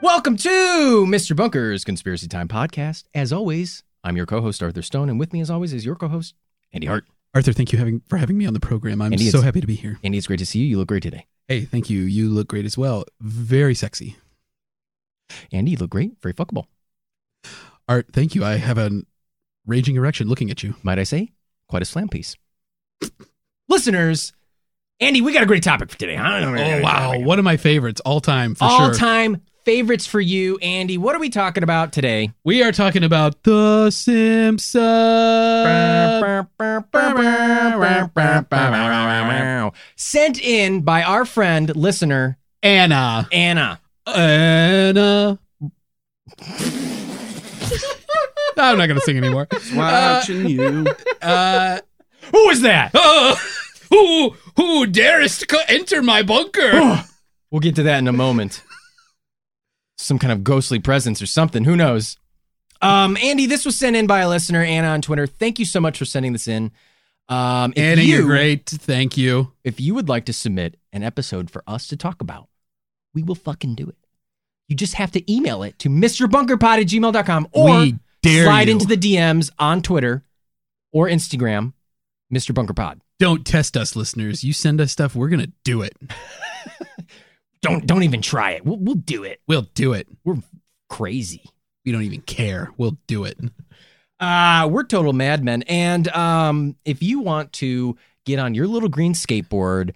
Welcome to Mr. Bunker's Conspiracy Time podcast. As always, I'm your co-host Arthur Stone, and with me, as always, is your co-host Andy Hart. Arthur, thank you having, for having me on the program. I'm Andy, so it's- happy to be here. Andy, it's great to see you. You look great today. Hey, thank you. You look great as well. Very sexy. Andy, you look great. Very fuckable. Art, thank you. I have a raging erection looking at you. Might I say, quite a slam piece. Listeners, Andy, we got a great topic for today. Huh? Oh, wow. One of my favorites all time, for All sure. time favorites for you, Andy. What are we talking about today? We are talking about The Simpsons. Sent in by our friend, listener Anna. Anna. Anna. I'm not going to sing anymore. Watching you. Uh, Who is that? oh, who, who darest co- enter my bunker? We'll get to that in a moment. Some kind of ghostly presence or something. Who knows? Um, Andy, this was sent in by a listener, Anna on Twitter. Thank you so much for sending this in. Um, if Anna, you, you're great. Thank you. If you would like to submit an episode for us to talk about, we will fucking do it. You just have to email it to mrbunkerpod at gmail.com or We dare slide you. into the DMs on Twitter or Instagram, Mr. Bunker Pod. Don't test us, listeners. You send us stuff, we're gonna do it. Don't don't even try it. We'll, we'll do it. We'll do it. We're crazy. We don't even care. We'll do it. Uh, we're total madmen. And um, if you want to get on your little green skateboard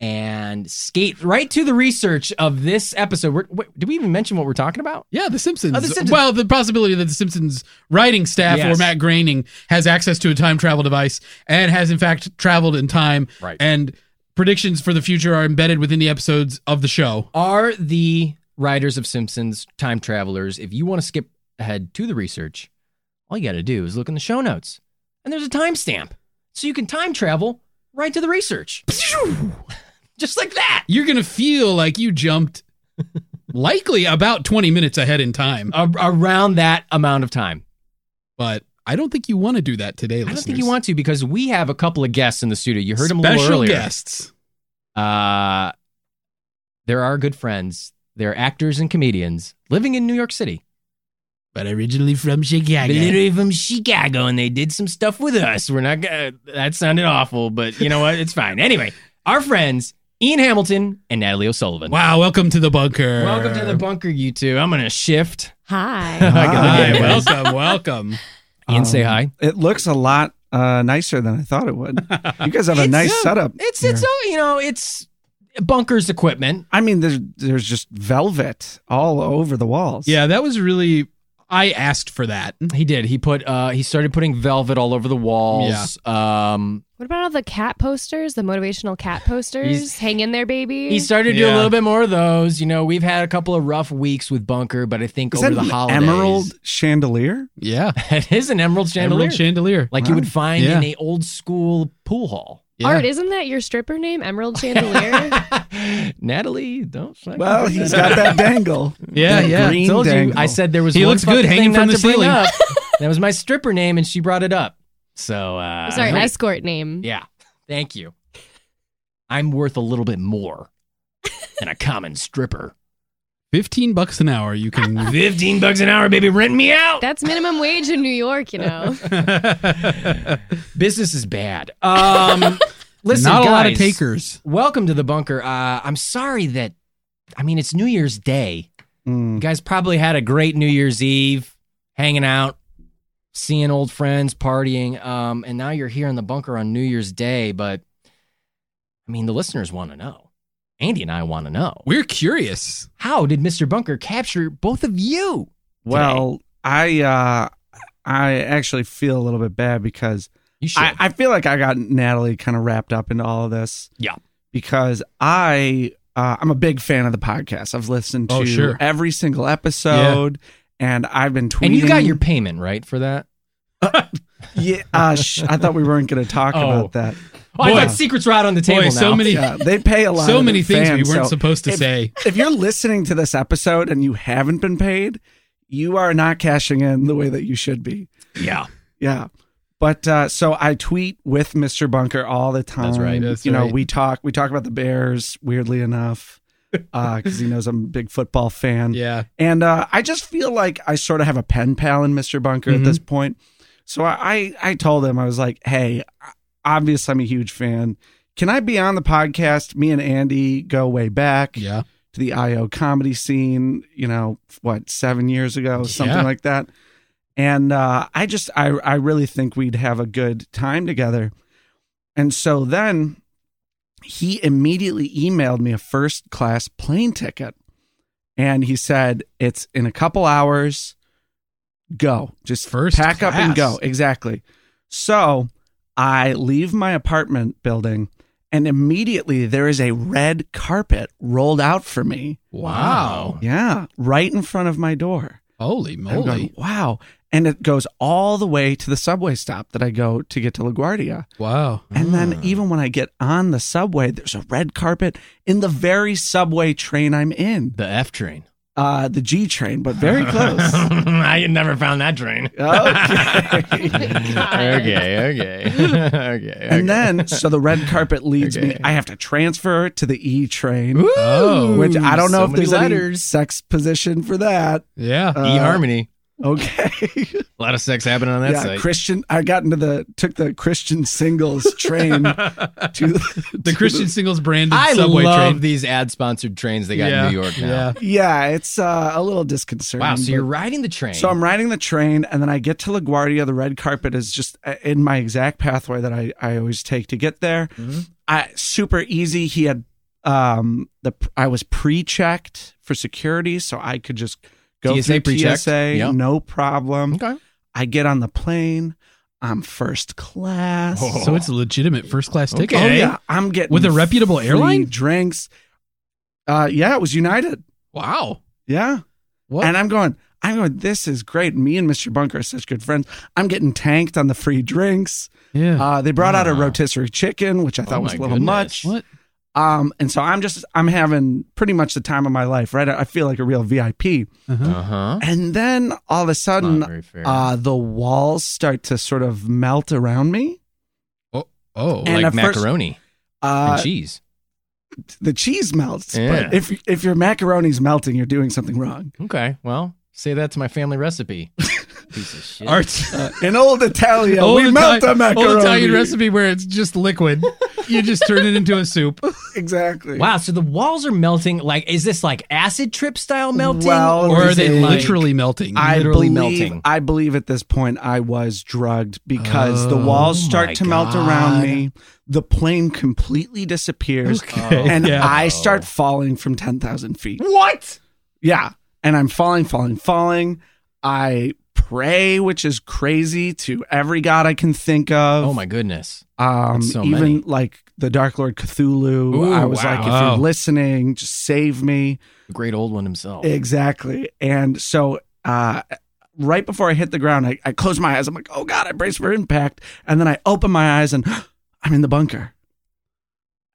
and skate right to the research of this episode, we're, what, did we even mention what we're talking about? Yeah, The Simpsons. Oh, The Simpsons. Well, the possibility that The Simpsons writing staff Yes. or Matt Groening has access to a time travel device and has in fact traveled in time. Right. And predictions for the future are embedded within the episodes of the show. Are the writers of Simpsons time travelers? If you want to skip ahead to the research, all you got to do is look in the show notes, and there's a timestamp, so you can time travel right to the research, just like that. You're gonna feel like you jumped likely about 20 minutes ahead in time. A- around that amount of time. But I don't think you want to do that today, I listeners. don't think you want to because we have a couple of guests in the studio. You heard them a little Special earlier. guests. Uh, they're our good friends. They're actors and comedians living in New York City. But originally from Chicago. Literally from Chicago, and they did some stuff with us. We're not gonna. That sounded awful, but you know what? It's fine. Anyway, our friends Ian Hamilton and Natalie O'Sullivan. Wow, welcome to the bunker. Welcome to the bunker, you two. I'm gonna shift. Hi. I got Hi, it. welcome, welcome. Ian, Um, say hi. It looks a lot uh, nicer than I thought it would. You guys have a It's, nice uh, setup. It's it's oh, you know it's bunkers equipment. I mean, there's there's just velvet all over the walls. Yeah, that was really. I asked for that. He did. He put uh he started putting velvet all over the walls. Um What about all the cat posters, the motivational cat posters? He's- Hang in there, baby. he started doing a Yeah. little bit more of those. You know, we've had a couple of rough weeks with Bunker, but I think Is over that the an holidays emerald chandelier? Yeah, it is an emerald chandelier. Emerald chandelier. like you would find Yeah. in a old school pool hall. Yeah. Art, isn't that your stripper name, Emerald Chandelier? Natalie, don't fucking Well, bring he's that got up. that dangle. yeah, that yeah. green Told you, dangle. I said there was He one looks fucking good hanging thing from not the to bring ceiling. up. that was my stripper name and she brought it up. So uh Sorry, I- escort name. Yeah. Thank you. I'm worth a little bit more than a common stripper. Fifteen bucks an hour. You can. 15 bucks an hour, baby. Rent me out. That's minimum wage in New York, you know. Business is bad. Um, Listen, Not a lot of guys, takers. Welcome to the bunker. Uh, I'm sorry that, I mean, it's New Year's Day. You Mm. guys probably had a great New Year's Eve, hanging out, seeing old friends, partying, um, and now you're here in the bunker on New Year's Day. But I mean, the listeners want to know. Andy and I want to know. We're curious. How did Mr. Bunker capture both of you? today? Well, I uh, I actually feel a little bit bad because you should. I, I feel like I got Natalie kind of wrapped up into all of this. Yeah. Because I uh, I'm a big fan of the podcast. I've listened to Oh, sure. every single episode, and I've been tweeting. and you got your payment right for that. yeah. Uh, sh- I thought we weren't going to talk Oh. about that. Oh, I Boy. got secrets right on the table Boy, now. so many, Yeah, they pay a lot. so of many the things fans, we weren't so supposed to if- say. If you're listening to this episode and you haven't been paid, you are not cashing in the way that you should be. yeah. Yeah. But uh, so I tweet with Mr. Bunker all the time. That's right. That's you know, right. we talk we talk about the Bears. Weirdly enough, because he knows I'm a big football fan. Yeah. And uh, I just feel like I sort of have a pen pal in Mr. Bunker at Mm-hmm. this point. So I, I I told him I was like, hey, obviously I'm a huge fan. Can I be on the podcast? Me and Andy go way back Yeah. to the IO comedy scene, you know, what, seven years ago, something Yeah. like that. And uh, I just, I, I really think we'd have a good time together. And so then he immediately emailed me a first class plane ticket. And he said, it's in a couple hours. Go. Just First pack up and class. go. Exactly. So I leave my apartment building and immediately there is a red carpet rolled out for me. Wow. Yeah, right in front of my door. Holy And I'm going, moly. wow. And it goes all the way to the subway stop that I go to get to LaGuardia. Wow. And Ah. then even when I get on the subway, there's a red carpet in the very subway train I'm in, The F train. uh, the G train, but very close. I had never found that train. Okay. okay, okay, okay. And then, so the red carpet leads me. Okay. I have to transfer to the E train, Oh. which I don't know so if many there's any letters. sex position for that. Yeah. Uh, E Harmony. Okay. A lot of sex happening on that yeah, site. Christian. I got into the took the Christian singles train to um, the Christian Singles branded I subway love train. these ad sponsored trains they got yeah. in New York now. Yeah. Yeah, it's uh, a little disconcerting. Wow, so you're but- riding the train. So I'm riding the train, and then I get to LaGuardia. The red carpet is just uh, in my exact pathway that I, I always take to get there. I super easy. He had um the I was pre checked for security, so I could just go TSA through pre-checked? TSA, Yep. no problem. okay. I get on the plane. I'm first class. Oh. So it's a legitimate first class ticket. Oh yeah, I'm getting With a reputable free airline? drinks. Uh, yeah, it was United. Wow. Yeah, What? and I'm going. I'm going. This is great. Me and Mr. Bunker are such good friends. I'm getting tanked on the free drinks. yeah. Uh, they brought out a Ah. rotisserie chicken, which I thought Oh was my a little goodness. much. what? Um, and so I'm just I'm having pretty much the time of my life. Right, I feel like a real VIP. Uh-huh. Uh huh. And then all of a Not sudden, very fair. uh, the walls start to sort of melt around me. Oh. and like at first- macaroni Uh, and cheese. the cheese melts. Yeah. But if if your macaroni's melting, you're doing something wrong. Okay, well, say that to my family recipe. Piece of shit. Art. In old Italia, old we melt Itali- the macaroni. Old Italian recipe where it's just liquid. you just turn it into a soup. Exactly. Wow, so the walls are melting. Like, is this like acid trip style melting? Well, Or are they Is it like- literally melting? I literally believe, melting? I believe at this point I was drugged because the Oh walls my start to melt God. around me. The plane completely disappears, Okay. and Yeah. I start falling from ten thousand feet. what? Yeah. And I'm falling, falling, falling. I pray, which is crazy, to every god I can think of. Oh my goodness. Um, That's so even many. like the Dark Lord Cthulhu. Ooh, I was wow. like, if Wow. you're listening, just save me. The great old one himself. Exactly. And so, uh, right before I hit the ground, I, I close my eyes. I'm like, oh God, I brace for impact. And then I open my eyes and I'm in the bunker.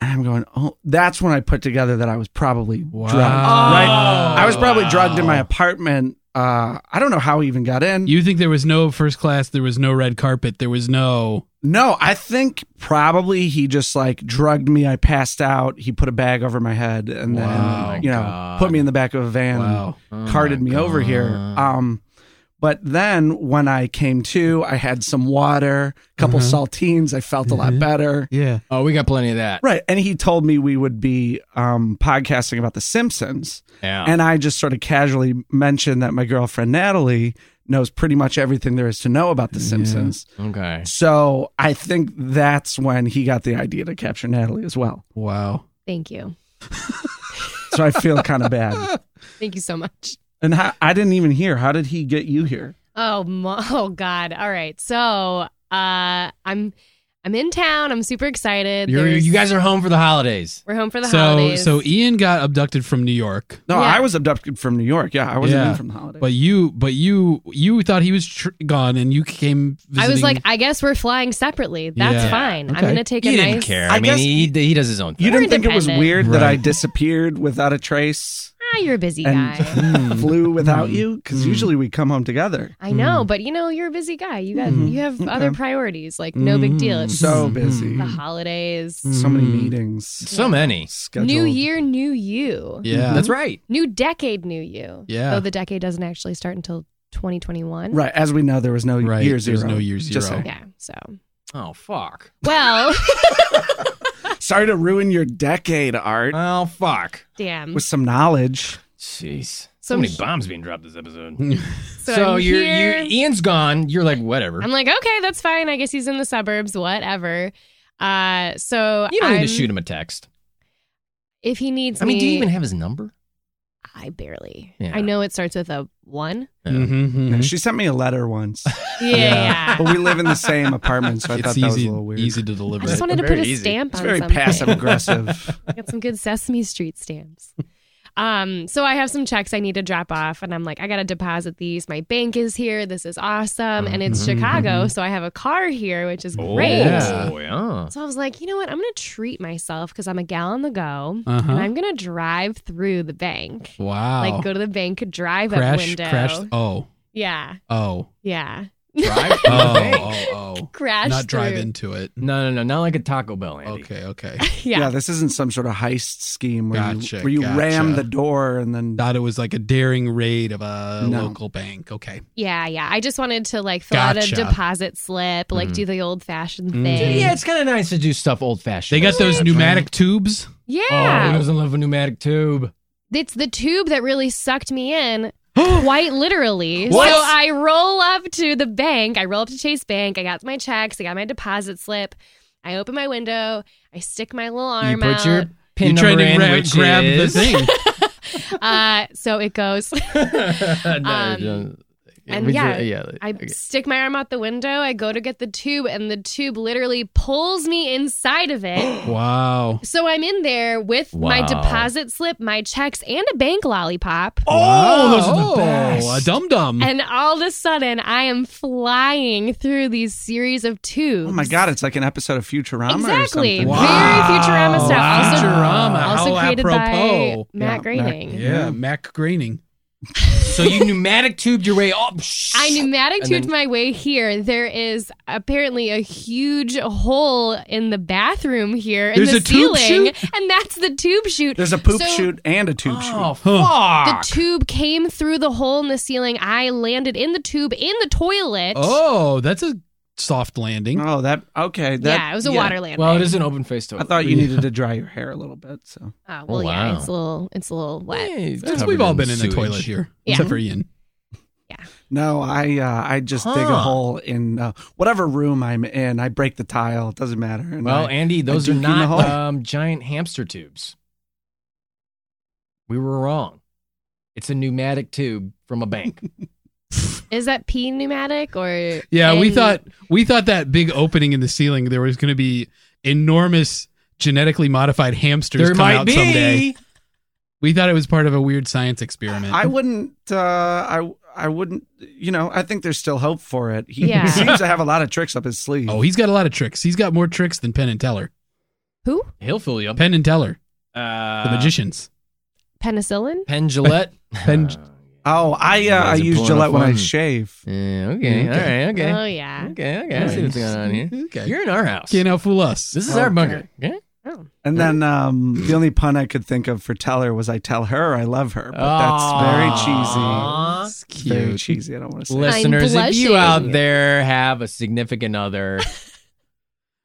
And I'm going, oh, that's when I put together that I was probably Wow. drugged. Right? I was probably Wow. drugged in my apartment. Uh, I don't know how I even got in. You think there was no first class? There was no red carpet. There was no. No, I think probably he just like drugged me. I passed out. He put a bag over my head and Wow. then, you know, God. Oh put me in the back of a van, Wow. and carted me over here. Um, But then when I came to, I had some water, a couple Uh-huh. saltines. I felt a lot Mhm. better. Yeah. Oh, we got plenty of that. Right. And he told me we would be um, podcasting about The Simpsons. Yeah. And I just sort of casually mentioned that my girlfriend Natalie knows pretty much everything there is to know about The Simpsons. okay. So I think that's when he got the idea to capture Natalie as well. Wow. Thank you. So I feel kind of bad. Thank you so much. And how, I didn't even hear. How did he get you here? Oh, mo- oh God. All right. So uh, I'm I'm in town. I'm super excited. You're, There's- you guys are home for the holidays. we're home for the so holidays. so Ian got abducted from New York, No, Yeah. I was abducted from New York. Yeah, I wasn't Yeah. even from the holiday. but you but you you thought he was tr- gone, and you came. I was visiting- like, I guess we're flying separately. That's Yeah. fine. I'm Okay. gonna take He a didn't nice. care. I I, mean, guess- he, he does his own thing. you We're didn't think it was independent. weird that Right. I disappeared without a trace Ah, you're a busy and guy. Hmm. flew without you? Because usually we come home together. I know, Mm. but you know, you're a busy guy. You got Mm-hmm. Mhm. you have Okay. other priorities. Like no big deal. Mm-hmm. Mm-hmm. It's So busy. the holidays. Mm-hmm. So many Mm. Hmm. meetings. So many. Scheduled. New year, new you. yeah, That's right. New decade, new you. Yeah. Though the decade doesn't actually start until 2021. Right. As we know, there was no Right, year there zero. was no year Just zero. saying. Yeah. So Oh, fuck. well, Sorry to ruin your decade, Art, Um, Oh, fuck. damn. with some knowledge. Jeez. So, So many he- bombs being dropped this episode. So, So, I'm you're, here. you Ian's gone. You're like, whatever. I'm like, okay, that's fine. I guess he's in the suburbs. Whatever. Uh, so you don't I'm, need to shoot him a text. if he needs I mean, me. do you even have his number? I barely. Yeah. I know it starts with a one. Mm-hmm, Yeah, she sent me a letter once, Yeah. but we live in the same apartment, so I thought It's that was a easy little weird. easy to I deliver. just it. wanted to Very put a easy. stamp It's on very something. passive aggressive. I got some good Sesame Street stamps. Um, so I have some checks I need to drop off, and I'm like, I gotta deposit these. My bank is here. This is awesome, and it's Mm-hmm, Chicago, so I have a car here, which is great. Oh, yeah. So I was like, you know what? I'm gonna treat myself because I'm a gal on the go, Uh-huh. and I'm gonna drive through the bank, wow. like go to the bank, drive up crash, window, crash. Oh, yeah, oh, yeah, Drive. oh, oh, oh. crash, Not drive through. into it. No, no, no. Not like a Taco Bell, Andy. Okay, okay. Yeah. yeah, this isn't some sort of heist scheme where Gotcha, you, where you ram gotcha. the door and then Thought it was like a daring raid of a No. local bank. Okay. Yeah, yeah. I just wanted to like fill Gotcha. out a deposit slip, like Mhm. do the old fashioned Mm. thing. Yeah, it's kind of nice to do stuff old fashioned. They got those pneumatic tubes. Yeah. Oh, who doesn't love a pneumatic tube? it's the tube that really sucked me in. Quite literally. What? So I roll up to the bank. I roll up to Chase Bank. I got my checks. I got my deposit slip. I open my window. I stick my little you arm put out. your pin you number tried to in, gra- which grab is... the thing. uh, so it goes. Um, and Which- yeah, yeah. I okay. stick my arm out the window. I go to get the tube, and the tube literally pulls me inside of it. wow. So I'm in there with my Wow. deposit slip, my checks, and a bank lollipop. Oh, those are Oh, the best. A dum dum. And all of a sudden, I am flying through these series of tubes. Oh my god, it's like an episode of Futurama or Exactly. something. Very Futurama stuff. Wow. Also, Futurama. also How created by apropos. Matt Yeah, Groening. Yeah, Mm-hmm. Mac Greening. so you pneumatic tubed your way up. I pneumatic And tubed then- my way here. There is apparently a huge hole in the bathroom here in There's the a tube ceiling, and that's the tube chute. There's a poop So- shoot and a tube Oh, shoot. The fuck. tube came through the hole in the ceiling. I landed in the tube in the toilet. Oh, that's a soft landing. Oh, that okay. That, yeah, it was a water landing. well, it is an open face toilet. I thought you needed to dry your hair a little bit. So Oh, well, Oh, yeah, wow. it's a little, it's a little wet. Yeah, it's Since covered we've all been in the sewage. toilet here, Yeah. except for Ian. no, I uh, I just dig a Huh. hole in uh, whatever room I'm in. I break the tile. It doesn't matter. And Well, I- Andy, those do are keep my not hole. um, giant hamster tubes. We were wrong. It's a pneumatic tube from a bank. Is that pee pneumatic or? Yeah, we and- thought we thought that big opening in the ceiling there was going to be enormous genetically modified hamsters there come might out be. someday. We thought it was part of a weird science experiment. I wouldn't. Uh, I I wouldn't. You know, I think there's still hope for it. He Yeah. seems to have a lot of tricks up his sleeve. oh, he's got a lot of tricks. He's got more tricks than Penn and Teller. who He'll fill you up. Penn and Teller, uh, the magicians. penicillin. Penn Gillette. uh, Pen- Oh, I uh, I Guys are use pulling Gillette a when I fun. shave. Yeah, okay. All right. Okay. Oh yeah. Okay. Okay. I see what's going on here. Okay. You're in our house. Can't outfool us. this is our bunker. Okay. Oh. And then um, the only pun I could think of for tell her was I tell her I love her, but Aw. that's That's very cheesy. Very cheesy. I don't want to say. it. Listeners, if you blushing. out there have a significant other,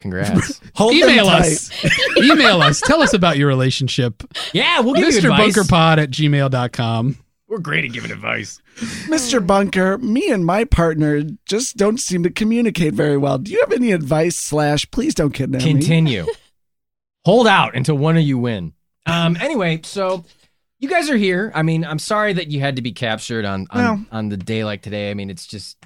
congrats. Hold them Email tight. us. Email us. Tell us about your relationship. yeah, we'll give you Mr. advice. Bunkerpod at gmail.com. We're great at giving advice. Mr. Bunker, me and my partner just don't seem to communicate very well. Do you have any advice? Slash, please don't kidnap me. Continue. Hold out until one of you win. Um. Anyway, so you guys are here. I mean, I'm sorry that you had to be captured on on, Well. on the day like today. I mean, it's just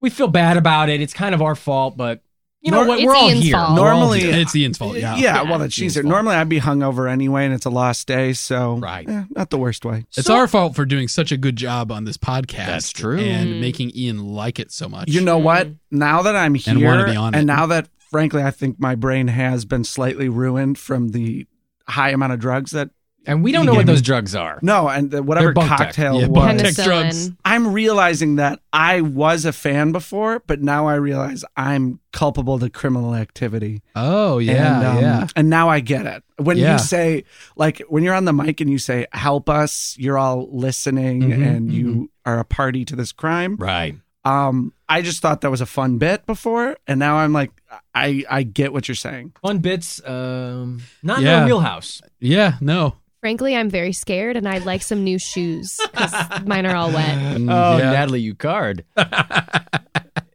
we feel bad about it. It's kind of our fault, but you know Nor- what? It's We're all Ian's here. fault. We're all Normally- here. It's Ian's fault. Yeah. yeah, Yeah, well, that's it's cheesy. useful. Normally, I'd be hung over anyway, and it's a lost day, so Right. eh, not the worst way. It's So- our fault for doing such a good job on this podcast. That's true. And making Ian like it so much. Mm. You know what? Now that I'm here, And wanna be on it. and now that frankly, I think my brain has been slightly ruined from the high amount of drugs that and we don't You know what gave me- those drugs are. no, and the, whatever They're bunk tech. cocktail Yeah, was. bunk tech. drugs. Penicillin. I'm realizing that I was a fan before, but now I realize I'm culpable to criminal activity. Oh, yeah. and, um, yeah. and now I get it. When Yeah. you say, like, when you're on the mic and you say, help us, you're all listening and you are a party to this crime. Right. Um, I just thought that was a fun bit before. And now I'm like, I, I get what you're saying. Fun bits. Um. Not in Yeah. our wheelhouse. Yeah. No. Frankly, I'm very scared, and I'd like some new shoes because mine are all wet. Mm, Oh, Mm, yeah. Natalie Ucard.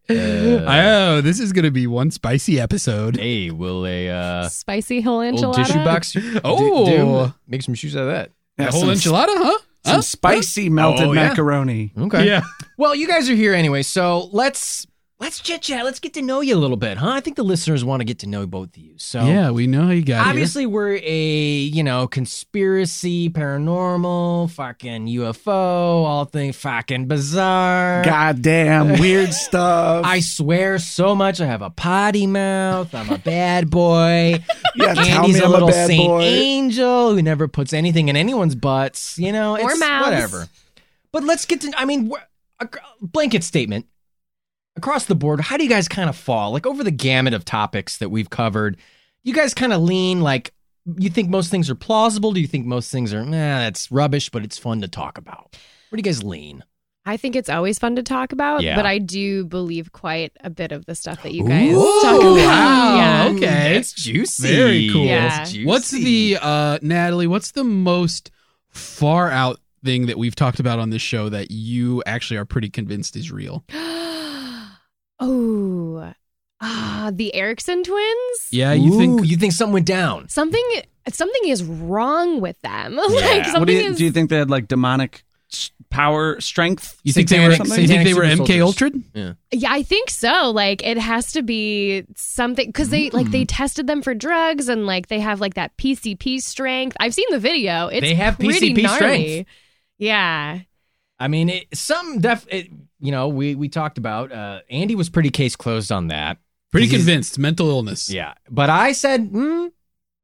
oh, this is going to be one spicy episode. Hey, will a uh, Spicy whole old enchilada. tissue box? Oh. do- do- make some shoes out of that. Yeah, That whole some, enchilada, huh? some Huh? spicy melted Oh, yeah. macaroni. Okay. Yeah. Well, you guys are here anyway, so let's let's chit chat. Let's get to know you a little bit, huh? I think the listeners want to get to know both of you. So Yeah, we know how you got here. obviously we're a you know conspiracy, paranormal, fucking UFO, all things fucking bizarre. Goddamn weird stuff. I swear so much. I have a potty mouth. I'm a bad boy. yeah, tell Andy's me a I'm little a Eh, bad saint boy. angel who never puts anything in anyone's butts. You know, it's mouths. whatever. But let's get to. I mean, wh- ac- blanket statement across the board. How do you guys kind of fall like over the gamut of topics that we've covered? You guys kind of lean like you think most things are plausible. Do you think most things are nah? That's rubbish, but it's fun to talk about. Where do you guys lean? I think it's always fun to talk about, Yeah. but I do believe quite a bit of the stuff that you guys Ooh, talk about. wow. Yeah. Okay. It's juicy. Very cool. Yeah. That's juicy. What's the uh Natalie, what's the most far out thing that we've talked about on this show that you actually are pretty convinced is real? oh, ah, the Erickson twins. Yeah, uh, you you think you think something went down? Something something is wrong with them. like Yeah. something What do, you, is. do you think they had like demonic s- power, strength? you think they were Satanic- you think they were satanic super MK Ultra? soldiers. yeah, I think so. Like it has to be something because they like Mm. they tested them for drugs and like they have like that PCP strength. I've seen the video. It's They have pretty PCP gnarly. strength. Yeah. I mean, it, some def. It, you know, we we talked about. Uh, Andy was pretty case closed on that. Pretty He's- convinced mental illness. Yeah, but I said, hmm,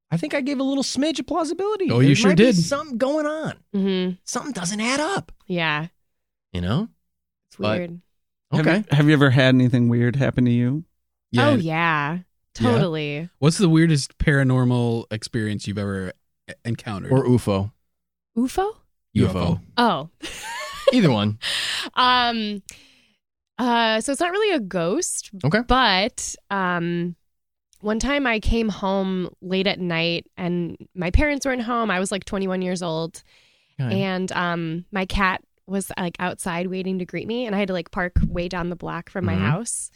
I think I gave a little smidge of plausibility. Oh, you There sure might be did. something going on. hmm Something doesn't add up. Yeah. You know. It's But- weird. Have you- Have you, ever had anything weird happen to you? Oh yeah. Yeah. Totally. What's the weirdest paranormal experience you've ever e- encountered? Or UFO. UFO? UFO. Oh. Either one. Um uh so it's not really a ghost. Okay. But um one time I came home late at night and my parents weren't home. I was like 21 years old and um my cat was like outside waiting to greet me and I had to like park way down the block from my Mhm. house.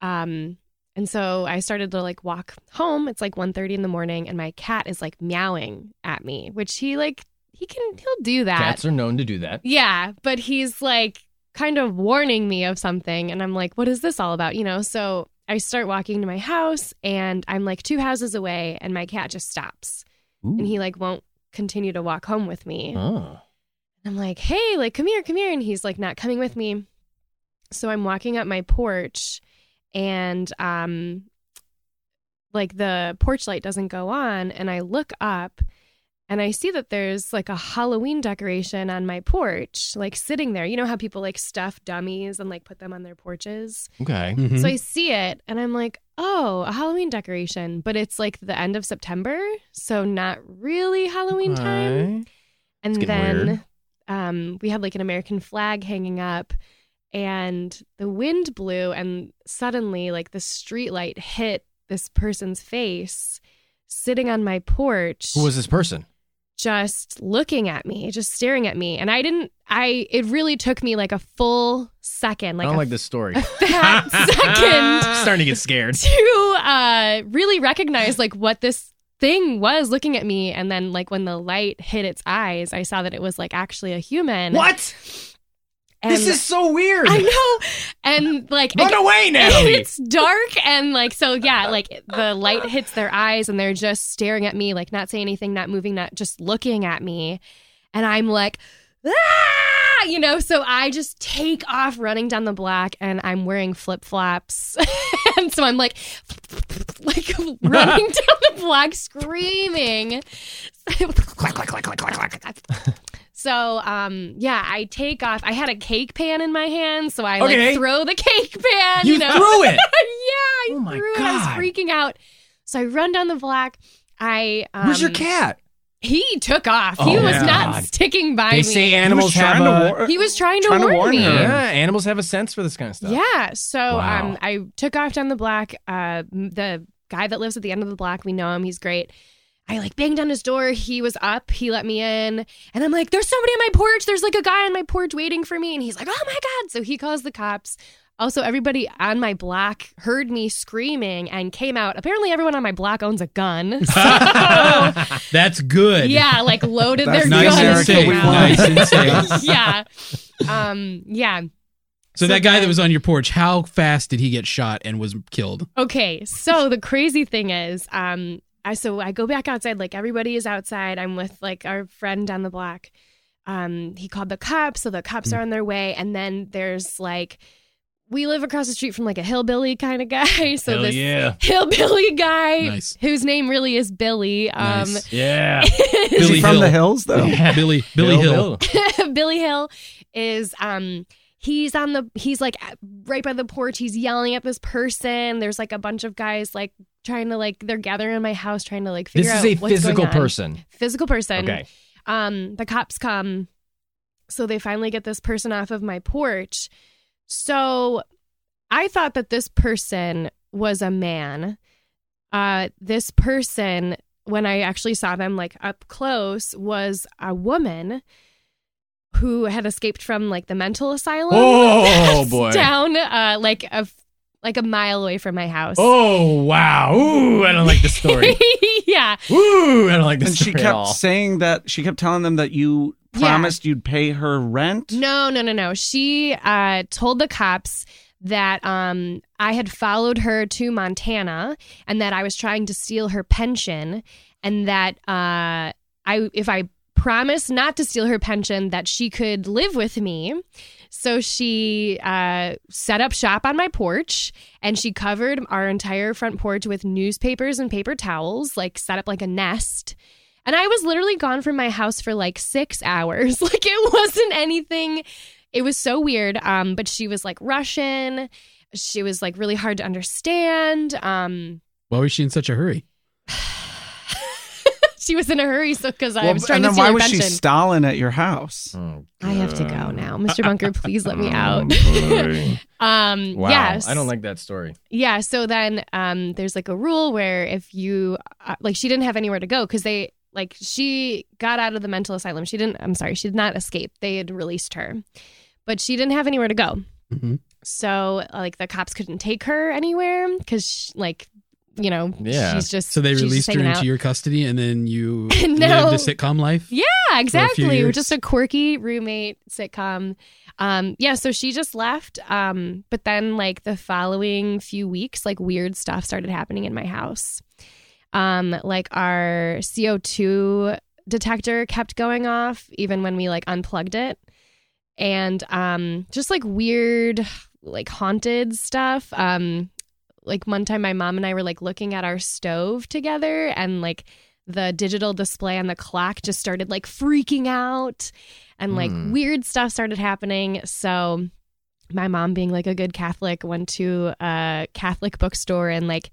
Um and so I started to like walk home. It's like 1:30 in the morning and my cat is like meowing at me, which he like he can he'll do that. Cats are known to do that. Yeah, but he's like kind of warning me of something. And I'm like, what is this all about? You know, so I start walking to my house and I'm like two houses away and my cat just stops and he like won't continue to walk home with me. Oh. I'm like, hey, like, come here, come here. And he's like, not coming with me. So I'm walking up my porch and, um, like the porch light doesn't go on. And I look up and I see that there's like a Halloween decoration on my porch, like sitting there. You know how people like stuff dummies and like put them on their porches? Okay. Mhm. So I see it and I'm like, oh, a Halloween decoration, but it's like the end of September, so not really Halloween time. Okay. And It's getting then weird. um, we had like an American flag hanging up, and the wind blew, and suddenly, like, the street light hit this person's face sitting on my porch Who was this person? just looking at me just staring at me and i didn't i it really took me like a full second like I don't a Oh, like this story. fat second I'm starting to get scared. to uh, really recognize like what this thing was looking at me and then like when the light hit its eyes i saw that it was like actually a human What? and this is so weird. i know and like Run it- away, Natalie. it's dark and like so yeah like the light hits their eyes and they're just staring at me like not saying anything not moving not just looking at me and i'm like ah! you know so i just take off running down the block and i'm wearing flip-flops and so i'm like like running down the block screaming clack, clack, clack, clack, clack, clack. so um yeah i take off i had a cake pan in my hand so i like Okay. throw the cake pan You you know threw it. yeah, I Oh my threw it. I was God. freaking out. So I run down the block. I um, Where's your cat? He took off. he Oh was my not God. sticking by They me. say animals have trying a. to war- he was trying to trying to warn warn me. her. yeah, animals have a sense for this kind of stuff. Yeah. So Wow. um, I took off down the block. Uh, m- the guy that lives at the end of the block, we know him. He's great. I like banged on his door. He was up. He let me in. And I'm like, there's somebody on my porch. There's like a guy on my porch waiting for me. And he's like, oh my God. So he calls the cops. Also, everybody on my block heard me screaming and came out. Apparently, everyone on my block owns a gun. So, That's good. yeah, like loaded That's their Nice guns. and safe. around. Nice and safe. yeah. Um, yeah. So that guy that was on your porch, how fast did he get shot and was killed? Okay, so the crazy thing is, um, I so I go back outside, like everybody is outside. I'm with like our friend down the block. Um, he called the cops, so the cops Hmm. are on their way, and then there's like we live across the street from like a hillbilly kind of guy. So this yeah. hillbilly guy Nice. whose name really is Billy. Um Nice. Yeah. Is Billy he from Hill. the hills though? Billy Billy Hill. Billy Hill is um he's on the he's like at- right by the porch he's yelling at this person there's like a bunch of guys like trying to like they're gathering in my house trying to like figure This is out a what's physical going on. person. physical person Okay. um the cops come so they finally get this person off of my porch so i thought that this person was a man uh this person when i actually saw them like up close was a woman who had escaped from like the mental asylum Oh boy. down uh like a like a mile away from my house Oh wow. Ooh, I don't like this story. yeah Ooh, I don't like this And story she at kept all. saying that she kept telling them that you Yeah. promised you'd pay her rent. No, no, no, no. She uh, told the cops that um, I had followed her to Montana and that I was trying to steal her pension, and that uh, I, if I promised not to steal her pension, that she could live with me. So she uh, set up shop on my porch and she covered our entire front porch with newspapers and paper towels, like set up like a nest. And I was literally gone from my house for like six hours. Like it wasn't anything. It was so weird. Um, but she was like Russian. She was like really hard to understand. Um, Why was she in such a hurry? she was in a hurry, so because I Well, was and trying to then steal why her was she pension. stalling at your house? Oh, I have to go God. now, Mr. Bunker. Please let me out. boy. Oh. Um, Mm, wow. yes, I don't like that story. Yeah. So then um, there's like a rule where if you, uh, like, she didn't have anywhere to go because they, like, she got out of the mental asylum. She didn't, I'm sorry, she did not escape. They had released her, but she didn't have anywhere to go. Mhm. So, like, the cops couldn't take her anywhere because, like, you know, Yeah. she's just, So they she's just released her hanging into out. your custody, and then you No. lived a sitcom life. Yeah, exactly. years. Just a quirky roommate sitcom. Um, yeah, so she just left. Um, but then like the following few weeks, like weird stuff started happening in my house. Um, like our CO2 detector kept going off even when we like unplugged it. And um just like weird, like haunted stuff. Um, like one time my mom and I were like looking at our stove together and like the digital display on the clock just started like freaking out and like Hmm. weird stuff started happening. So my mom being like a good catholic went to a catholic bookstore and like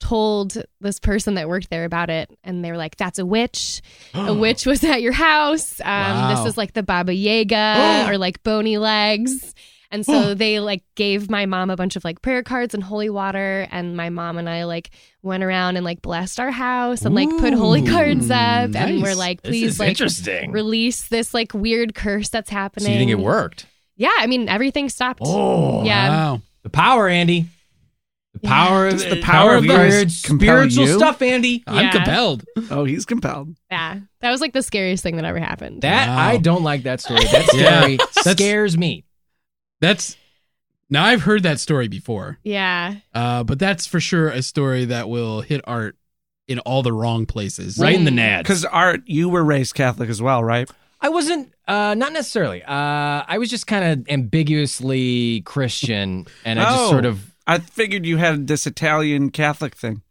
told this person that worked there about it and they were like that's a witch a Mm. witch was at your house um, Wow. this is like the baba yaga or like bony legs and so they like gave my mom a bunch of like prayer cards and holy water and my mom and i like went around and like blessed our house and like put holy Ooh, cards up and we're nice. like This please is like interesting. release this like weird curse that's happening So you think it worked? yeah i mean everything stopped Oh, Yeah. Wow. the power, Andy. The Yeah. power of Does the uh, power of the Christ weird compel spiritual you? stuff, Andy. I'm Yeah. compelled. Oh, he's compelled. Yeah, that was like the scariest thing that ever happened. That Wow. I don't like that story. That scary scares me. That's now I've heard that story before, yeah, uh, but that's for sure a story that will hit art in all the wrong places. Right in the nads. Because Art, you were raised Catholic as well, right? I wasn't, uh, not necessarily. Uh, I was just kind of ambiguously Christian, and I Oh. just sort of I figured you had this Italian Catholic thing.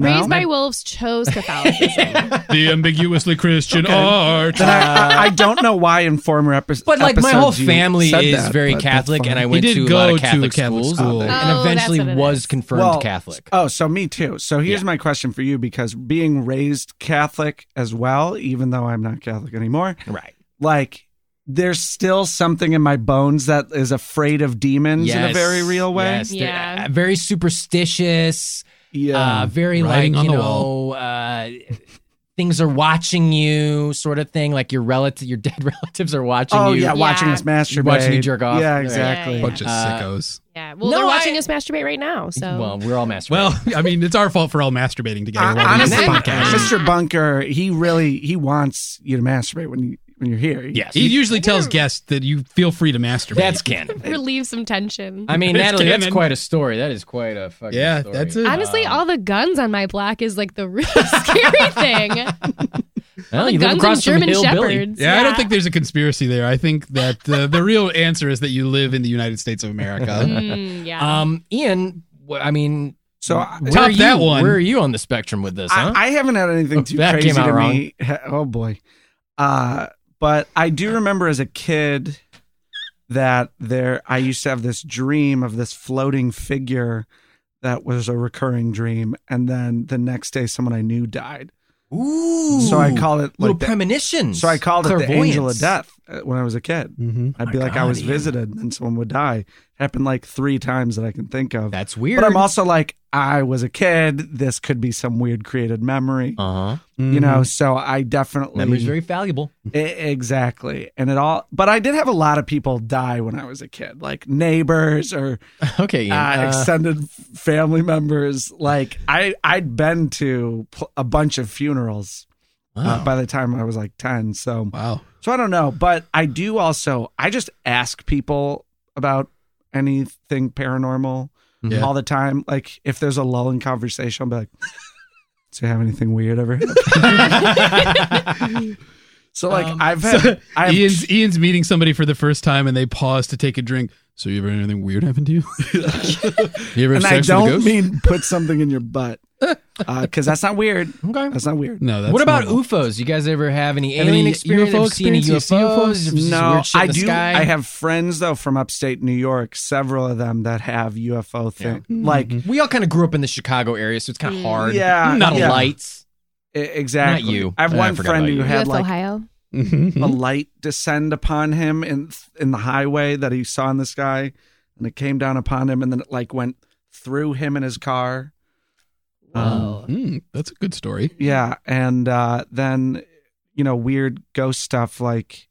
Raised No? by Wolves chose Catholicism. the ambiguously Christian Okay. art. Then I, I don't know why in former epi- episodes. But like my whole you family said is that, very but that's Catholic, and fine. I went did to a lot go of to a Catholic, Catholic schools, school. Oh, and that's eventually what it was is. confirmed Well, Catholic. Oh, so me too. So here's my question for you because being raised Catholic as well, even though I'm not Catholic anymore, Right. like there's still something in my bones that is afraid of demons in a Yes, very real way. yes, they're, Yeah. uh, very superstitious. Yeah. Uh, very Writing like on you the know, wall. uh, things are watching you, sort of thing. Like your relative, your dead relatives are watching oh, you. yeah, watching Yeah. us masturbate. Watching you jerk off. Yeah, Yeah, exactly. yeah. Bunch of Uh, sickos. yeah, well, No, they're watching I- us masturbate right now, so Well, we're all masturbating. Well, I mean, it's our fault for all masturbating together. Uh, while we do this honestly, podcast. Mr. Bunker, he really he wants you to masturbate when you when you're here. yes, he usually tells guests that you feel free to masturbate. that's canon. relieve some tension. I mean, It's Natalie, that's canon. quite a story. That is quite a fucking yeah, story. that's it. Honestly, all the guns on my block is like the real scary thing. Well, the you live guns and across from German Hillbilly. shepherds. Yeah, I don't think there's a conspiracy there. I think that uh, the real answer is that you live in the United States of America. Mm, yeah. Um, Ian, wh- I mean, So I, where Top are you, that one. Where are you on the spectrum with this? Huh? I, I haven't had anything too That crazy came out to wrong. me. Oh boy. Uh, but I do remember as a kid that there I used to have this dream of this floating figure that was a recurring dream, and then the next day someone I knew died. Ooh. So I call it little like the- premonitions. so I called it the angel Clairvoyance. of death uh, when I was a kid. mm-hmm. I'd my be like I God, was Ian. visited, and someone would die. Happened like three times that I can think of. That's weird. But I'm also like I was a kid. This could be some weird created memory. uh huh. Mm-hmm. you know so i definitely Memory's very valuable. E- exactly and it all but i did have a lot of people die when i was a kid like neighbors or Okay, Ian. uh, extended f- family members like i i'd been to pl- a bunch of funerals uh, by the time i was like 10 so Wow. so i don't know but i do also i just ask people about anything paranormal Yeah. all the time like if there's a lull in conversation i'll be like do you have anything weird ever So like Um, I've had I have, Ian's Ian's meeting somebody for the first time and they pause to take a drink. So you ever had anything weird happen to you? you ever have and I sex with a don't ghost? mean put something in your butt because that's not weird. okay. That's not weird. no. That's what about normal. UFOs? You guys ever have any Any alien experience? UFO Ever see any experience? You see UFOs? UFOs? Ever see No, weird shit in I the do. Sky? I have friends though from upstate New York, several of them that have UFO thing. Like We all kind of grew up in the Chicago area, so it's kind of Mm. hard. yeah, Not yeah, lights. e- exactly. Not you. I have I one forgot friend about who you. had UF like Ohio. a Mhm. light descend upon him in in the highway that he saw in the sky, and it came down upon him, and then it like went through him and his car. Um, Oh. Whoa. Mm, that's a good story. Yeah, and uh, then you know weird ghost stuff. Like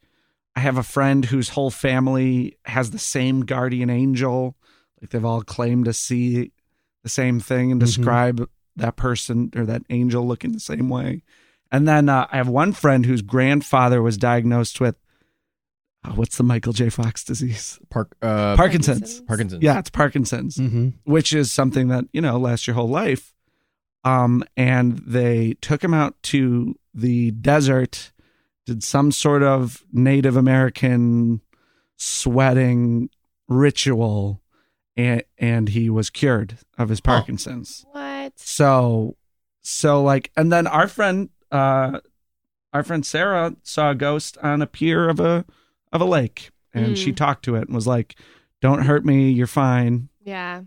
I have a friend whose whole family has the same guardian angel. Like they've all claimed to see the same thing and Mhm. describe that person or that angel looking the same way. And then uh, I have one friend whose grandfather was diagnosed with uh, what's the Michael J. Fox disease? Park, uh, Parkinson's. Parkinson's. Yeah, it's Parkinson's Mm-hmm. which is something that you know lasts your whole life. Um, and they took him out to the desert, did some sort of Native American sweating ritual, and and he was cured of his Parkinson's. What? So, so like, and then our friend, uh, our friend Sarah saw a ghost on a pier of a of a lake, and Mm. she talked to it and was like, Don't hurt me. You're fine. Yeah.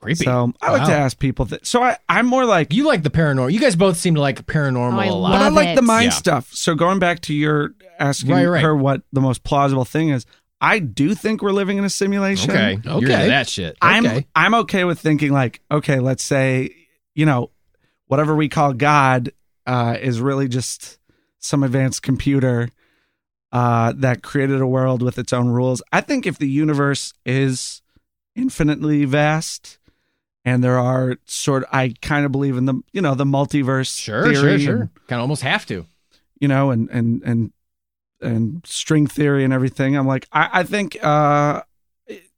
Creepy. So I like to Wow. ask people that. So I, I'm more like, you like the paranormal. You guys both seem to like paranormal Oh, I a lot. but I Love like the it. mind Yeah. stuff. So going back to your asking Right, right. her what the most plausible thing is, I do think we're living in a simulation. Okay. You're Okay. into that shit. I'm okay. I'm okay with thinking like, okay, let's say, you know, whatever we call God uh, is really just some advanced computer uh, that created a world with its own rules. I think if the universe is infinitely vast, and there are sort, I kind of believe in the you know the multiverse Sure, theory, sure, and, sure. Kind of almost have to. you know, and and and and string theory and everything. I'm like, I, I think uh,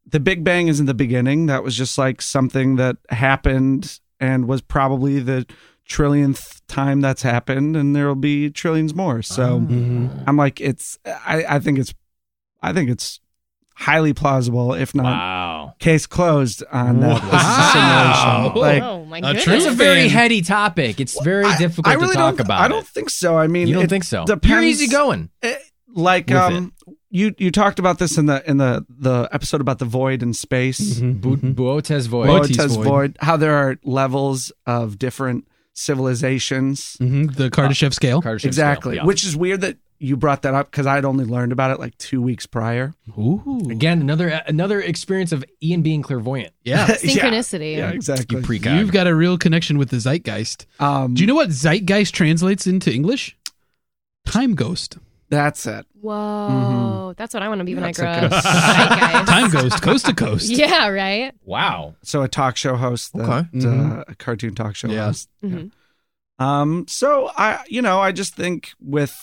the Big Bang isn't the beginning. That was just like something that happened and was probably the trillionth time that's happened, and there will be trillions more. So Mm-hmm. Oh. I'm like, it's. I, I think it's. I think it's highly plausible, if not Wow. case closed on that. Wow. simulation. Like, oh my a goodness. true It's a very fan. heady topic. It's very I- difficult I really to talk don't, about. I don't think so. I it. mean, you don't it think so. You're depends- easy going. like with um you you talked about this in the in the the episode about the void in space Mm-hmm. Mm-hmm. Buotes void. Boates Mm-hmm. Boates void. void how there are levels of different civilizations Mhm. The Kardashev scale. Kardashev exactly scale, yeah. which is weird that you brought that up because i'd only learned about it like two weeks prior Ooh. Again, another another experience of Ian being clairvoyant. Yeah. Synchronicity. yeah You exactly precog. You've got a real connection with the zeitgeist. um Do you know what zeitgeist translates into English? Time ghost. that's it Whoa. Mm-hmm. That's what I want to be when That's I okay. grow up. Zeitgeist. Time ghost, coast to coast. Yeah, right? wow. so a talk show host that, Okay. Mm-hmm. uh, Mhm. a cartoon talk show Yeah. host Mhm. Um, so I, you know, I just think with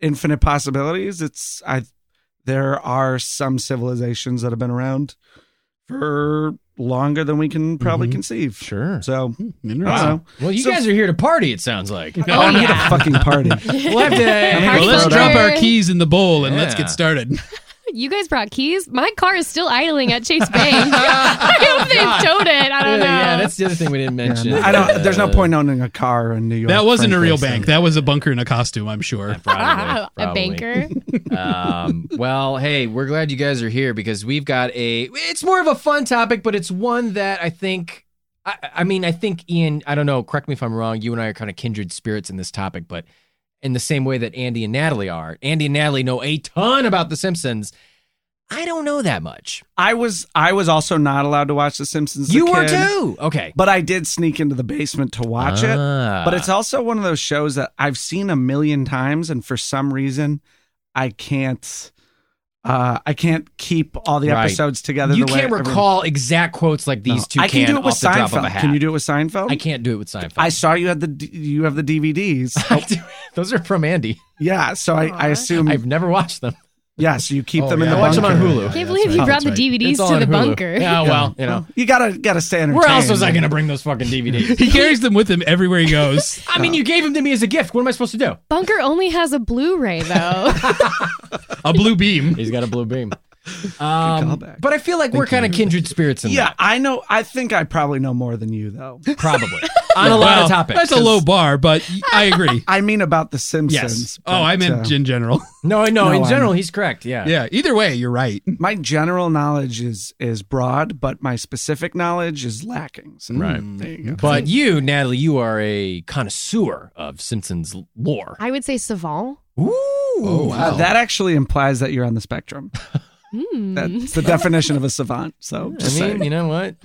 infinite possibilities, it's I. There are some civilizations that have been around for longer than we can probably Mhm. conceive. Mm-hmm. Sure. So Hmm, I Interesting. don't know. Well, you So- guys are here to party. It sounds like. Oh, I'm here yeah. to fucking party. We'll have to. Well, Well, let's Party drop our poker. keys in the bowl and let's Yeah. get started. You guys brought keys? My car is still idling at Chase Bank. I hope they've towed it. I Yeah, don't know. yeah, that's the other thing we didn't mention. I don't. There's no Uh, point owning a car in New York. That wasn't a frankly, real so- bank. That was a bunker in a costume, I'm sure. Probably, a probably. banker. um, well, hey, we're glad you guys are here because we've got a. It's more of a fun topic, but it's one that I think. I, I mean, I think Ian. I don't know. Correct me if I'm wrong. You and I are kind of kindred spirits in this topic, but in the same way that Andy and Natalie are, Andy and Natalie know a ton about The Simpsons. I don't know that much. I was. I was also not allowed to watch The Simpsons. as a you were kid, too. Ah. Okay, but I did sneak into the basement to watch it. But it's Uh, also one of those shows that I've seen a million times, and for some reason, I can't. Uh, I can't keep all the Right. episodes together. you the way can't everyone- recall exact quotes like No. these two. I can, do it with off the drop of a Seinfeld. hat. Can you do it with Seinfeld? I can't do it with Seinfeld. I saw you had the D- you have the DVDs. Oh, Those are from Andy. yeah, so I, I Aw. assume I've never watched them. yeah. So you keep Oh, them in yeah. I the watch them on bunker. Hulu. Yeah, I can't that's believe right. you Oh, brought the that's right. DVDs It's all to on the Hulu. bunker. Yeah, well, you know. Oh. You gotta gotta stay entertained. Where else was I going to bring those fucking DVDs? He carries them with him everywhere he goes. I mean, you gave them to me as a gift. What am I supposed to do? Bunker only has a Blu-ray though. A blue beam. He's got a blue beam. Um, callback. but I feel like we're kind of kindred spirits in Yeah, I know. I think I probably know more than you though. that, probably. On a lot Well, of topics. That's a low bar, but y- I agree. I mean about the Simpsons. yes. Oh, I but, uh, meant in general. No, no, No, in I'm- general, he's correct. Yeah. Yeah. Either way, you're right. my general knowledge is is broad, but my specific knowledge is lacking. So Mm. Right. There you go. But you, Natalie, you are a connoisseur of Simpsons lore. I would say Savant. Ooh. Uh, that actually implies that you're on the spectrum. Hmm. That's the definition of a savant. So I just mean, saying. you know what?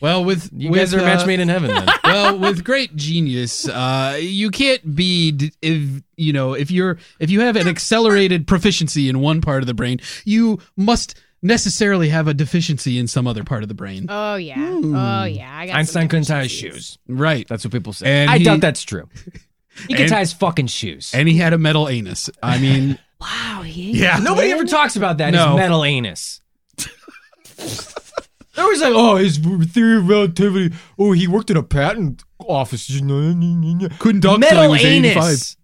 Well, with You with, guys are a match uh, made in heaven then. well, with great genius, uh, you can't be d- if you know if you're if you have an accelerated proficiency in one part of the brain, you must necessarily have a deficiency in some other part of the brain. Oh yeah. Oh yeah. I got Einstein some couldn't tie his deficiencies. shoes. Right. That's what people say. And I he- doubt that's true. He can And- tie his fucking shoes. And he had a metal anus. I mean, Wow. He yeah. Nobody ever talks about that. No. His metal anus. They're always like, oh, his theory of relativity. Oh, he worked in a patent office. Metal couldn't talk till he was 85. anus.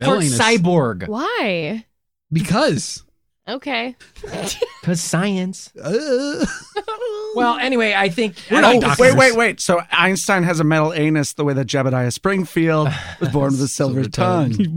Metal Kurt anus. Cyborg. Why? Because Okay. Because science. uh, Well, anyway, I think I Oh, don't think this wait, is- wait, wait. So Einstein has a metal anus the way that Jebediah Springfield was born with a silver, tongue. he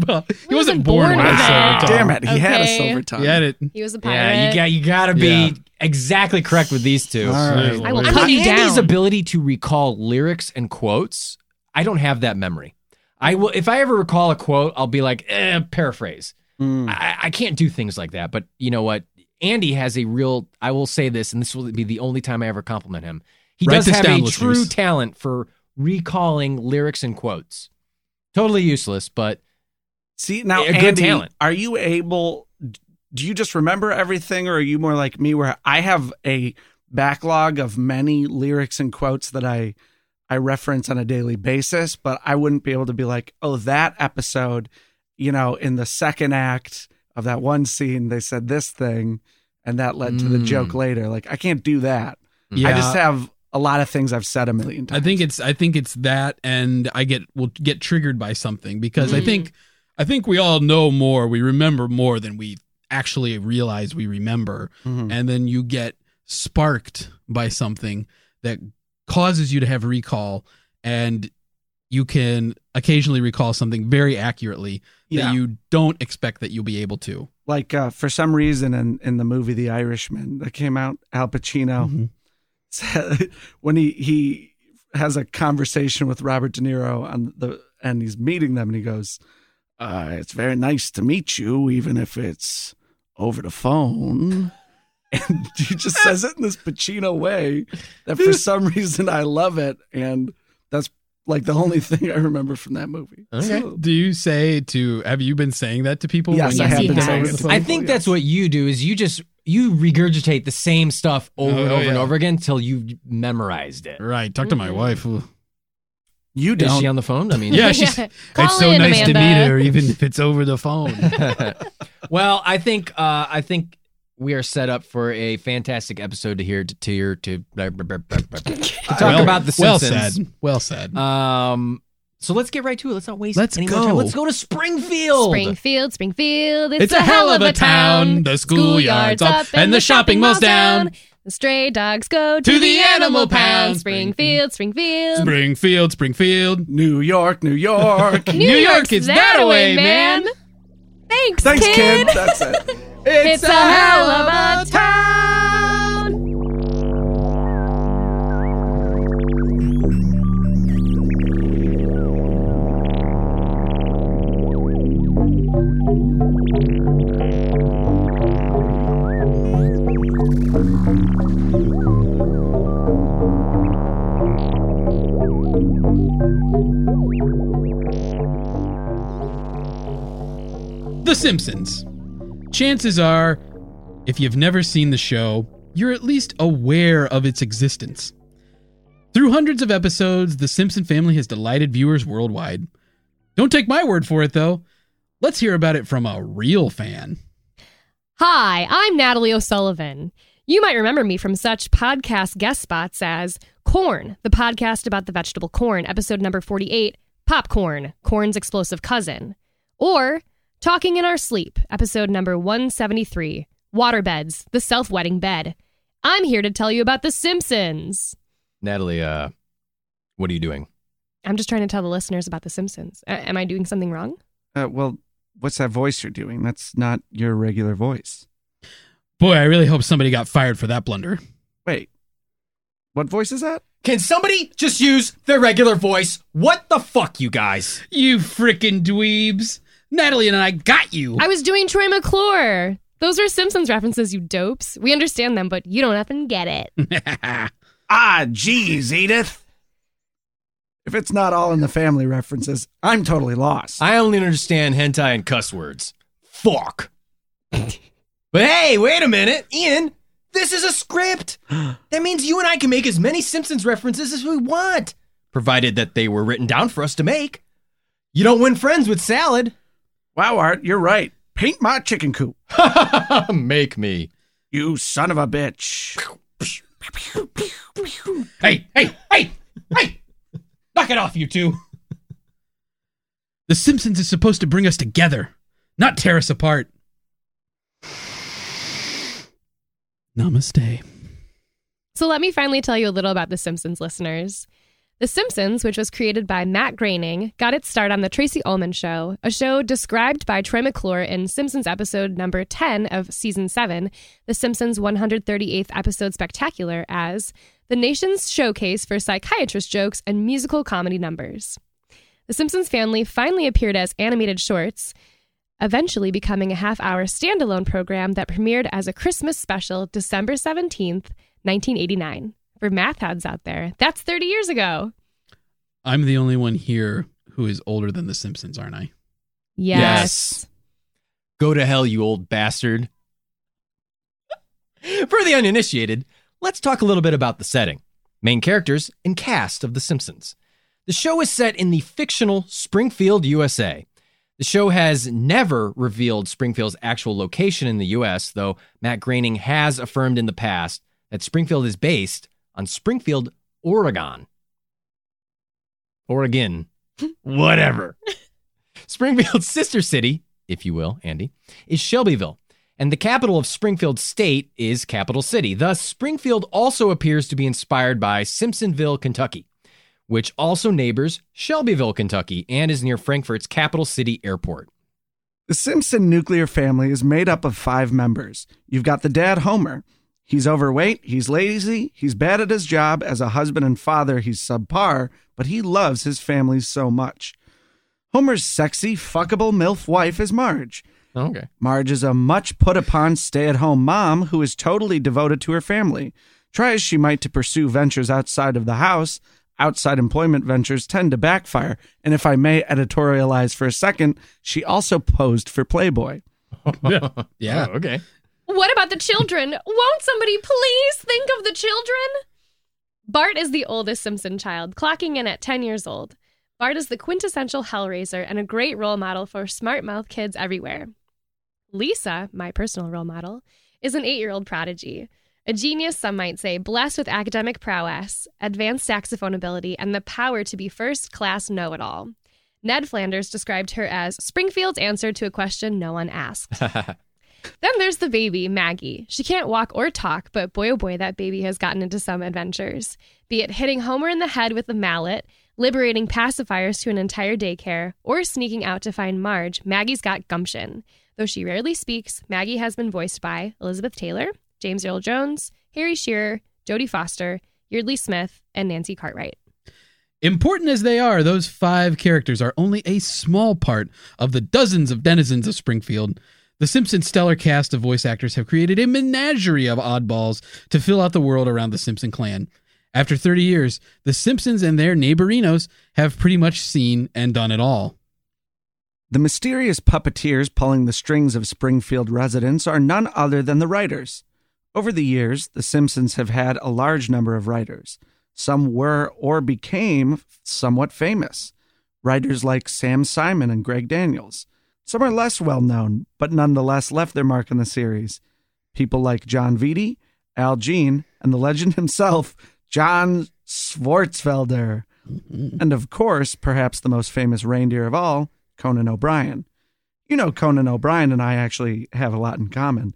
He wasn't born with a with silver it. tongue. Damn it. He had a Okay. silver tongue. He had it. He was a pirate. Yeah, you got you got to be Yeah. exactly correct with these two. All right. I will I put love you Andy's down. ability to recall lyrics and quotes. I don't have that memory. I will if I ever recall a quote, I'll be like eh, paraphrase. Mm. Hmm. I, I can't do things like that. But you know what? Andy has a real. I will say this, and this will be the only time I ever compliment him. He Write does this have down, a listeners. true talent for recalling lyrics and quotes. Totally useless, but See, now, A good Andy, talent. are you able, do you just remember everything or are you more like me where I have a backlog of many lyrics and quotes that I, I reference on a daily basis, but I wouldn't be able to be like, oh, that episode, you know, in the second act of that one scene, they said this thing and that led to the Mm. joke later. Like, I can't do that. I just have a lot of things I've said a million times. I think it's I think it's that, and I get will get triggered by something because I Mm. think I think we all know more, we remember more than we actually realize we remember, Mhm. Mm-hmm. and then you get sparked by something that causes you to have recall, and you can occasionally recall something very accurately Yeah. that you don't expect that you'll be able to. like uh, for some reason in, in the movie The Irishman that came out, Al Pacino Mm-hmm. said- when he he has a conversation with Robert De Niro on the and he's meeting them and he goes, uh, "It's very nice to meet you, even if it's over the phone." And he just says it in this Pacino way that for some reason I love it, and that's like the only thing I remember from that movie. Okay. So- Do you say to have you been saying that to people? Yes, when I you have meet been them saying over it the to phone? I think that's what you do is you just you regurgitate the same stuff over and Oh, over and yeah. over again until you memorized it. Right. Talk to my Mhm. wife. Ugh. you Is don't. she on the phone? I mean, Yeah, she's. Call it's so in, nice to Amanda. meet her, even if it's over the phone. well, I think uh, I think we are set up for a fantastic episode to hear to to, hear, to, to talk Well- about the Well Simpsons. said. Well said. Um, so let's get right to it. Let's not waste. Let's any more time. go. Let's go to Springfield. Springfield, Springfield, it's, a, hell of a town. The schoolyard's up and the shopping mall's down. The stray dogs go to, To the the animal animal pound. pound. Springfield, Springfield. Springfield, Springfield. New York, New York. New, York is that away, man. Thanks, Thanks, kid. kid. That's it. It's, a hell of a town. The Simpsons. Chances are, if you've never seen the show, you're at least aware of its existence. Through hundreds of episodes, The Simpson family has delighted viewers worldwide. Don't take my word for it, though. Let's hear about it from a real fan. Hi, I'm Natalie O'Sullivan. You might remember me from such podcast guest spots as Corn, the podcast about the vegetable corn, episode number 48, Popcorn, Corn's Explosive Cousin, or Talking in Our Sleep, episode number 173, Waterbeds, the Self Wetting Bed. I'm here to tell you about The Simpsons. Natalie, uh, what are you doing? I'm just trying to tell the listeners about The Simpsons. A- am I doing something wrong? Uh, well, what's that voice you're doing? That's not your regular voice. Boy, I really hope somebody got fired for that blunder. Wait, what voice is that? Can somebody just use their regular voice? What the fuck, you guys? You frickin' dweebs. Natalie and I got you. I was doing Troy McClure. Those are Simpsons references, you dopes. We understand them, but you don't effing get it. Ah, geez, Edith. If it's not all in the family references, I'm totally lost. I only understand hentai and cuss words. Fuck. but hey, wait a minute, Ian. This is a script. That means you and I can make as many Simpsons references as we want, provided that they were written down for us to make. You don't win friends with salad. wow, Art, you're right. Paint my chicken coop, make me. you son of a bitch. hey, hey, hey, hey! Knock it off, you two. The Simpsons is supposed to bring us together, not tear us apart. Namaste. So let me finally tell you a little about The Simpsons listeners. The Simpsons, which was created by Matt Groening, got its start on The Tracy Ullman Show, a show described by Troy McClure in Simpsons episode number 10 of season 7, The Simpsons 138th episode Spectacular, as the nation's showcase for psychiatrist jokes and musical comedy numbers. The Simpsons family finally appeared as animated shorts, eventually becoming a half hour standalone program that premiered as a Christmas special December 17th, 1989. For math heads out there, that's 30 years ago. I'm the only one here who is older than The Simpsons, aren't I? Yes. Go to hell, you old bastard. For the uninitiated, let's talk a little bit about the setting, main characters, and cast of The Simpsons. The show is set in the fictional Springfield, USA. The show has never revealed Springfield's actual location in the US, though Matt Groening has affirmed in the past that Springfield is based on Springfield, Oregon. Oregon. Whatever. Springfield's sister city, if you will, Andy, is Shelbyville. And the capital of Springfield State is Capital City. Thus, Springfield also appears to be inspired by Simpsonville, Kentucky, which also neighbors Shelbyville, Kentucky, and is near Frankfurt's Capital City Airport. The Simpson nuclear family is made up of five members. You've got the dad, Homer. He's overweight, he's lazy, he's bad at his job. As a husband and father, he's subpar, but he loves his family so much. Homer's sexy, fuckable MILF wife is Marge. Okay. Marge is a much put upon stay at home mom who is totally devoted to her family. Try as she might to pursue ventures outside of the house, outside employment ventures tend to backfire. And if I may editorialize for a second, she also posed for Playboy. Yeah. Oh, okay. What about the children? Won't somebody please think of the children? Bart is the oldest Simpson child, clocking in at 10 years old. Bart is the quintessential hellraiser and a great role model for smart mouth kids everywhere. Lisa, my personal role model, is an eight year old prodigy. A genius, some might say, blessed with academic prowess, advanced saxophone ability, and the power to be first class know it all. Ned Flanders described her as Springfield's answer to a question no one asked. Then there's the baby, Maggie. She can't walk or talk, but boy oh boy, that baby has gotten into some adventures. Be it hitting Homer in the head with a mallet, liberating pacifiers to an entire daycare, or sneaking out to find Marge, Maggie's got gumption. Though she rarely speaks, Maggie has been voiced by Elizabeth Taylor, James Earl Jones, Harry Shearer, Jodie Foster, Yeardley Smith, and Nancy Cartwright. Important as they are, those five characters are only a small part of the dozens of denizens of Springfield. The Simpsons' stellar cast of voice actors have created a menagerie of oddballs to fill out the world around the Simpson clan. After 30 years, the Simpsons and their neighborinos have pretty much seen and done it all. The mysterious puppeteers pulling the strings of Springfield residents are none other than the writers. Over the years, The Simpsons have had a large number of writers. Some were or became somewhat famous. Writers like Sam Simon and Greg Daniels. Some are less well known, but nonetheless left their mark on the series. People like John Vitti, Al Jean, and the legend himself, John Swartzwelder and of course, perhaps the most famous reindeer of all, Conan O'Brien. You know, Conan O'Brien and I actually have a lot in common.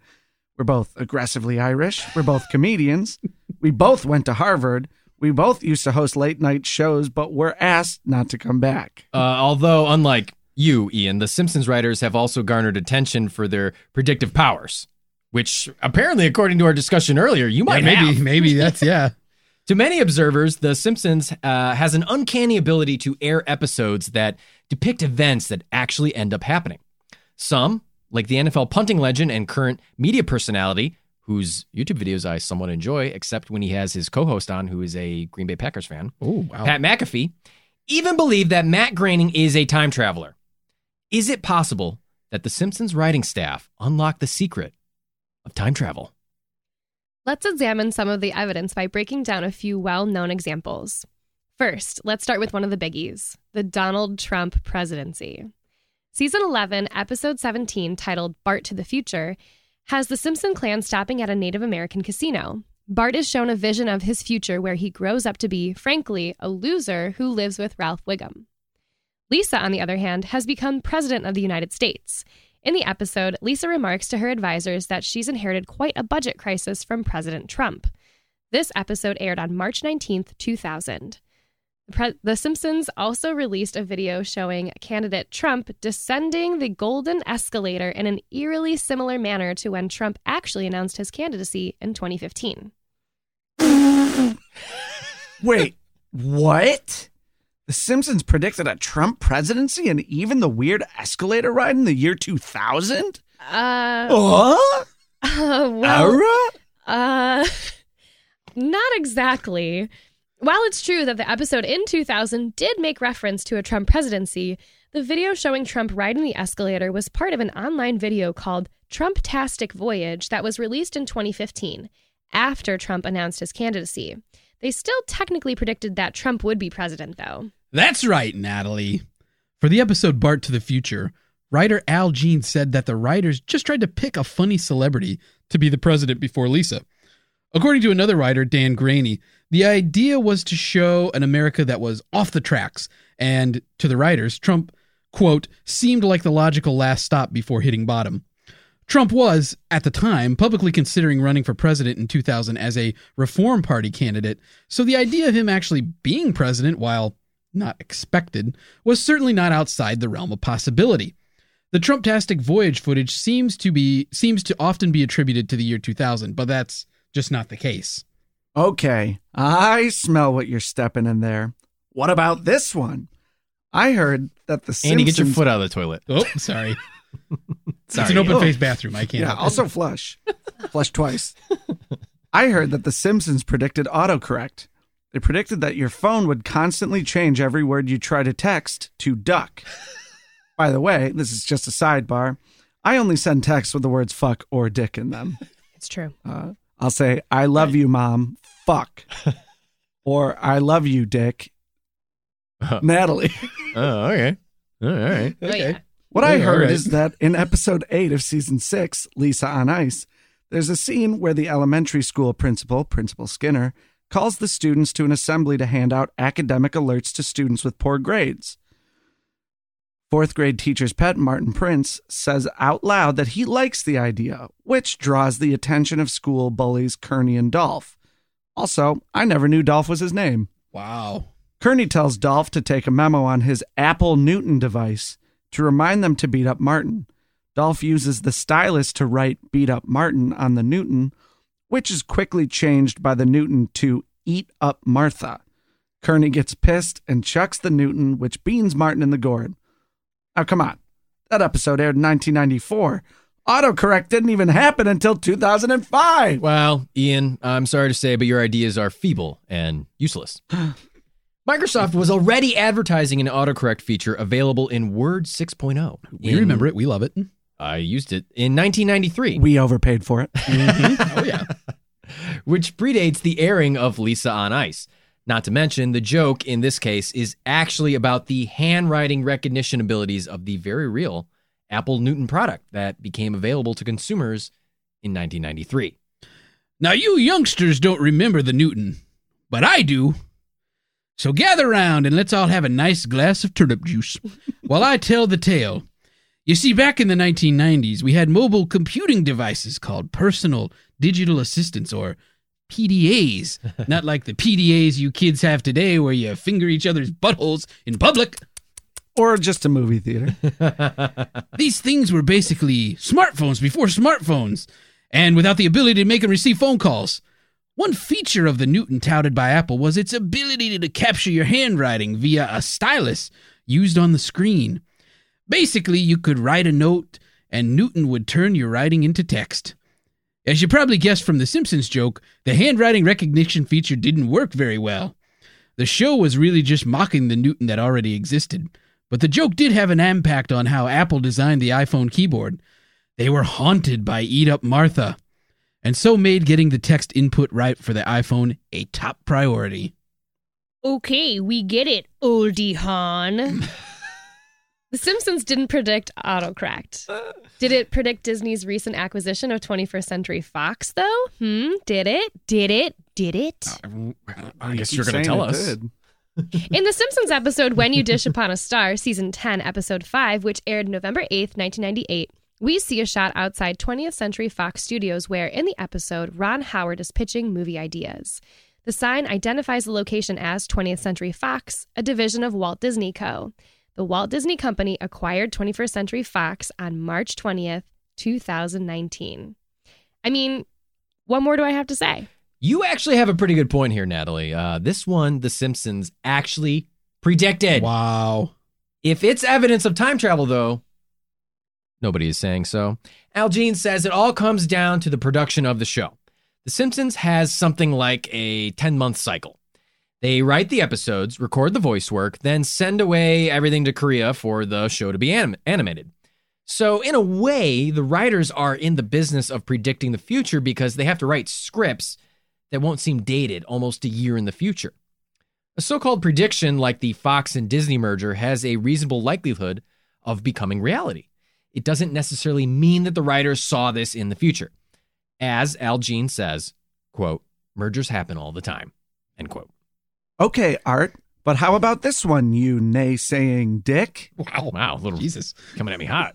We're both aggressively Irish. We're both comedians. We both went to Harvard. We both used to host late night shows, but were asked not to come back. Uh, although, unlike you, Ian, the Simpsons writers have also garnered attention for their predictive powers, which apparently, according to our discussion earlier, you might Yeah, maybe, have. maybe that's yeah. To many observers, The Simpsons uh, has an uncanny ability to air episodes that depict events that actually end up happening. Some, like the NFL punting legend and current media personality, whose YouTube videos I somewhat enjoy, except when he has his co host on, who is a Green Bay Packers fan. Oh wow. Pat McAfee, even believe that Matt Groening is a time traveler. Is it possible that the Simpsons writing staff unlocked the secret of time travel? Let's examine some of the evidence by breaking down a few well known examples. First, let's start with one of the biggies the Donald Trump presidency. Season 11, episode 17, titled Bart to the Future, has the Simpson clan stopping at a Native American casino. Bart is shown a vision of his future where he grows up to be, frankly, a loser who lives with Ralph Wiggum. Lisa, on the other hand, has become president of the United States. In the episode, Lisa remarks to her advisors that she's inherited quite a budget crisis from President Trump. This episode aired on March 19th, 2000. The, pre- the Simpsons also released a video showing candidate Trump descending the golden escalator in an eerily similar manner to when Trump actually announced his candidacy in 2015. Wait, what? The Simpsons predicted a Trump presidency and even the weird escalator ride in the year 2000? Uh, Oh, uh, well, Uh, not exactly. While it's true that the episode in 2000 did make reference to a Trump presidency, the video showing Trump riding the escalator was part of an online video called Trump Tastic Voyage that was released in 2015 after Trump announced his candidacy. They still technically predicted that Trump would be president, though. That's right, Natalie. For the episode Bart to the Future, writer Al Jean said that the writers just tried to pick a funny celebrity to be the president before Lisa. According to another writer, Dan Graney, the idea was to show an America that was off the tracks, and to the writers, Trump, quote, seemed like the logical last stop before hitting bottom. Trump was, at the time, publicly considering running for president in 2000 as a Reform Party candidate, so the idea of him actually being president, while not expected, was certainly not outside the realm of possibility. The Trumptastic voyage footage seems to be seems to often be attributed to the year 2000, but that's just not the case. Okay, I smell what you're stepping in there. What about this one? I heard that the Simpsons. Andy, get your foot out of the toilet. Oh, sorry. Sorry. It's an open faced bathroom. I can't. Oh, Yeah, also flush. flush twice. I heard that The Simpsons predicted autocorrect. They predicted that your phone would constantly change every word you try to text to duck. By the way, this is just a sidebar. I only send texts with the words fuck or dick in them. It's true. Uh, I'll say, I love you, mom, fuck. or I love you, dick. Natalie. Oh, okay. All right. Oh, yeah. What Yeah, I heard alright. is that in episode eight of season six, Lisa on Ice, there's a scene where the elementary school principal, Principal Skinner, calls the students to an assembly to hand out academic alerts to students with poor grades. Fourth grade teacher's pet, Martin Prince, says out loud that he likes the idea, which draws the attention of school bullies Kearney and Dolph. Also, I never knew Dolph was his name. Wow. Kearney tells Dolph to take a memo on his Apple Newton device to remind them to beat up Martin. Dolph uses the stylus to write beat up Martin on the Newton, which is quickly changed by the Newton to eat up Martha. Kearney gets pissed and chucks the Newton, which beans Martin in the gourd. Now, come on. That episode aired in 1994. Autocorrect didn't even happen until 2005. Well, Ian, I'm sorry to say, but your ideas are feeble and useless. Microsoft was already advertising an autocorrect feature available in Word 6.0. We In- remember it. We love it. I used it in 1993, We overpaid for it. Oh yeah. which predates the airing of Lisa on Ice. Not to mention, the joke in this case is actually about the handwriting recognition abilities of the very real Apple Newton product that became available to consumers in 1993. Now, you youngsters don't remember the Newton, but I do. So gather round and let's all have a nice glass of turnip juice while I tell the tale. You see, back in the 1990s, we had mobile computing devices called personal digital assistants or PDAs. Not like the PDAs you kids have today where you finger each other's buttholes in public. Or just a movie theater. These things were basically smartphones before smartphones, and without the ability to make and receive phone calls. One feature of the Newton touted by Apple was its ability to capture your handwriting via a stylus used on the screen. Basically, you could write a note, and Newton would turn your writing into text. As you probably guessed from the Simpsons joke, the handwriting recognition feature didn't work very well. The show was really just mocking the Newton that already existed, but the joke did have an impact on how Apple designed the iPhone keyboard. They were haunted by Eat Up Martha, and so made getting the text input right for the iPhone a top priority. Okay, we get it, oldie hon. the Simpsons didn't predict autocorrect. Did it predict Disney's recent acquisition of 21st Century Fox, though? Hmm, did it? Did it? Did it? I guess Keep you're going to saying tell it us. did. In the Simpsons episode When You Dish Upon a Star, season 10, episode 5, which aired November 8th, 1998, We see a shot outside 20th Century Fox Studios where, in the episode, Ron Howard is pitching movie ideas. The sign identifies the location as 20th Century Fox, a division of Walt Disney Co. The Walt Disney Company acquired 21st Century Fox on March 20th, 2019. I mean, what more do I have to say? You actually have a pretty good point here, Natalie. Uh, this one, The Simpsons, actually predicted. Wow. If it's evidence of time travel, though, nobody is saying so. Al Jean says it all comes down to the production of the show. The Simpsons has something like a 10 month cycle. They write the episodes, record the voice work, then send away everything to Korea for the show to be anim- animated. So, in a way, the writers are in the business of predicting the future because they have to write scripts that won't seem dated almost a year in the future. A so called prediction like the Fox and Disney merger has a reasonable likelihood of becoming reality. It doesn't necessarily mean that the writers saw this in the future. As Al Jean says, quote, mergers happen all the time, end quote. Okay, Art, but how about this one, you naysaying dick? Wow. Wow, little Jesus. coming at me hot.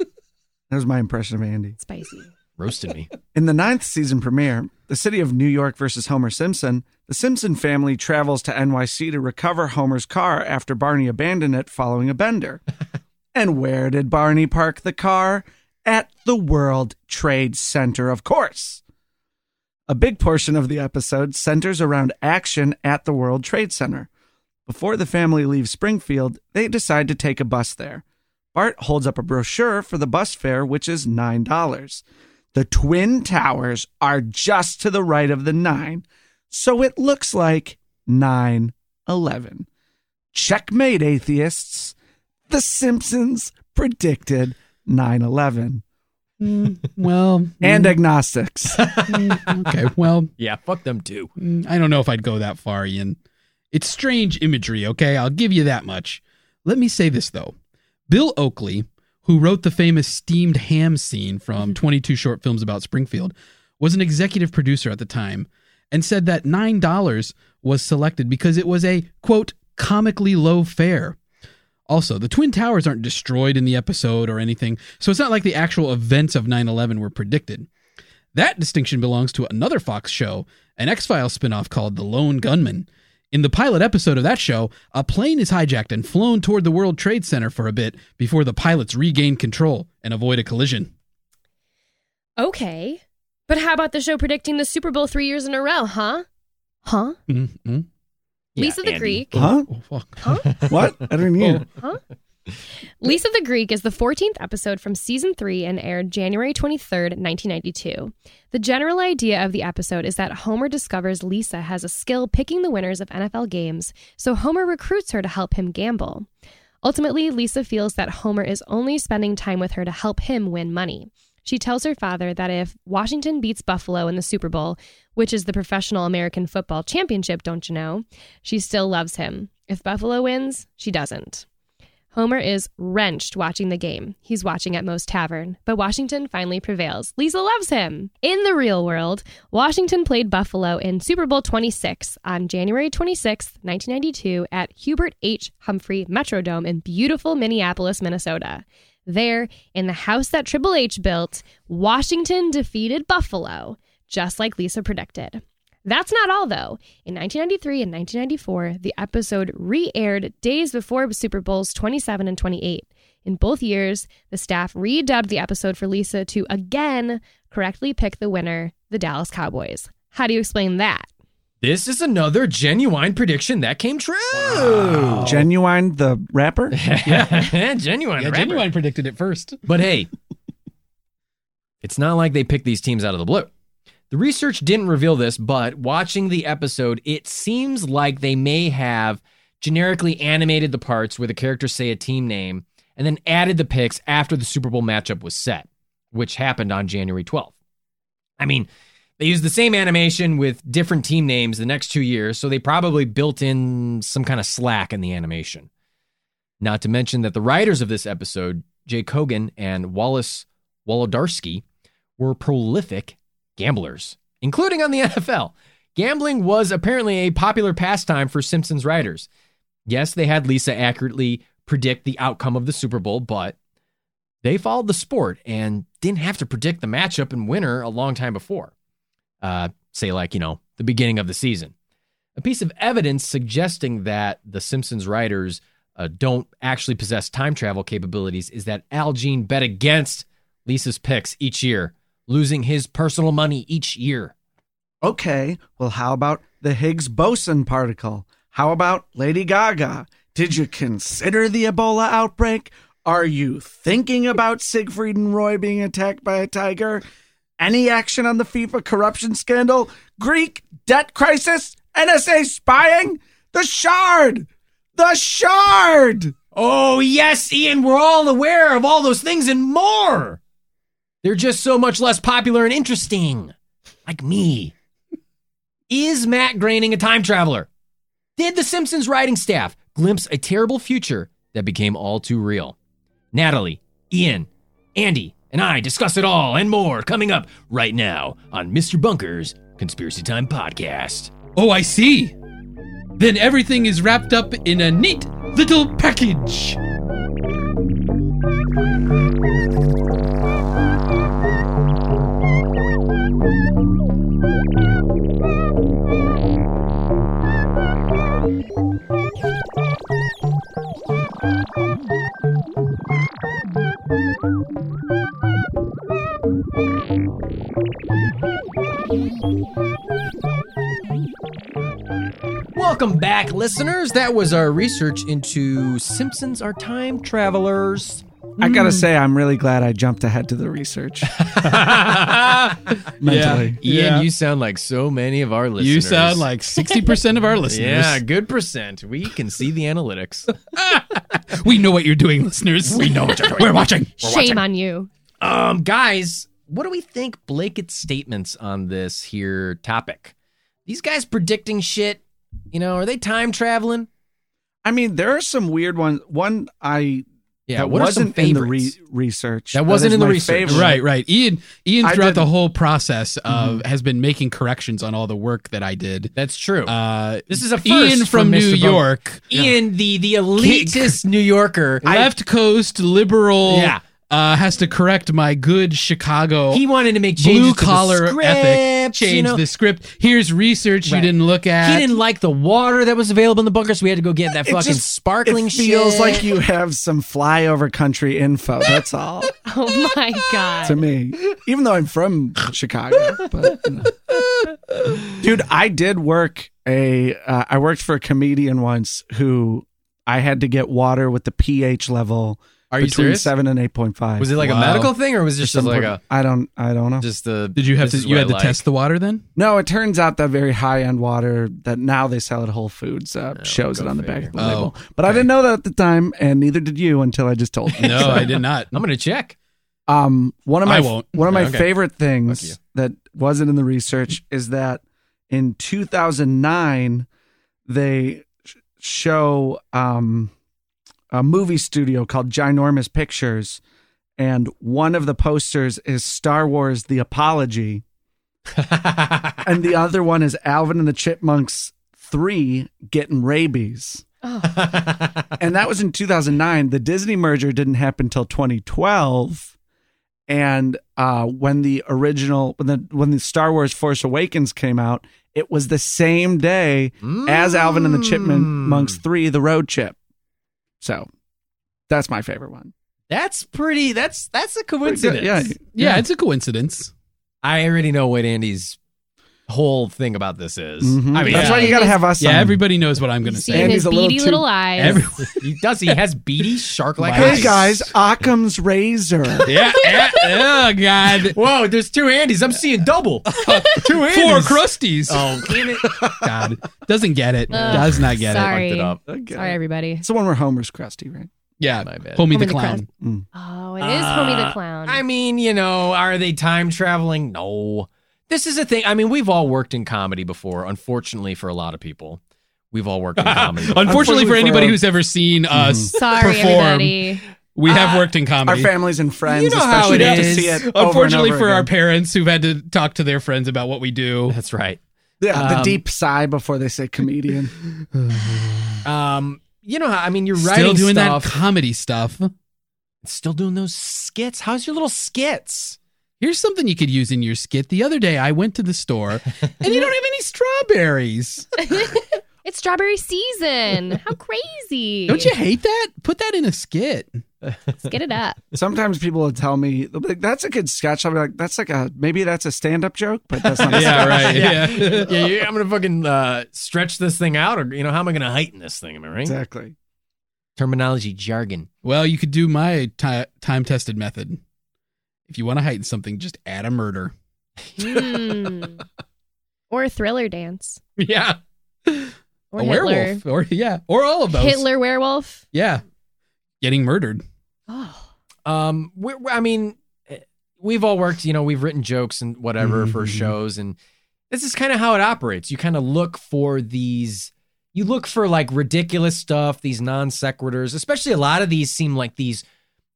That was my impression of Andy. Spicy. Roasted me. In the ninth season premiere, The City of New York versus Homer Simpson, the Simpson family travels to NYC to recover Homer's car after Barney abandoned it following a bender. and where did Barney park the car? At the World Trade Center, of course. A big portion of the episode centers around action at the World Trade Center. Before the family leaves Springfield, they decide to take a bus there. Bart holds up a brochure for the bus fare, which is $9. The Twin Towers are just to the right of the nine, so it looks like 9 11. Checkmate, atheists. The Simpsons predicted 9 11. Well, And agnostics. mm, okay. Well, Yeah, fuck them too. mm, I don't know if I'd go that far, Ian. It's strange imagery, okay? I'll give you that much. Let me say this though. Bill Oakley, who wrote the famous steamed ham scene from 22 short films about Springfield, was an executive producer at the time and said that $9 was selected because it was a quote comically low fare. Also, the Twin Towers aren't destroyed in the episode or anything, so it's not like the actual events of 9 11 were predicted. That distinction belongs to another Fox show, an X Files spinoff called The Lone Gunman. In the pilot episode of that show, a plane is hijacked and flown toward the World Trade Center for a bit before the pilots regain control and avoid a collision. Okay. But how about the show predicting the Super Bowl three years in a row, huh? Huh? Mm-hmm. Yeah, Lisa the Andy. Greek. huh? Oh, fuck. What? I didn't hear. Lisa the Greek is the 14th episode from season 3 and aired January 23rd, 1992. The general idea of the episode is that Homer discovers Lisa has a skill picking the winners of NFL games, so Homer recruits her to help him gamble. Ultimately, Lisa feels that Homer is only spending time with her to help him win money. She tells her father that if Washington beats Buffalo in the Super Bowl, which is the professional American football championship, don't you know, she still loves him. If Buffalo wins, she doesn't. Homer is wrenched watching the game. He's watching at Most Tavern, but Washington finally prevails. Lisa loves him. In the real world, Washington played Buffalo in Super Bowl 26 on January 26, 1992, at Hubert H. Humphrey Metrodome in beautiful Minneapolis, Minnesota. There, in the house that Triple H built, Washington defeated Buffalo, just like Lisa predicted. That's not all, though. In 1993 and 1994, the episode re aired days before Super Bowls 27 and 28. In both years, the staff redubbed the episode for Lisa to again correctly pick the winner, the Dallas Cowboys. How do you explain that? This is another genuine prediction that came true. Genuine the rapper? genuine. Yeah, rapper. genuine predicted it first. But hey, it's not like they picked these teams out of the blue. The research didn't reveal this, but watching the episode, it seems like they may have generically animated the parts where the characters say a team name and then added the picks after the Super Bowl matchup was set, which happened on January 12th. I mean, they used the same animation with different team names the next two years, so they probably built in some kind of slack in the animation. Not to mention that the writers of this episode, Jay Kogan and Wallace Wolodarski, were prolific gamblers, including on the NFL. Gambling was apparently a popular pastime for Simpsons writers. Yes, they had Lisa accurately predict the outcome of the Super Bowl, but They followed the sport and didn't have to predict the matchup and winner a long time before. Uh, say, like, you know, the beginning of the season. A piece of evidence suggesting that the Simpsons writers uh, don't actually possess time travel capabilities is that Al Jean bet against Lisa's picks each year, losing his personal money each year. Okay, well, how about the Higgs boson particle? How about Lady Gaga? Did you consider the Ebola outbreak? Are you thinking about Siegfried and Roy being attacked by a tiger? Any action on the FIFA corruption scandal? Greek debt crisis? NSA spying? The shard! The shard! Oh, yes, Ian, we're all aware of all those things and more. They're just so much less popular and interesting. Like me. Is Matt Groening a time traveler? Did the Simpsons writing staff glimpse a terrible future that became all too real? Natalie, Ian, Andy, and I discuss it all and more coming up right now on Mr. Bunker's Conspiracy Time Podcast. Oh, I see. Then everything is wrapped up in a neat little package. Welcome back, listeners. That was our research into Simpsons are time travelers. I gotta say, I'm really glad I jumped ahead to the research mentally. Ian, Yeah. you sound like so many of our listeners. You sound like 60% of our listeners. Yeah, good percent. We can see the analytics. We know what you're doing, listeners. We know what you're doing. We're watching. Shame on you. Um, guys, what do we think Blakett's statements on this here topic? These guys predicting shit. You know, are they time traveling? I mean, there are some weird ones. One I Yeah. that what are some wasn't in the favorites? re- research. That wasn't is in the my research. favorite. Right, right. Ian, Ian, I throughout didn't- the whole process, uh, Mm-hmm. has been making corrections on all the work that I did. That's true. Uh, Oh. This is a first Ian for from Mr. New Bunk. York, Ian, the the elitist New Yorker. left coast liberal, Yeah. uh, has to correct my good Chicago he wanted to make changes blue to the collar ethic. scripts, you Change know? the script. Here's research Right. you didn't look at. He didn't like the water that was available in the bunker, so we had to go get that It fucking just- sparkling It feels shit. like you have some flyover country info. That's all Oh my to god. me. Even though I'm from Chicago, but you know. dude, I did work a. Uh, I worked for a comedian once who I had to get water with the pH level Are you between serious? seven and eight point five. was it like Wow. a medical thing, or was it just Some like per- a I don't. I don't know. just the? Did you have this to? is You what had I to like. test the water then? No, it turns out that very high end water that now they sell at Whole Foods uh, shows it go on the back figure. of the Oh, label. But I didn't know that at the time, and neither did you until I just told you. No, I did not. I'm gonna check. Um, one of I my won't. one of my Okay. favorite Fuck you. things that wasn't in the research is that in 2009 they sh- show um, a movie studio called Ginormous Pictures, and one of the posters is Star Wars: The Apology, and the other one is Alvin and the Chipmunks Three Getting Rabies. and that was in 2009. The Disney merger didn't happen until 2012. And uh, when the original, when the when the Star Wars Force Awakens came out, it was the same day as Alvin and the Mm. Chipmunks Three: The Road Chip. So that's my favorite one. That's pretty. That's that's a Pretty good. coincidence. Yeah, Yeah, it's a coincidence. I already know what Andy's whole thing about this is. Mhm. I mean, yeah. that's why you got to have us. Yeah, on. everybody knows what I'm going to See say. And his he's a little beady too- little eyes. Every- he does. He has beady shark-like Hey, eyes. Hey guys, Occam's razor. yeah, yeah. Oh God. Whoa, there's two Andys. I'm seeing double. two Andys. Four crusties. Oh, damn it. God, doesn't get it. Ugh, Does not get it. sorry. Fucked it up. Okay. Sorry, everybody. It's the one where Homer's crusty, right? Yeah, My bad. homie Homie the the clown. Oh, it is Homie the Uh, Clown. I mean, you know, are they time traveling? No. This is a thing. I mean, we've all worked in comedy before, unfortunately for a lot of people. We've all worked in comedy. before. Unfortunately for Unfortunately for anybody a- who's ever seen us Sorry, Uh, perform, everybody. we have worked in Our comedy. families and friends, You know how especially, it have is. to see it. over and Unfortunately over for our again. parents who've had to talk to their friends about what we do. That's right. Yeah, the Um, deep sigh before they say comedian. Um, you know, how- I mean, you're Still writing doing stuff. that comedy stuff. Still doing those skits? How's your little skits? Here's something you could use in your skit. The other day, I went to the store and you don't have any strawberries. It's strawberry season. How crazy. Don't you hate that? Put that in a skit. Let's get it up. Sometimes people will tell me, they'll be like, that's a good sketch. I'll be like, that's like a, maybe that's a stand up joke, but that's not a sketch. right. Yeah. yeah, you- I'm gonna fucking uh, stretch this thing out, or you know, how am I gonna heighten this thing? Am I right? Exactly. Terminology jargon. well, you could do my ti time tested method. If you want to heighten something, just add a murder. Mm. Or a thriller dance. Yeah. Or a Hitler. werewolf. Or, yeah. Or all of those. Hitler werewolf. Yeah. Getting murdered. Oh. Um, we we- I mean, eh, we've all worked. You know, we've written jokes and whatever Mm-hmm, for Mhm. shows, and this is kind of how it operates. You kind of look for these. You look for like ridiculous stuff, these non sequiturs, especially a lot of these seem like these.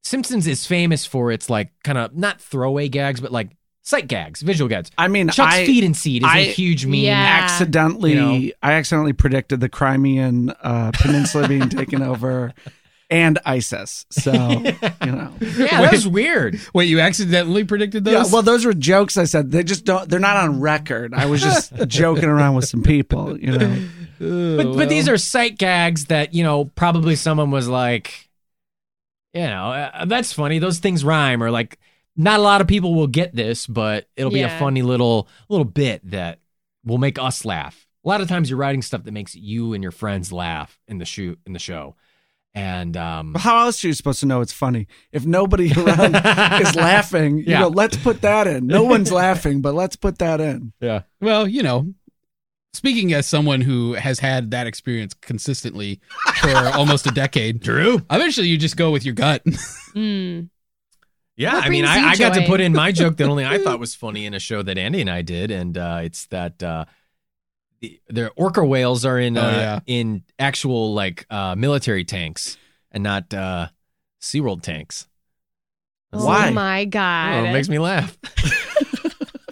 Simpsons is famous for its like kind of not throwaway gags, but like sight gags, visual gags. I mean, Chuck's I feed and seed is a I- huge meme. Yeah. accidentally, You know? I accidentally predicted the Crimean uh, peninsula being taken over and ISIS. So, you know. Yeah, that was weird. Wait, you accidentally predicted those? Yeah, well, those were jokes I said. They just don't, they're not on record. I was just joking around with some people, you know. But, but these are sight gags that, you know, probably someone was like, you know, uh, that's funny. Those things rhyme or like not a lot of people will get this, but it'll be a Yeah. funny little little bit that will make us laugh. A lot of times you're writing stuff that makes you and your friends laugh in the shoot in the show. And um But How else are you supposed to know it's funny if nobody around is laughing? You Yeah. know, let's put that in. No one's laughing, but let's put that in. Yeah. Well, you know, speaking as someone who has had that experience consistently for almost a decade, Drew, eventually you just go with your gut. Mm. Yeah, What I mean, brings you I, I got to joy? put in my joke that only I thought was funny in a show that Andy and I did, and uh, it's that uh, the, the orca whales are in Oh, uh, in actual like uh, military tanks and not uh, SeaWorld tanks. Why? Oh my Oh, god. it makes me laugh.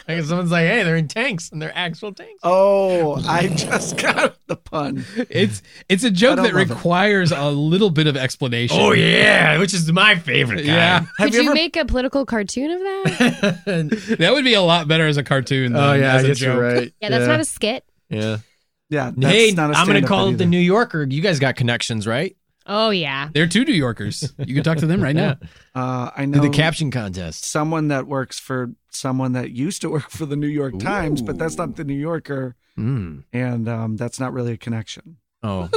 Like someone's like, "Hey, they're in tanks, and they're actual tanks." Oh, I just got the pun. It's it's a joke don't that love it. requires a little bit of explanation. Oh, Oh, yeah, which is my favorite. Yeah. Have Could you you, ever- make a political cartoon of that? Yeah. That would be a lot better as a cartoon than as a joke. right. Yeah, that's not a skit. yeah. Yeah, that's Hey, not a I'm gonna stand-up call bit it the either. New Yorker. You guys got connections, right? Oh yeah. They're two New Yorkers. You can talk to them right now. Uh, I Do know the caption contest. someone that works for someone that used to work for the New York Times, but that's not the New Yorker, Mm. and um, that's not really a connection. Oh,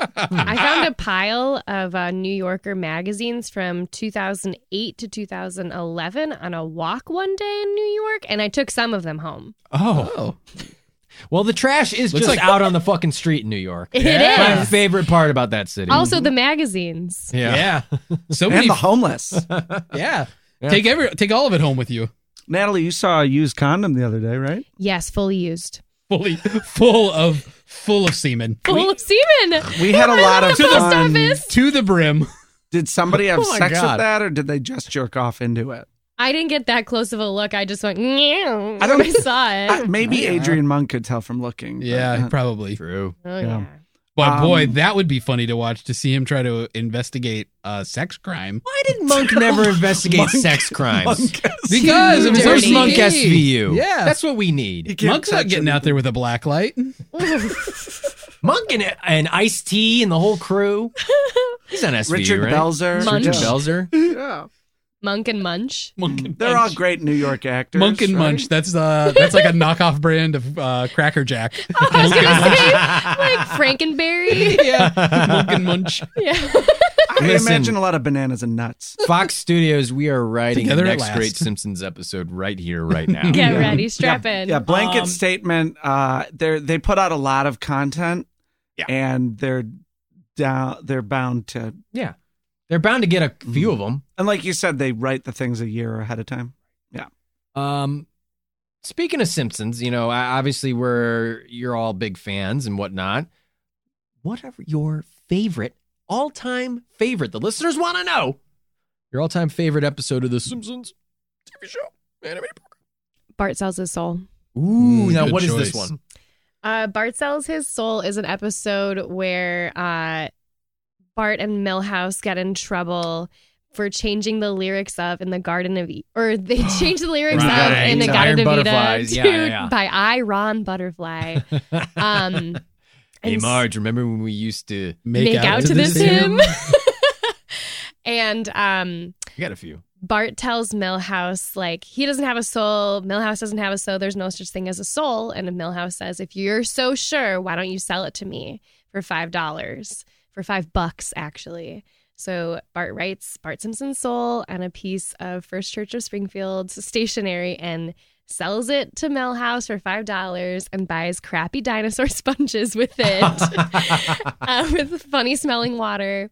I found a pile of uh, New Yorker magazines from 2008 to 2011 on a walk one day in New York, and I took some of them home. oh. Oh, Well, the trash is Looks just like- out on the fucking street in New York. Yeah. My It is. favorite part about that city. Also, the magazines. yeah. yeah. So and many. the homeless. yeah. Take every take all of it home with you. Natalie, you saw a used condom the other day, right? Yes, fully used. Fully full of full of semen. Full of semen. We had a lot of the post fun. office. To the brim. Did somebody have Oh my sex God. with that, or did they just jerk off into it? I didn't get that close of a look. I just went, Meow, I I don't- I saw Uh, it. maybe Adrian Monk could tell from looking. but, Yeah, uh, probably. True. Oh, Yeah. yeah. But boy, Um, that would be funny to watch to see him try to investigate a sex crime. Why did Monk never investigate sex crimes? Monk is- Because it was Where's on Dirty. Monk TV. SVU? Yeah. That's what we he need. can't Monk's not touch getting it. out there with a black light. Monk and, and Ice T and the whole crew. He's on SVU, Richard right? Belzer. Monk. Richard Yeah. Belzer. Yeah. Monk and Munch. Monk and They're all Munch. great New York actors. Monk and right? Munch. That's uh that's like a knockoff brand of uh Cracker Jack. I was gonna say like Frankenberry. yeah. Monk and Munch. Yeah. I Listen. imagine a lot of bananas and nuts. Fox Studios, we are writing Together the at next great last. Simpsons episode right here, right now. Get ready, strap in. Yeah, blanket Um, statement. Uh, they they put out a lot of content. Yeah. and they're down. They're bound to, Yeah. They're bound to get a few of them. and like you said, they write the things a year ahead of time. Um, speaking of Simpsons, you know, I- obviously we're you're all big fans and whatnot. What are your favorite all-time favorite? The listeners want to know your all-time favorite episode of The Simpsons TV show animated. Bart sells his soul. program. Ooh, Mm, now good what is this choice. one? Uh, Bart sells his soul is an episode where uh, Bart and Milhouse get in trouble for changing the lyrics of in the Garden of E or they changed the lyrics of Right. in the To Garden Iron of Eden Butterflies. to Yeah, yeah, yeah. by I Ron Butterfly. Um, Hey, and Marge, remember when we used to? make, out, to, this, hymn? hymn. and um, I got a few. Bart tells Millhouse like he doesn't have a soul. Millhouse doesn't have a soul. There's no such thing as a soul. And Millhouse says, "If you're so sure, why don't you sell it to me for five dollars? For five bucks, actually." So Bart writes Bart Simpson's soul on a piece of First Church of Springfield's stationery and sells it to Millhouse for five dollars and buys crappy dinosaur sponges with it, uh, with funny smelling water.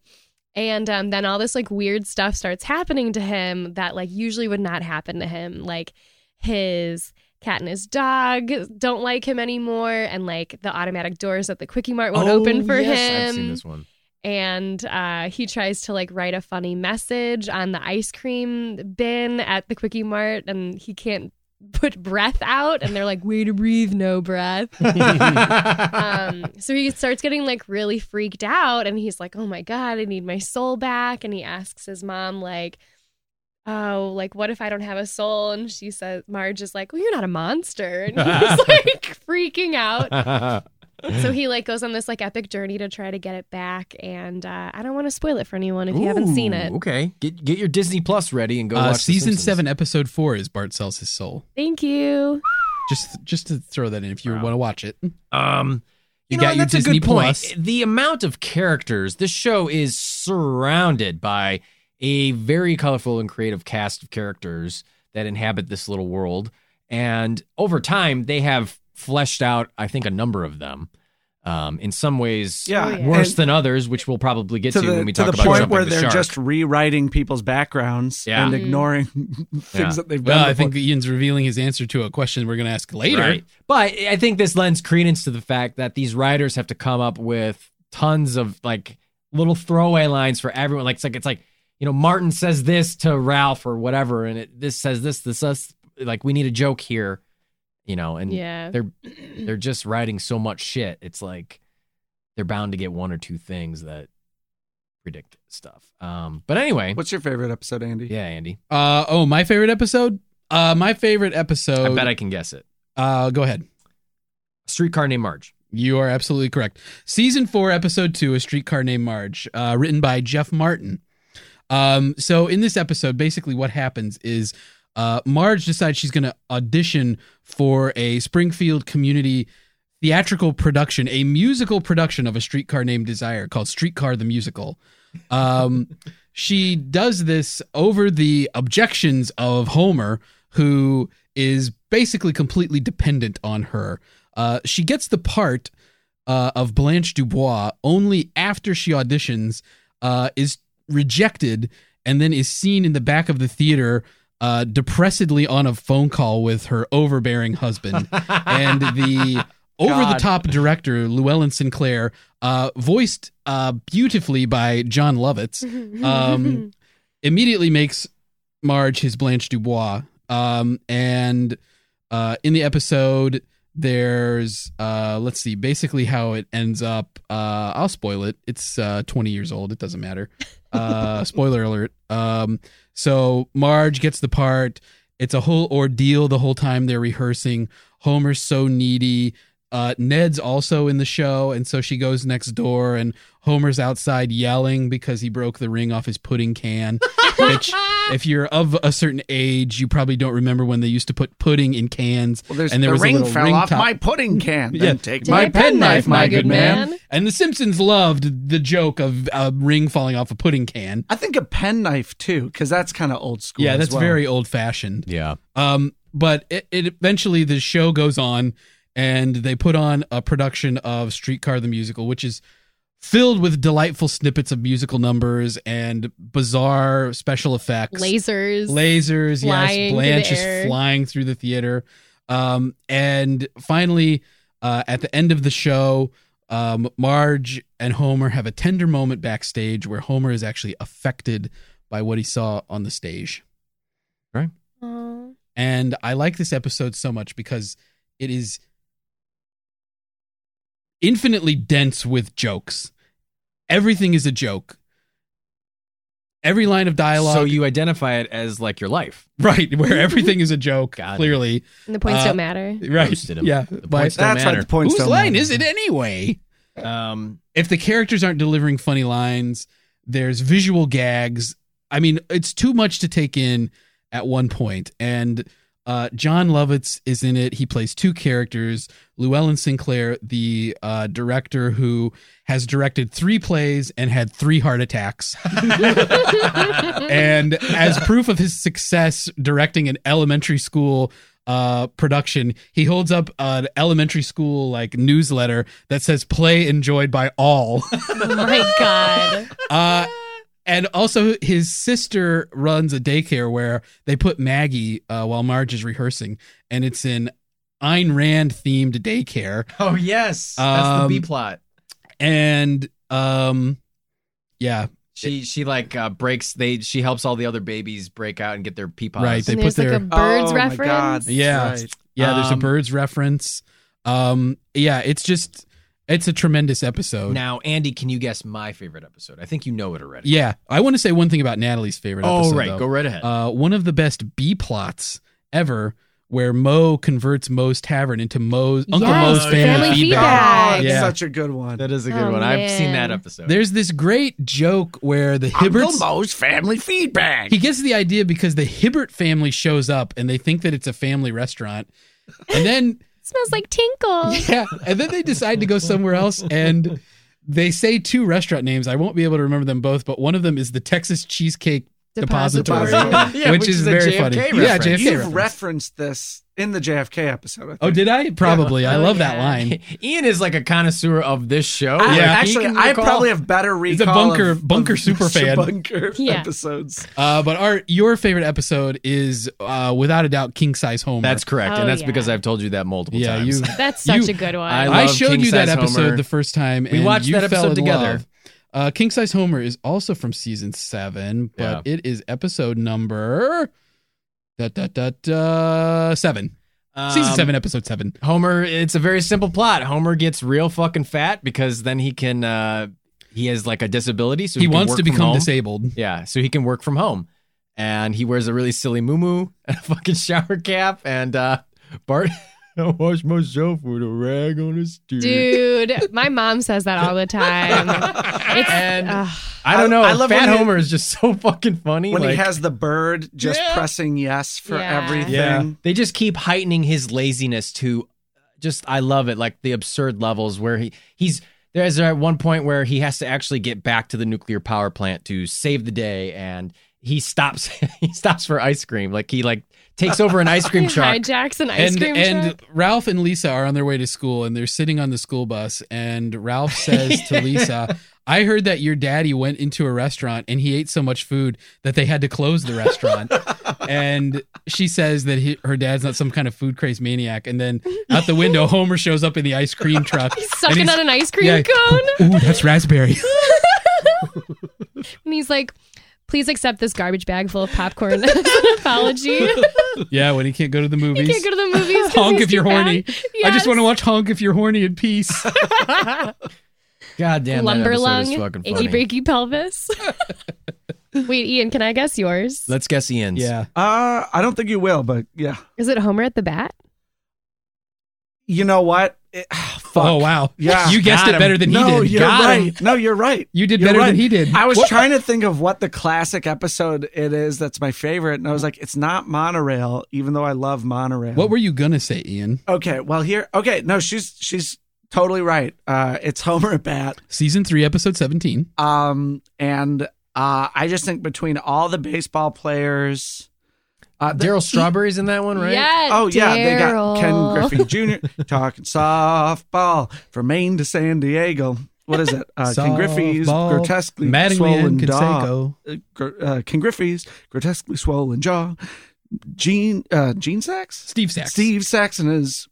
And um, then all this like weird stuff starts happening to him that like usually would not happen to him. Like his cat and his dog don't like him anymore, and like the automatic doors at the Quickie Mart won't open for him. Oh, I've seen this one. And uh, he tries to like write a funny message on the ice cream bin at the Quickie Mart, and he can't put breath out. And they're like, "Way to breathe, no breath." um, so he starts getting like really freaked out and he's like, oh my God, I need my soul back. And he asks his mom, like, oh, like, what if I don't have a soul? And she says, Marge is like, well, you're not a monster. And he's like freaking out. Mm. So he like goes on this like epic journey to try to get it back. And uh, I don't want to spoil it for anyone if you haven't seen Ooh, it. Okay, get get your Disney Plus ready and go Uh, watch The season Simpsons. seven, episode four is Bart sells his soul. Thank you. Just just to throw that in, if you Wow. want to watch it. Um, You you, know, got your that's Disney a good point. Plus. The amount of characters this show is surrounded by a very colorful and creative cast of characters that inhabit this little world, and over time they have fleshed out, I think, a number of them. Um, in some ways, Yeah. Oh, yeah. worse And- than others, which we'll probably get to, to the, when we to talk the about point jumping where the they're shark. just rewriting people's backgrounds Yeah. and Mhm. ignoring things Yeah. that they've done. Well, I before. think Ian's revealing his answer to a question we're going to ask later. Right. But I think this lends credence to the fact that these writers have to come up with tons of like little throwaway lines for everyone. Like it's like it's like you know Martin says this to Ralph or whatever, and it this says this this us like we need a joke here, you know. And Yeah. they're they're just writing so much shit. It's like they're bound to get one or two things that predict stuff. Um, but anyway, What's your favorite episode, Andy? yeah, Andy, Uh, oh, my favorite episode. Uh, my favorite episode. I bet I can guess it. uh, go ahead. Streetcar named Marge. You are absolutely correct. Season four, episode two, A Streetcar Named Marge, uh, written by Jeff Martin. Um, so in this episode, basically what happens is uh, Marge decides she's going to audition for a Springfield community theatrical production, a musical production of A Streetcar Named Desire called Streetcar the Musical. Um, she does this over the objections of Homer, who is basically completely dependent on her. Uh, she gets the part uh, of Blanche Dubois only after she auditions, uh, is rejected, and then is seen in the back of the theater. Uh, depressedly on a phone call with her overbearing husband and the over the top director Llewellyn Sinclair, uh, voiced uh, beautifully by John Lovitz, um, immediately makes Marge his Blanche Dubois. Um, and uh, in the episode, there's uh, let's see, basically how it ends up. Uh, I'll spoil it. It's uh, 20 years old. It doesn't matter. Uh, spoiler alert. Um, so Marge gets the part. It's a whole ordeal the whole time they're rehearsing. Homer's so needy. Uh, Ned's also in the show, and so she goes next door, and Homer's outside yelling because he broke the ring off his pudding can. which, if you're of a certain age, you probably don't remember when they used to put pudding in cans. Well, there's and there the was ring a little fell ring off top. my pudding can. Yeah. Then take Take my my penknife, penknife, my my good good man. man. And The Simpsons loved the joke of a ring falling off a pudding can. I think a penknife too, because that's kind of old school. Yeah, as that's well. very old fashioned. Yeah. Um, but it, it eventually the show goes on, and they put on a production of Streetcar the Musical, which is filled with delightful snippets of musical numbers and bizarre special effects, Lasers. lasers. flying Yes, through Blanche the air. is flying through the theater. Um, and finally, uh, at the end of the show, um, Marge and Homer have a tender moment backstage where Homer is actually affected by what he saw on the stage. Aw. And I like this episode so much because it is infinitely dense with jokes. Everything is a joke. every line of dialogue. So you identify it as like your life. right where everything is a joke. Got it. clearly, And the points Uh, don't matter. right? Roasted him. Yeah, The Why- points don't That's why matter. the points whose don't line matter. is it anyway? Um, if the characters aren't delivering funny lines, there's visual gags. I mean, it's too much to take in at one point. And uh, John Lovitz is in it. He plays two characters Llewellyn Sinclair, the uh, director who has directed three plays and had three heart attacks. and as proof of his success directing an elementary school uh production he holds up an elementary school like newsletter that says play enjoyed by all Oh my god. uh and also his sister runs a daycare where they put maggie uh, while marge is rehearsing and it's an ayn rand themed daycare oh yes, Um, that's the B plot. and um yeah She she like uh, breaks. They she helps all the other babies break out and get their pee pods. Right, they- And put there's like their- a birds Oh my reference. God, that's Yeah. right. yeah there's a Um, birds reference um yeah it's just it's a tremendous episode now, Andy, can you guess my favorite episode? I think you know it already. Yeah, I want to say one thing about Natalie's favorite. Oh episode, right, though. go right ahead. Uh, one of the best B plots ever, where Mo converts Mo's tavern into Mo's Uncle Yes, Mo's family, Family feedback. Feedback. God, Yeah. Such a good one. that is a good oh, one. I've seen man. that episode. There's this great joke where the Hibberts. most family feedback. He gets the idea because the Hibbert family shows up and they think that it's a family restaurant, and then smells like tinkle. yeah, and then they decide to go somewhere else and. They say two restaurant names. I won't be able to remember them both, but one of them is the Texas Cheesecake Depository. Yeah, which, is, a very JFK funny. Yeah, reference. JFK. You've reference. referenced this in the JFK episode. I think. Oh, did I? Probably. I Oh, love that yeah. line. Ian is like a connoisseur of this show. I, Yeah. actually, I probably have better recall. He's a bunker- of, bunker of super Mr. fan. Bunker Yeah. episodes. Uh, but our your favorite episode is uh, without a doubt King Size Homer. That's correct, Oh, and that's yeah. because I've told you that multiple yeah. times. You, That's such You- a good one. I I, love showed King you that Size episode Homer. the first time. We and watched you that fell episode in together. love. Uh, King Size Homer is also from season seven, but it is episode number da, da, da, da, seven. season Um, seven, episode seven. Homer, it's a very simple plot. Homer gets real fucking fat because then he can uh he has like a disability, so He, can wants work to from become home. disabled. Yeah, so he can work from home, and he wears a really silly muumuu and a fucking shower cap. And uh Bart, I wash myself with a rag on a stick. Dude, my mom says that all the time. It's, And- ugh. I don't know. I- I love fat when he- Homer is just so fucking funny. When he like- has the bird just Yeah. pressing yes for Yeah. everything. They just keep heightening his laziness to uh, just I love it, like the absurd levels where he he's there's at one point where he has to actually get back to the nuclear power plant to save the day and he stops he stops for ice cream. Like he like takes over an ice cream He truck. hijacks an ice And cream and truck. Ralph and Lisa are on their way to school and they're sitting on the school bus and Ralph says to Lisa, "I heard that your daddy went into a restaurant and he ate so much food that they had to close the restaurant." and she says that he, her dad's not some kind of food craze maniac and then out the window Homer shows up in the ice cream truck. He's and sucking he's- on an ice cream Yeah. cone. Ooh, that's raspberry. And he's like, please accept this garbage bag full of popcorn as an apology. you yeah, when he can't go to the movies. can't go to the movies. 'cause Honk he's if you're too fat. horny. I just Yes. want to watch Honk if you're horny in peace. God damn that episode Lumberlung, E is fucking Iggy funny. Breaky Pelvis. Wait, Ian, can I guess yours? Let's guess Ian's. yeah. Uh, I don't think you will, but yeah. Is it Homer at the bat? You know what? It- fuck. Oh wow. Yeah. You guessed Got it him. better than no, he did. you're Got right. him. No, you're right. You did You're better than right. he did. I was What- trying to think of what the classic episode it is that's my favorite, and I was like, it's not monorail, even though I love monorail. What were you gonna say, Ian? Okay, well here, okay, no, she's she's totally right. Uh, it's Homer at bat. Season three, episode seventeen. Um, and uh, I just think between all the baseball players, uh, the- Daryl Strawberry's in that one, right? Yeah. Oh yeah, they got Ken Daryl. Griffey Jr. talking softball from Maine to San Diego. What is it? Uh, Ken Griffey's Softball, grotesquely swollen Mattingly and jaw. Canseco. Uh, gr- uh, Ken Griffey's grotesquely swollen jaw. Gene uh, Gene Sachs. Steve Sachs. Steve Saxon is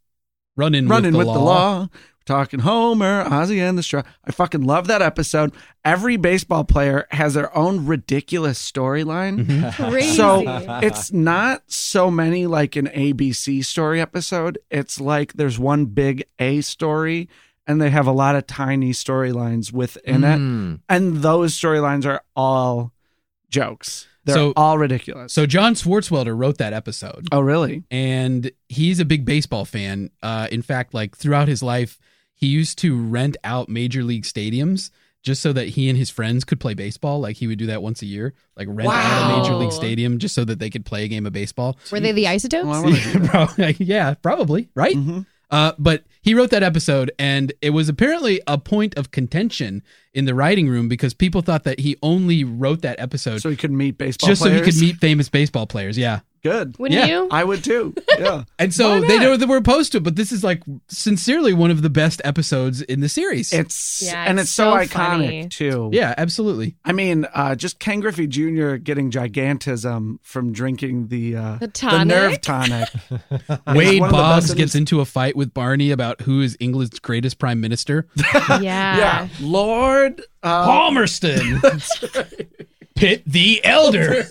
running, running with, the law. We're talking Homer, Ozzy and the Straw. I fucking love that episode. Every baseball player has their own ridiculous storyline. Crazy. So it's not so many like an ABC story episode. It's like there's one big A story and they have a lot of tiny storylines within it. Mm. And those storylines are all jokes. They're So- all ridiculous. So John Swartzwelder wrote that episode. oh, really? and he's a big baseball fan. Uh, in fact, like throughout his life, he used to rent out major league stadiums just so that he and his friends could play baseball. Like he would do that once a year, like rent out a major Wow. league stadium just so that they could play a game of baseball. Were they the isotopes? Well, I wanna do yeah, probably, yeah, probably right. Mhm. Uh, but he wrote that episode, and it was apparently a point of contention in the writing room because people thought that he only wrote that episode So he could meet baseball just so he players? could meet famous baseball players. Yeah. Good. Wouldn't Yeah. you? I would too. Yeah. And Why so not? they know that we're opposed to it, but this is like sincerely one of the best episodes in the series. It's, Yeah, and it's it's so, so iconic funny. too. yeah, absolutely. I mean, uh, just Ken Griffey Jr. getting gigantism from drinking the uh, The tonic? nerve tonic. Wade one of the Boggs best in- gets into a fight with Barney about who is England's greatest prime minister. Uh, yeah. yeah, Lord. Uh, Palmerston. Pitt the Elder.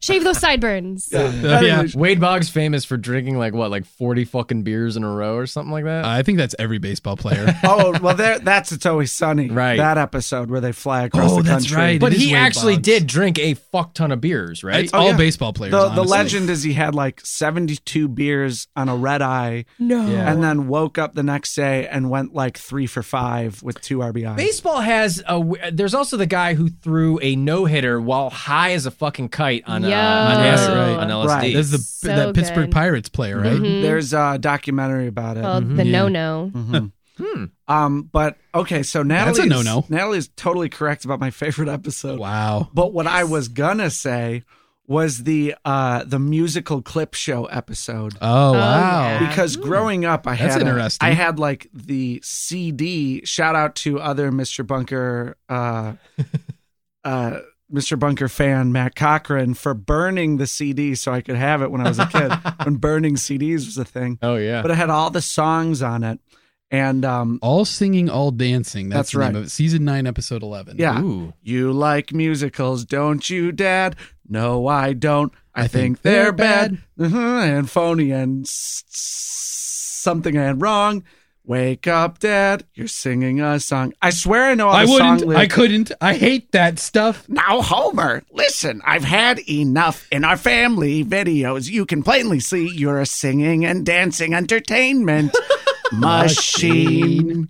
Shave those sideburns. Uh, yeah. Wade Boggs famous for drinking like what, like forty fucking beers in a row or something like that. I think that's every baseball player. oh well, there. That's it's always sunny. Right. That episode where they fly across Oh, the that's country. right. but it is he Wade actually Boggs. did drink a fuck ton of beers, right? It's all oh, yeah. baseball players. The, the honestly. legend is he had like 72 beers on a red eye No. Yeah. and then woke up the next day and went like three for five with two RBIs. Baseball has a. w- There's also the guy who threw a no hitter while high as a fucking kite on, uh, Yo. on, Right, acid, right. on LSD. Right. This is the, So that Pittsburgh good. Pirates player, right? Mhm. There's a documentary about it. Called the Yeah. no no. Mhm. Hmm. Um, but okay, so Natalie's no-no. Natalie's totally correct about my favorite episode. Wow. But what I was gonna say was the uh the musical clip show episode. Oh, yeah. wow. Because growing up, I That's had a- interesting. I had like the CD. Shout out to other Mr. Bunker, uh, uh, Mr. Bunker fan Matt Cochran for burning the CD so I could have it when I was a kid. when burning CDs was a thing, Oh yeah. but it had all the songs on it, and um, All singing, all dancing. That's, That's the name right. of it. Season nine, episode eleven. yeah, Ooh. You like musicals, don't you, Dad? No, I don't. I, think, they're, bad, Mhm, and phony and s- s- something and wrong. Wake up, Dad! You're singing a song. I swear I know all I the song wouldn't. I lyrics. couldn't. I hate that stuff. now, Homer, listen. I've had enough. In our family videos, you can plainly see you're a singing and dancing entertainment machine.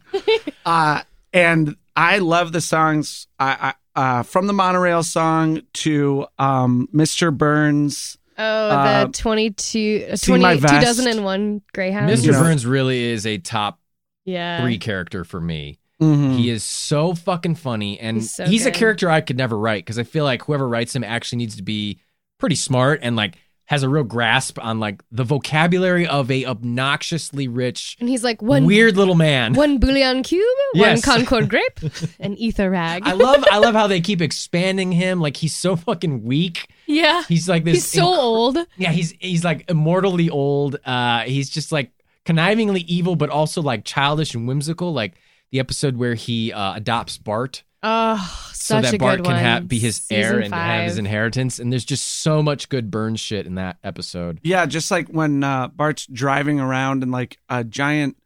uh, and I love the songs I, I, uh, from the monorail song to um, Mr. Burns. Oh, the Uh, 22, uh, See My 20, Vest. 2001 Greyhound. Mr. You know. Burns really is a top Yeah. three character for me. Hmm. He is so fucking funny, and he's, He's so a good. character I could never write because I feel like whoever writes him actually needs to be pretty smart and like has a real grasp on like the vocabulary of a obnoxiously rich, And he's like, one weird little man. one bouillon cube, Yes. one Concord grape, an ether rag. I love, I love how they keep expanding him. Like he's so fucking weak. yeah. He's like this. He's so inc- old. Yeah, he's he's like immortally old. Uh, he's just like connivingly evil, but also like childish and whimsical. Like the episode where he uh, adopts Bart. Oh, so such that a Bart good can one. ha- be his heir Season and have his five. inheritance. And there's just so much good burn shit in that episode. Yeah, just like when uh, Bart's driving around in like a giant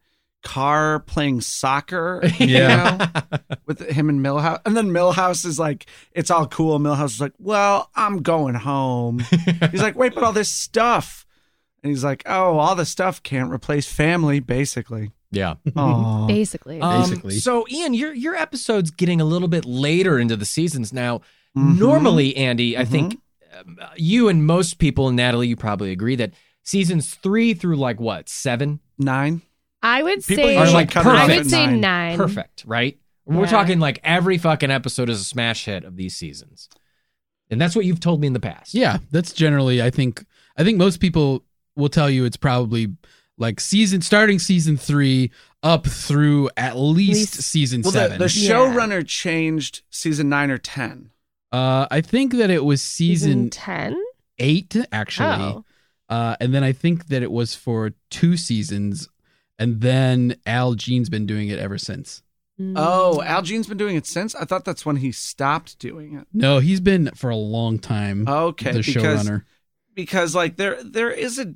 car playing soccer. you Yeah. know, with him and Millhouse, and then Millhouse is like, "It's all cool." Millhouse is like, "Well, I'm going home." he's like, "Wait, but all this stuff." And he's like, "Oh, all the stuff can't replace family, basically." Yeah. Aw. Basically. Um, Basically. so Ian, your your episode's getting a little bit later into the seasons now. Mm-hmm. Mm-hmm. Normally, Andy, I think um, you and most people, and Natalie, you probably agree that seasons three through like what seven nine. I would People say, usually cut it I off would at say nine. nine. perfect, right? We're Yeah. talking like every fucking episode is a smash hit of these seasons, and that's what you've told me in the past. Yeah, that's generally I think I think most people will tell you it's probably like season starting season 3 up through at least Least- season Well, the, 7. the Yeah. showrunner changed season nine or ten. uh I think that it was season, 10? 8 actually. Oh. Uh and then I think that it was for two seasons and then Al Jean's been doing it ever since. Mm. Oh, Al Jean's been doing it since. I thought that's when he stopped doing it. No, he's been for a long time. Okay, the because showrunner. because like there there is a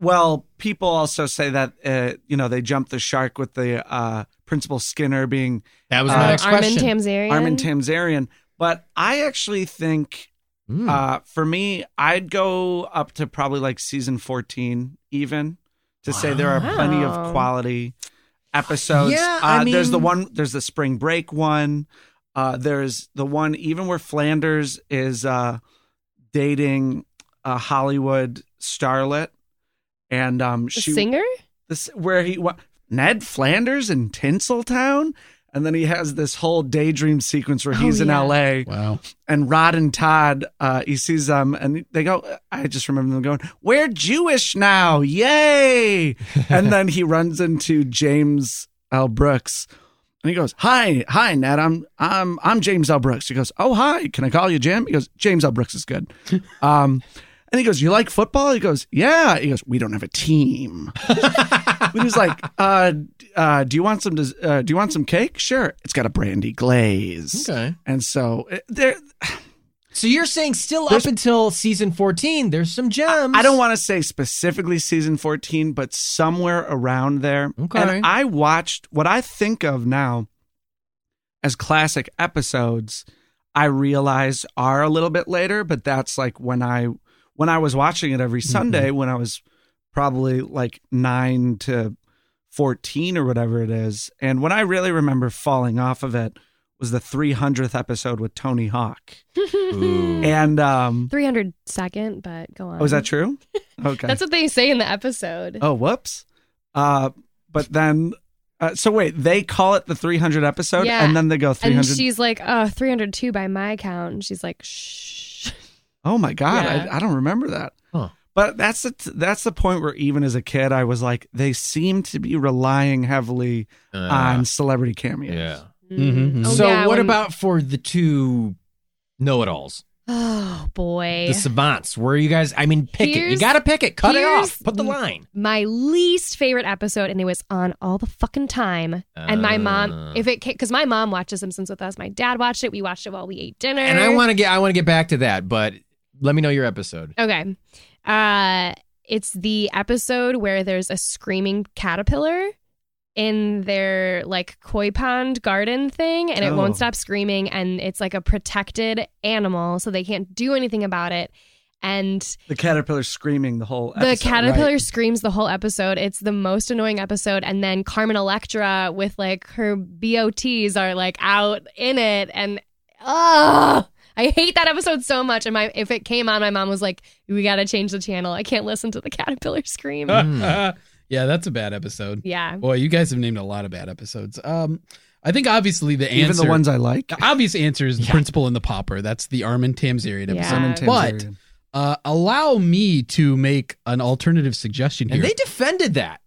well people also say that uh, you know they jumped the shark with the uh principal skinner being that was Uh, my next Armin question. Tamzarian. armin tamzarian But I actually think Hmm. Mm. uh, for me, I'd go up to probably like season 14, even to say there are plenty of Wow. quality episodes. Yeah, uh, I there's the mean- one, there's the spring break one. Uh, there's the one, even where Flanders is uh, dating a Hollywood starlet. And um, The she singer? this where he wa- Ned Flanders in Tinseltown, and then he has this whole daydream sequence where Oh, he's in yeah. L.A. Wow. and Rod and Todd, uh, he sees them, and they go. I just remember them going, "We're Jewish now, yay!" and then he runs into James L. Brooks. And he goes, "Hi, hi, Ned. I'm, I'm, I'm James L. Brooks." He goes, "Oh, hi. Can I call you Jim?" He goes, "James L. Brooks is good." Um, and he goes, "You like football?" He goes, "Yeah." He goes, "We don't have a team." and he's like, uh, d- uh, "Do you want some? des- Uh, do you want some cake? Sure. It's got a brandy glaze." Okay. And so it, there, So you're saying still There's- up until season 14, there's some gems. I don't want to say specifically season 14, but somewhere around there. Okay. And I watched what I think of now as classic episodes, I realize are a little bit later, but that's like when I when I was watching it every Sunday when I was probably like 9 to 14 or whatever it is. And when I really remember falling off of it was the 300th episode with Tony Hawk. Mm. And um 300 second, but go on. Oh, is that true? Okay. That's what they say in the episode. Oh, whoops. Uh, but then, uh, so wait, they call it the 300 episode Yeah. and then they go 300. and she's like, oh, 302 by my count. And she's like, shh. oh my God, Yeah. I, I don't remember that. Huh. But that's the, that's the point where even as a kid, I was like, they seem to be relying heavily Uh, on celebrity cameos. yeah. Mhm. Oh, so yeah, what when- about for the two know-it-alls, Oh, boy. the savants? Where are you guys? I mean, pick it. You Here's- got to pick it. Cut it off. here's- Put the line. my least favorite episode, and it was on all the fucking time. and my Ah. mom, if it, because my mom watches Simpsons with us, my dad watched it. We watched it while we ate dinner. And I want to get I want to get back to that, but let me know your episode. Okay. Uh it's the episode where there's a screaming caterpillar in their like koi pond garden thing and it Oh. won't stop screaming and it's like a protected animal so they can't do anything about it. And The caterpillar screaming the whole the episode, caterpillar right? screams the whole episode. It's the most annoying episode. And then Carmen Electra with like her BOTs are like out in it. And oh, I hate that episode so much. And my if it came on, my mom was like, "We got to change the channel. I can't listen to the caterpillar scream." yeah, that's a bad episode. yeah. Boy, you guys have named a lot of bad episodes. Um, I think obviously the answer, Even the ones I like. the obvious answer is the principal and the popper. That's the Armin Tamsarian Yeah. episode. Some in But- Tanzania. Uh, allow me to make an alternative suggestion here. And they defended that.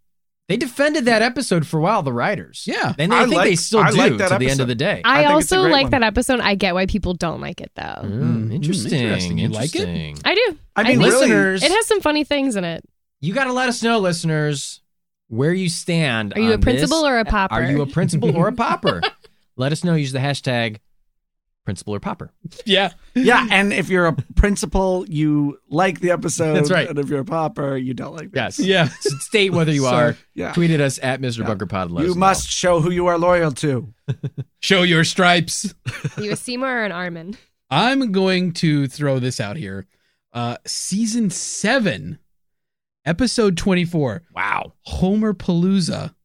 They defended that episode for a while, the writers. Yeah. And I, I think like- they still I do like to that the end episode. of the day. I, think it's a also great like one. that episode. I get why people don't like it though. Mm, Mm, interesting. interesting. You like it? interesting. I do. I I mean, think- listeners. listeners, It has some funny things in it. you got to let us know, listeners, where you stand. Are you on a principal this. or a popper? Are you a principal or a popper? let us know. Use the hashtag principal or popper. yeah, yeah, and if you're a principal, you like the episode. That's right. And if you're a popper, you don't like the Yes. yeah. So state whether you Sorry. are. Yeah. Tweeted us at Mr. Bunker Pod. Let You us know. must show who you are loyal to. Show your stripes. Are you a Seymour or an Armin? I'm going to throw this out here. Uh, season seven, episode 24, Wow. Homer Palooza.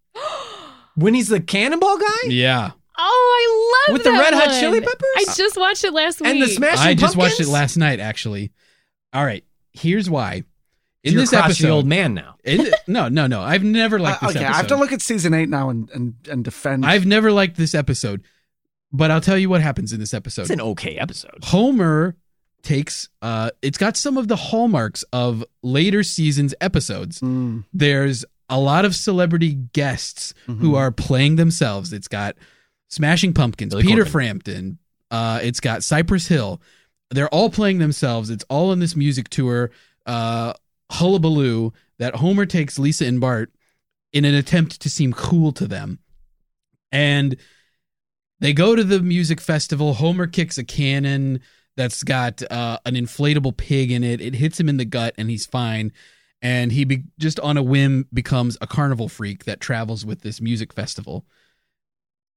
When he's the cannonball guy Yeah, Oh, I love with the that Red Hot one. Chili Peppers I just watched it last week. and the Smashing I just watched it Pumpkins? last night. Actually, all right. Here's why. In You're this crotchety episode, old man now. in- no, no, no. I've never liked Uh, this okay, episode. I have to look at season eight now and and, and defend. I've never liked this episode, but I'll tell you what happens in this episode. It's an okay episode. Homer takes uh it's got some of the hallmarks of later seasons episodes. Mm, There's a lot of celebrity guests who mhm. are playing themselves. It's got Smashing Pumpkins, Billy Peter Corgan. Frampton, uh it's got Cypress Hill. They're all playing themselves. It's all in this music tour uh hullabaloo that Homer takes Lisa and Bart in an attempt to seem cool to them. And they go to the music festival. Homer kicks a cannon that's got uh, an inflatable pig in it. It hits him in the gut, and he's fine. And he be- just on a whim becomes a carnival freak that travels with this music festival.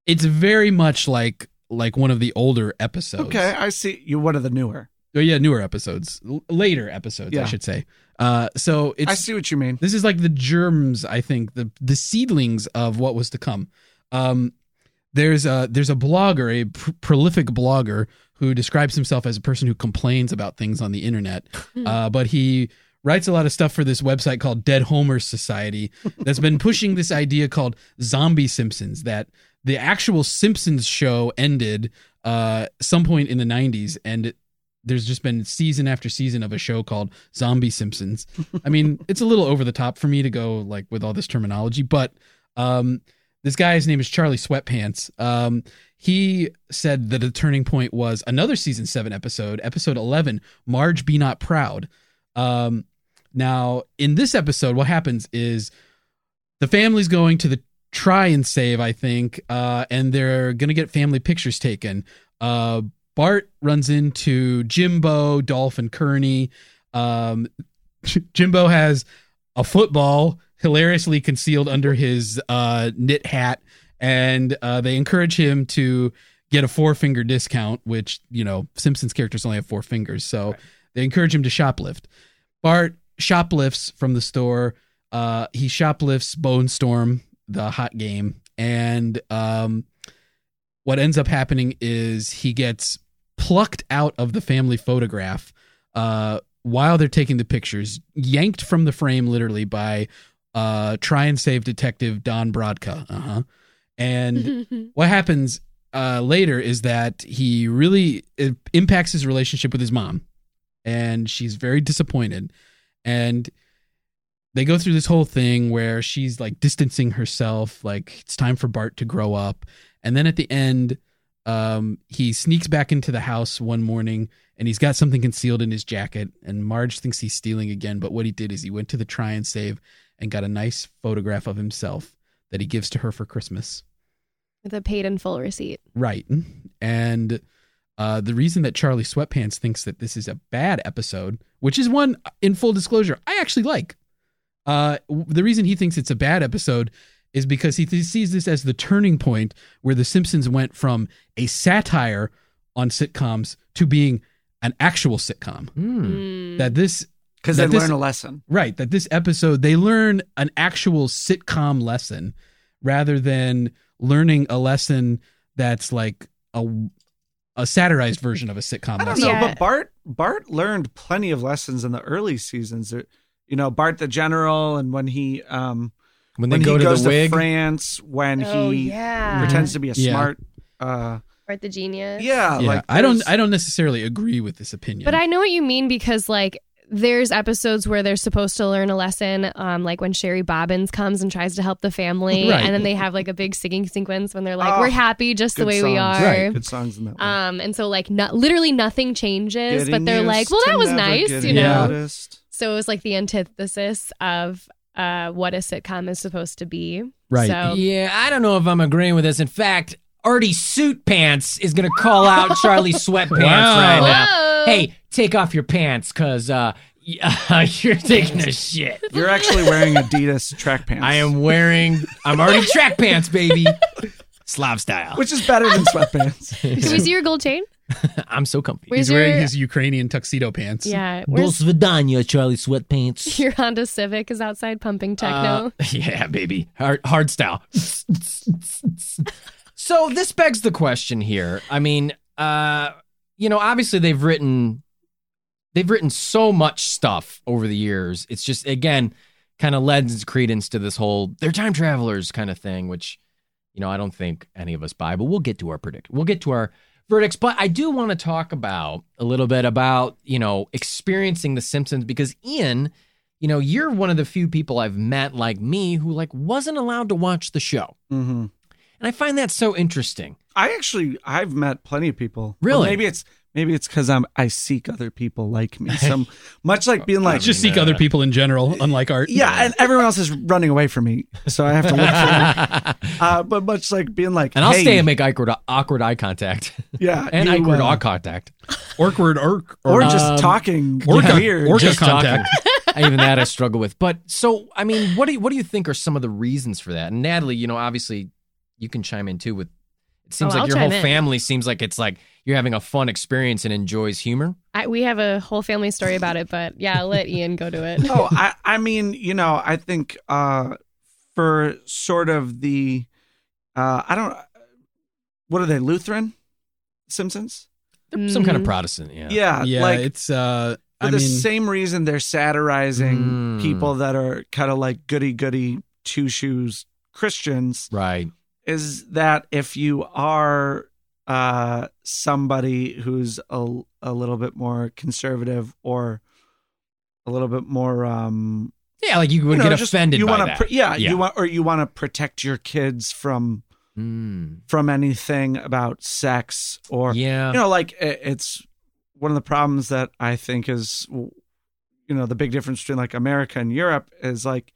It's very much like like one of the older episodes. Okay, I see. You one of the newer. Oh yeah, newer episodes, L- later episodes, I Yeah. should say. Uh, so it's I see what you mean. This is like the germs, I think, the the seedlings of what was to come. Um, there's a there's a blogger, a pr- prolific blogger, who describes himself as a person who complains about things on the internet, uh, but he writes a lot of stuff for this website called Dead Homers Society that's been pushing this idea called Zombie Simpsons that the actual Simpsons show ended uh, some point in the 90s and it, there's just been season after season of a show called Zombie Simpsons. I mean, it's a little over the top for me to go like with all this terminology, but um, this guy, his name is Charlie Sweatpants. Um, he said that the turning point was another season seven episode, episode 11, Marge Be Not Proud. Um, now, in this episode, what happens is the family's going to the try and save, I think, uh, and they're going to get family pictures taken. Uh, Bart runs into Jimbo, Dolph, and Kearney. Um, Jimbo has a football hilariously concealed under his uh, knit hat, and uh, they encourage him to get a four finger discount, which, you know, Simpsons characters only have four fingers. So they encourage him to shoplift. Bart shoplifts from the store. Uh, he shoplifts Bone Storm, the hot game, and um, what ends up happening is he gets plucked out of the family photograph uh, while they're taking the pictures, yanked from the frame literally by uh, try and save detective Don Brodka. Uh huh. Mm-hmm. And what happens uh, later is that he really it impacts his relationship with his mom, and she's very disappointed. And they go through this whole thing where she's like distancing herself, like it's time for Bart to grow up. And then at the end, um, he sneaks back into the house one morning and he's got something concealed in his jacket. And Marge thinks he's stealing again, but what he did is he went to the try and save and got a nice photograph of himself that he gives to her for Christmas. The paid in full receipt. Right. And uh, the reason that Charlie Sweatpants thinks that this is a bad episode, which is one in full disclosure, I actually like. Uh, w- the reason he thinks it's a bad episode is because he th- sees this as the turning point where The Simpsons went from a satire on sitcoms to being an actual sitcom. Mm-hmm. Hmm. Mm. That this Because That they this- learn a lesson. Right, that this episode they learn an actual sitcom lesson rather than learning a lesson that's like a a satirized version of a sitcom I don't lesson. know, Yeah. but Bart Bart learned plenty of lessons in the early seasons. There- You know, Bart the General, and when he um When they when go he to goes the to wig, France, when oh he yeah. pretends to be a Yeah. smart. uh Bart the genius. Yeah, Yeah, like I don't there's- I don't necessarily agree with this opinion. But I know what you mean because like there's episodes where they're supposed to learn a lesson, um, like when Sherry Bobbins comes and tries to help the family, Right. and then they have like a big singing sequence when they're like, Oh, "We're happy just the good way we songs. are." Right. Good songs in that one. Um, and so like no, literally nothing changes, Getting but they're used like, "Well, to that was never nice," you getting know. Yeah. noticed. So it was like the antithesis of uh, what a sitcom is supposed to be. Right. So Yeah, I don't know if I'm agreeing with this. In fact, Artie Suit Pants is gonna call out Charlie Sweatpants Wow. right now. Whoa. Hey, take off your pants, cause uh, you're taking a shit. You're actually wearing Adidas track pants. I am wearing. I'm already track pants, baby. Slav style. which is better than sweatpants. can we see your gold chain? I'm so comfy. Where's He's your wearing his Ukrainian tuxedo pants. yeah? До Where's свидания, Charlie Sweatpants. your Honda Civic is outside pumping techno? Uh, yeah, baby. Hard, hard style. so this begs the question here. I mean, uh, you know, obviously they've written they've written so much stuff over the years. It's just again kind of lends credence to this whole they're time travelers kind of thing, which you know, I don't think any of us buy, but we'll get to our predict. We'll get to our verdicts, but I do want to talk about a little bit about, you know, experiencing the Simpsons because Ian you know, you're one of the few people I've met like me who like wasn't allowed to watch the show. hmm And I find that so interesting. I actually I've met plenty of people. But Really? maybe it's maybe it's because I'm I seek other people like me. Some much like being like Just seek other people in general, unlike art. yeah, and everyone else is running away from me, so I have to look for them. Uh, but much like being like, And I'll hey, stay and make awkward, awkward eye contact yeah, and you, awkward uh, eye contact. Orkward orc or or just Um, talking orca- weird. orca- Just contact. talking. Even that I struggle with. But so, I mean, what do you, what do you think are some of the reasons for that? And Natalie, you know, obviously you can chime in too with It seems Oh, like I'll your whole chime in. family seems like it's like you're having a fun experience and enjoys humor. I, we have a whole family story about it, but yeah, I'll let Ian go to it. oh, I, I mean, you know, I think uh, for sort of the, uh, I don't, what are they, Lutheran Simpsons? They're some kind of Mhm. Protestant, yeah. Yeah, yeah, like it's uh, for I the mean, same reason they're satirizing Mm. people that are kind of like goody goody two shoes Christians Right. is that if you are uh, somebody who's a, a little bit more conservative or a little bit more um, Yeah, like you would you know, get just- offended you by wanna that. pr- yeah, Yeah. you want or you want to protect your kids from Mm. from anything about sex or yeah. you know, like i- it's one of the problems that I think is you know the big difference between like America and Europe is like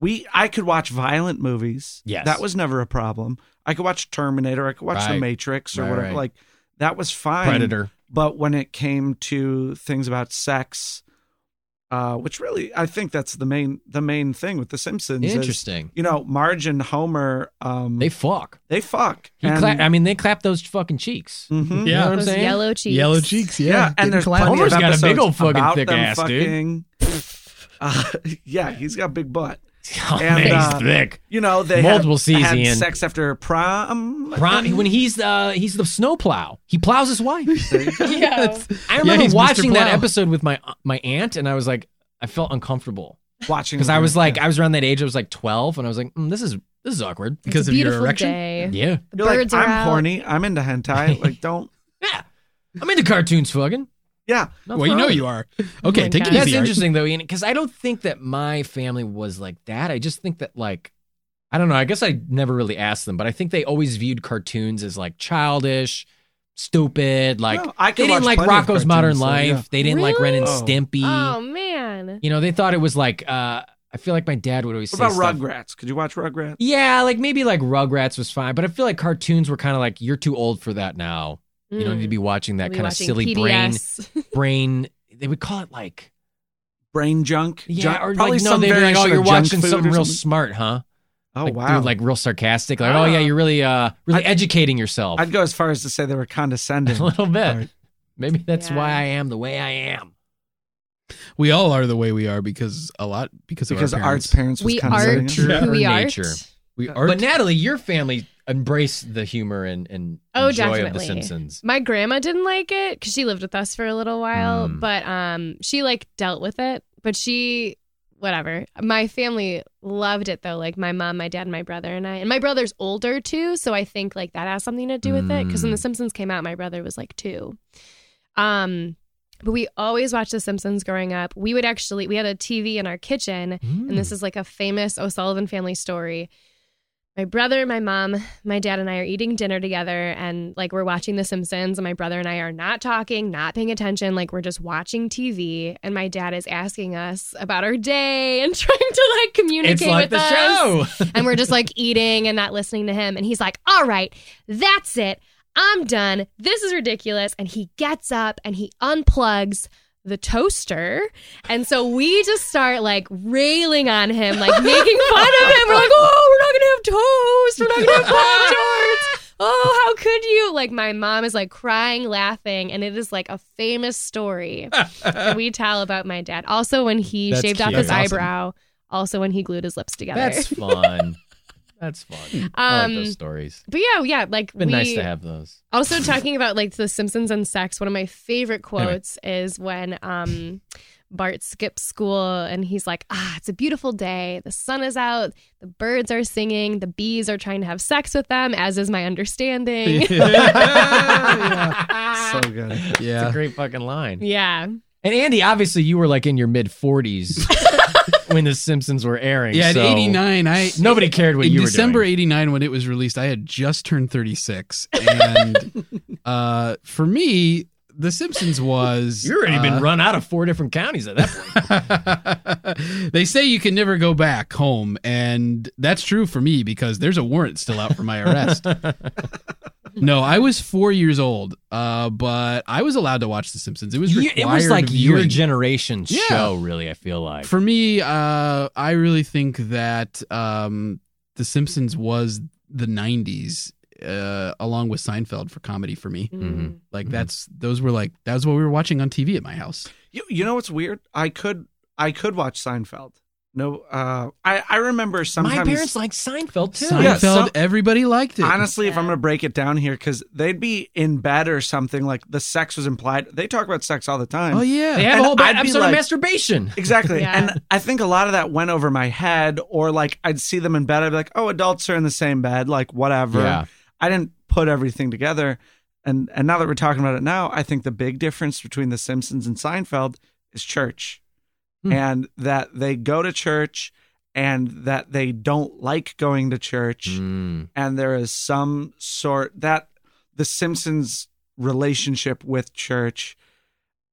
we I could watch violent movies. Yes. that was never a problem. I could watch Terminator. I could watch The Right. Matrix or Right, whatever. right. Like that was fine. Predator. But when it came to things about sex, uh, which really I think that's the main the main thing with The Simpsons. is, Interesting. you know, Marge and Homer, um, They they fuck. fuck. He and, cla- I mean, they clap those fucking cheeks. Mhm. Yeah. You know what I'm Those saying? yellow cheeks. yellow cheeks. Yeah, Yeah, getting and there's clapped. plenty Homer's of got a big episodes old fucking about thick them ass, dude. fucking- Uh, yeah, he's got a big butt. Oh, And, man, uh, he's thick. You know, they Multiple had, C's, had Ian. sex after prom. I Prom- think. when he's uh, he's the snowplow, he plows his wife. Yeah. I Yeah, remember he's Mr. watching that Plow. episode with my my aunt, and I was like, I felt uncomfortable Mm-hmm. watching because with I her. was like, I was around that age. I was like 12, and I was like, mm, this is this is awkward. because it's a of your beautiful erection. Day. Yeah, The You're like, birds are I'm out. horny. I'm into hentai. Like, don't. yeah. I'm into cartoons, fucking. Yeah, Well, you know you are. Okay, Oh my take it God. easy. That's Art. interesting though, Ian, because I don't think that my family was like that. I just think that like I don't know. I guess I never really asked them, but I think they always viewed cartoons as like childish, stupid. Like No, I could they didn't like watch plenty of Rocco's cartoons, Modern so, Life. yeah. They didn't like Ren and Really? Oh. Stimpy. Oh man. You know, they thought it was like. uh I feel like my dad would always What say stuff. about Rugrats? Could you watch Rugrats? Yeah, like maybe like Rugrats was fine, but I feel like cartoons were kind of like you're too old for that now. You don't need to Mm. be watching that kind of silly brain brain. They would call it like Brain junk. yeah, Junk- or probably like no, some they'd be like, variation oh, of you're junk watching food something or real smart, huh? Oh like, wow! dude, like real sarcastic, like oh Ah. yeah, you're really uh really I'd- educating yourself I'd go as far as to say they were condescending. a little bit. Sorry. Maybe that's Yeah. why I am the way I am. We all are the way we are because a lot because of because our Art's parents. parents was We condescending. art who we are. Nature. we are. But Natalie, your family embraced the humor and and Oh, and joy of The definitely. Simpsons. My grandma didn't like it because she lived with us for a little while, Mm. but um, she like dealt with it. But she, whatever. My family loved it though. Like my mom, my dad, my brother, and I. And my brother's older too, so I think like that has something to do with it. Because when The Mm. Simpsons came out, my brother was like two. Um, but we always watched The Simpsons growing up. We would actually we had a TV in our kitchen, and Hmm. this is like a famous O'Sullivan family story. My brother, my mom, my dad, and I are eating dinner together, and like we're watching The Simpsons, and my brother and I are not talking, not paying attention, like we're just watching TV, and my dad is asking us about our day and trying to like communicate it's like with the us show. and we're just like eating and not listening to him. And he's like, all right, that's it. I'm done. This is ridiculous. And he gets up and he unplugs the toaster. And so we just start like railing on him, like making fun of him. We're like, oh, we're not going to have toast. We're not going to have Pop Tarts. Oh, how could you? Like, my mom is like crying, laughing. And it is like a famous story that we tell about my dad. Also, when he That's shaved off cute. his That's awesome. eyebrow. Also, when he glued his lips together. That's fun. That's fun. I like Um, those stories. But yeah, yeah, like It's been we nice to have those. also talking about like the Simpsons and sex. One of my favorite Anyway. quotes is when um Bart skips school and he's like, "Ah, it's a beautiful day. The sun is out. The birds are singing. The bees are trying to have sex with them, as is my understanding." yeah. So good. It's a Yeah. great fucking line. yeah. And Andy, obviously, you were like in your mid 40s when The Simpsons were airing. Yeah, at so 89, I Nobody cared what in you December were doing. '89 when it was released, I had just turned 36, and uh, for me, The Simpsons was You've already uh, been run out of four different counties at that point. they say you can never go back home, and that's true for me because there's a warrant still out for my arrest. no, I was four years old, uh, but I was allowed to watch The Simpsons. It was You- required it was like your viewing. generation's Yeah. show, really, I feel like. For me, uh, I really think that um, The Simpsons was the '90s uh, along with Seinfeld for comedy for me. Mm. Like Mm-hmm. Mhm. that's those were like that was what we were watching on TV at my house. You, you know what's weird? I could I could watch Seinfeld. No, uh, I I remember sometimes. My parents like Seinfeld too. Seinfeld, Yeah, some- everybody liked it. honestly, if I'm Yeah. gonna break it down here, because they'd be in bed or something. Like the sex was implied. They talk about sex all the time. oh yeah, They have And a whole ba- I'd be episode like- of masturbation. Exactly. Yeah. And I think a lot of that went over my head, or like I'd see them in bed. I'd be like, oh, adults are in the same bed, like whatever. I didn't put everything together. And, and now that we're talking about it now, I think the big difference between The Simpsons and Seinfeld is church. Hmm. And that they go to church and that they don't like going to church. Mm. And there is some sort that The Simpsons relationship with church.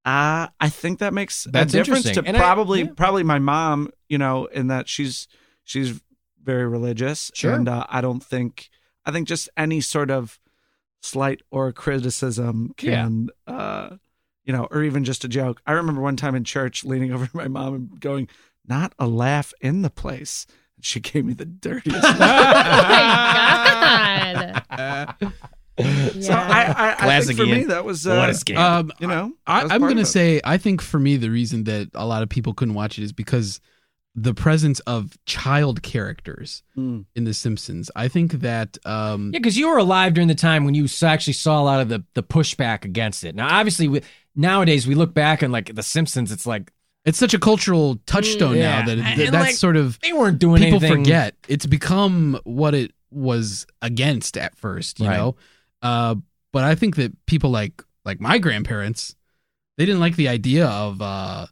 Uh, I think that makes That's a difference interesting. to And I- probably yeah. probably my mom, you know, in that she's she's very religious. Sure. And uh, I don't think I think just any sort of slight or criticism Yeah. can uh you know, or even just a joke. I remember one time in church leaning over to my mom and going, Not a laugh in the place. She gave me the dirtiest. look. Oh my God. So I, I, I Classic think for me Ian. that was uh, what a scam. Um, you know I, that was I'm part gonna of it. say I think for me the reason that a lot of people couldn't watch it is because the presence of child characters Mm. in The Simpsons. I think that um, yeah, because you were alive during the time when you s- actually saw a lot of the, the pushback against it. Now, obviously, we, nowadays we look back and like The Simpsons, it's like it's such a cultural touchstone Mm, Yeah. now that, that And, that's like, sort of they weren't doing people anything. forget. It's become what it was against at first, you Right. know. Uh, but I think that people like like my grandparents, they didn't like the idea of uh,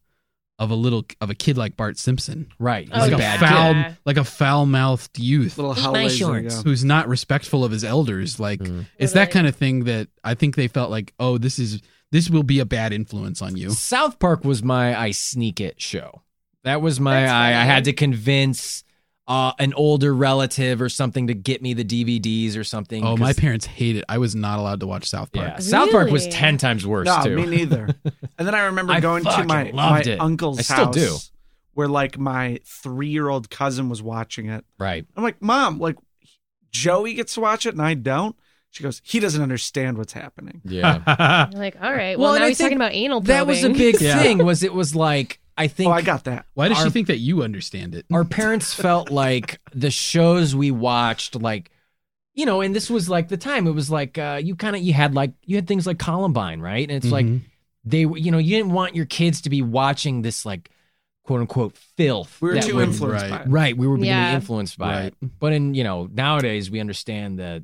of a little of a kid like Bart Simpson, Right. He's Oh, like a a bad kid. yeah. foul Yeah. like a foul mouthed youth. little Eat my holidays there you shorts. go. who's not respectful of his elders. Like Mm. it's that kind of thing that I think they felt like, oh, this is this will be a bad influence on you. South Park was my I sneak it show. That was my That's I, I funny. had to convince uh, an older relative or something to get me the DVDs or something. Oh, my 'cause- parents hate it. I was not allowed to watch South Yeah, Park. South Park was Really? ten times worse no, too. me neither. and then I remember I going to fucking my loved my it. uncle's I still house, do. where like my three year old cousin was watching it. right. I'm like, Mom, like Joey gets to watch it and I don't. She goes, He doesn't understand what's happening. Yeah. You're like, all right, Well, well, and now I he's talking think about anal probing. that was a big Yeah. thing. Was it was like I think oh, I got that. Why does Our- she think that you understand it? our parents felt like the shows we watched like you know and this was like the time it was like uh, you kind of you had like you had things like columbine right and it's like Mhm. they were- you know you didn't want your kids to be watching this like quote unquote filth We were that too would- influenced right. by it. right we were being Yeah. influenced by Right. it but in you know nowadays we understand that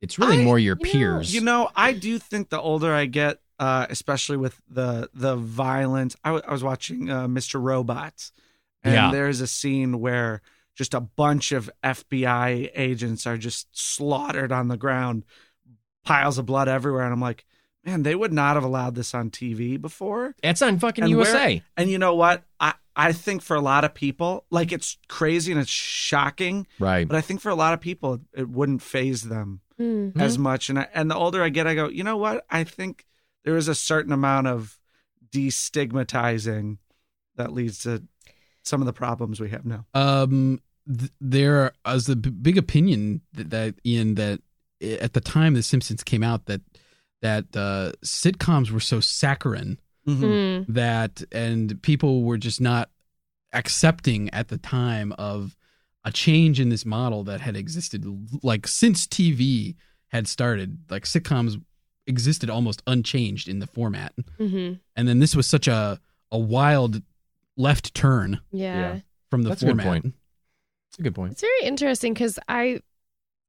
it's really I- more your you know, peers You know, I do think the older I get, uh, especially with the the violence. I wa- I was watching uh, Mr. Robot, and Yeah. there's a scene where just a bunch of FBI agents are just slaughtered on the ground, piles of blood everywhere, and I'm like, man, they would not have allowed this on TV before. that's on fucking And where- usa And you know what? I I think for a lot of people, like it's crazy and it's shocking, right but I think for a lot of people, it wouldn't phase them Mm. as Mm-hmm. much. And I, and the older I get, I go, you know what? I think there is a certain amount of destigmatizing that leads to some of the problems we have now. um th- there as the b- big opinion that, that Ian that i- at the time the Simpsons came out that that uh, sitcoms were so saccharine Mm-hmm. Mm. that and people were just not accepting at the time of a change in this model that had existed like since TV had started like sitcoms existed almost unchanged in the format Mhm. and then this was such a a wild left turn Yeah. Yeah. from the That's a good format point. that's a good point It's very interesting because I,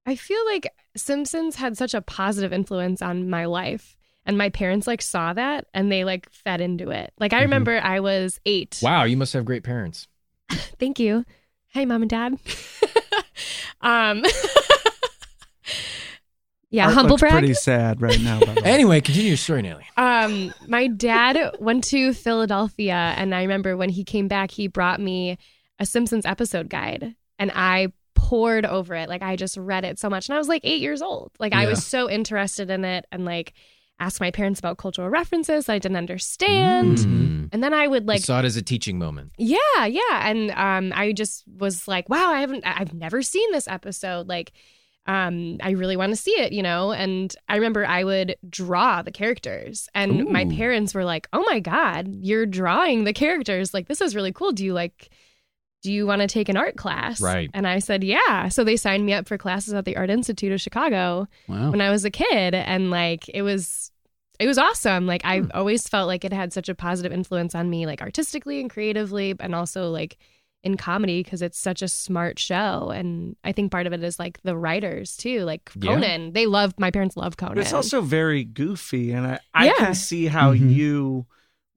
I feel like Simpsons had such a positive influence on my life, and my parents like saw that and they like fed into it. Like I Mm-hmm. Mhm. remember I was eight. wow you must have great parents Thank you. Hi, mom and dad. um. yeah, Art humble looks brag. pretty sad right now. By the way. anyway continue your story nelly Um, my dad went to Philadelphia, and I remember when he came back, he brought me a Simpsons episode guide, and I poured over it. Like I just read it so much, and I was like eight years old. Like I Yeah. was so interested in it, and like asked my parents about cultural references that I didn't understand, Mm. and then I would You like. saw it as a teaching moment Yeah, yeah. And um I just was like, wow, I haven't I- I've never seen this episode. Like um, I really want to see it, you know? And I remember I would draw the characters, and my Ooh. parents were like, oh my God, you're drawing the characters. Like, this is really cool. Do you like, do you want to take an art class? Right. And I said, yeah. So they signed me up for classes at the Art Institute of Chicago Wow. when I was a kid. And like, it was. It was awesome. Like I've always felt like it had such a positive influence on me, like artistically and creatively, and also like in comedy because it's such a smart show. And I think part of it is like the writers too, like Yeah. Conan. They love my parents love Conan. But it's also very goofy, and I, I Yeah. can see how Mm-hmm. Mhm. you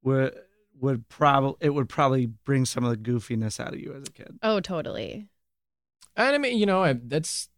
would would probably it would probably bring some of the goofiness out of you as a kid. oh, totally. And I mean, you know, I, that's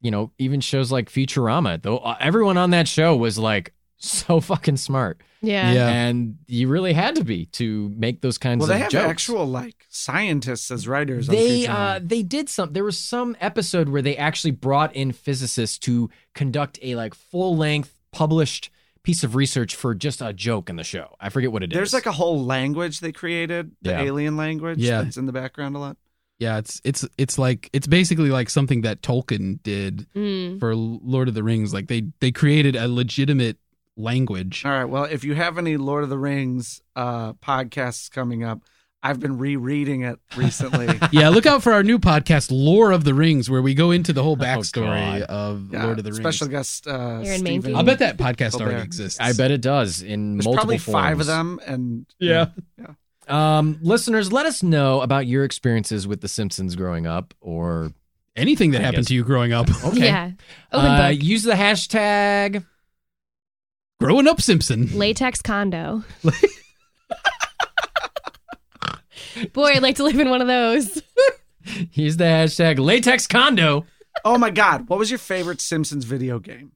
you know, even shows like Futurama, though uh, everyone on that show was like so fucking smart, Yeah. Yeah. and you really had to be to make those kinds Well, they of have jokes. actual like scientists as writers. on they Futurama. uh, they did some. There was some episode where they actually brought in physicists to conduct a like full length published piece of research for just a joke in the show. I forget what it is. there's like a whole language they created, the Yeah. alien language Yeah. that's in the background a lot. Yeah, it's it's it's like it's basically like something that Tolkien did Mm-hmm. Mm. for Lord of the Rings. Like they they created a legitimate language. All right. Well, if you have any Lord of the Rings uh, podcasts coming up, I've been rereading it recently. Yeah, look out for our new podcast, Lore of the Rings, where we go into the whole backstory God. of Oh, Yeah, Lord of the Rings. Special guest uh, Aaron Stephen- Mainfield. I bet that podcast Over already there. exists. I bet it does in There's multiple probably five of forms. them, and Yeah. Um, listeners, let us know about your experiences with The Simpsons growing up, or Anything that I happened guess. to you growing up, Yeah. Open Uh, book. use the hashtag. growing up Simpson. Latex condo. Boy, I'd like to live in one of those. Use the hashtag latex condo. Oh my God! What was your favorite Simpsons video game?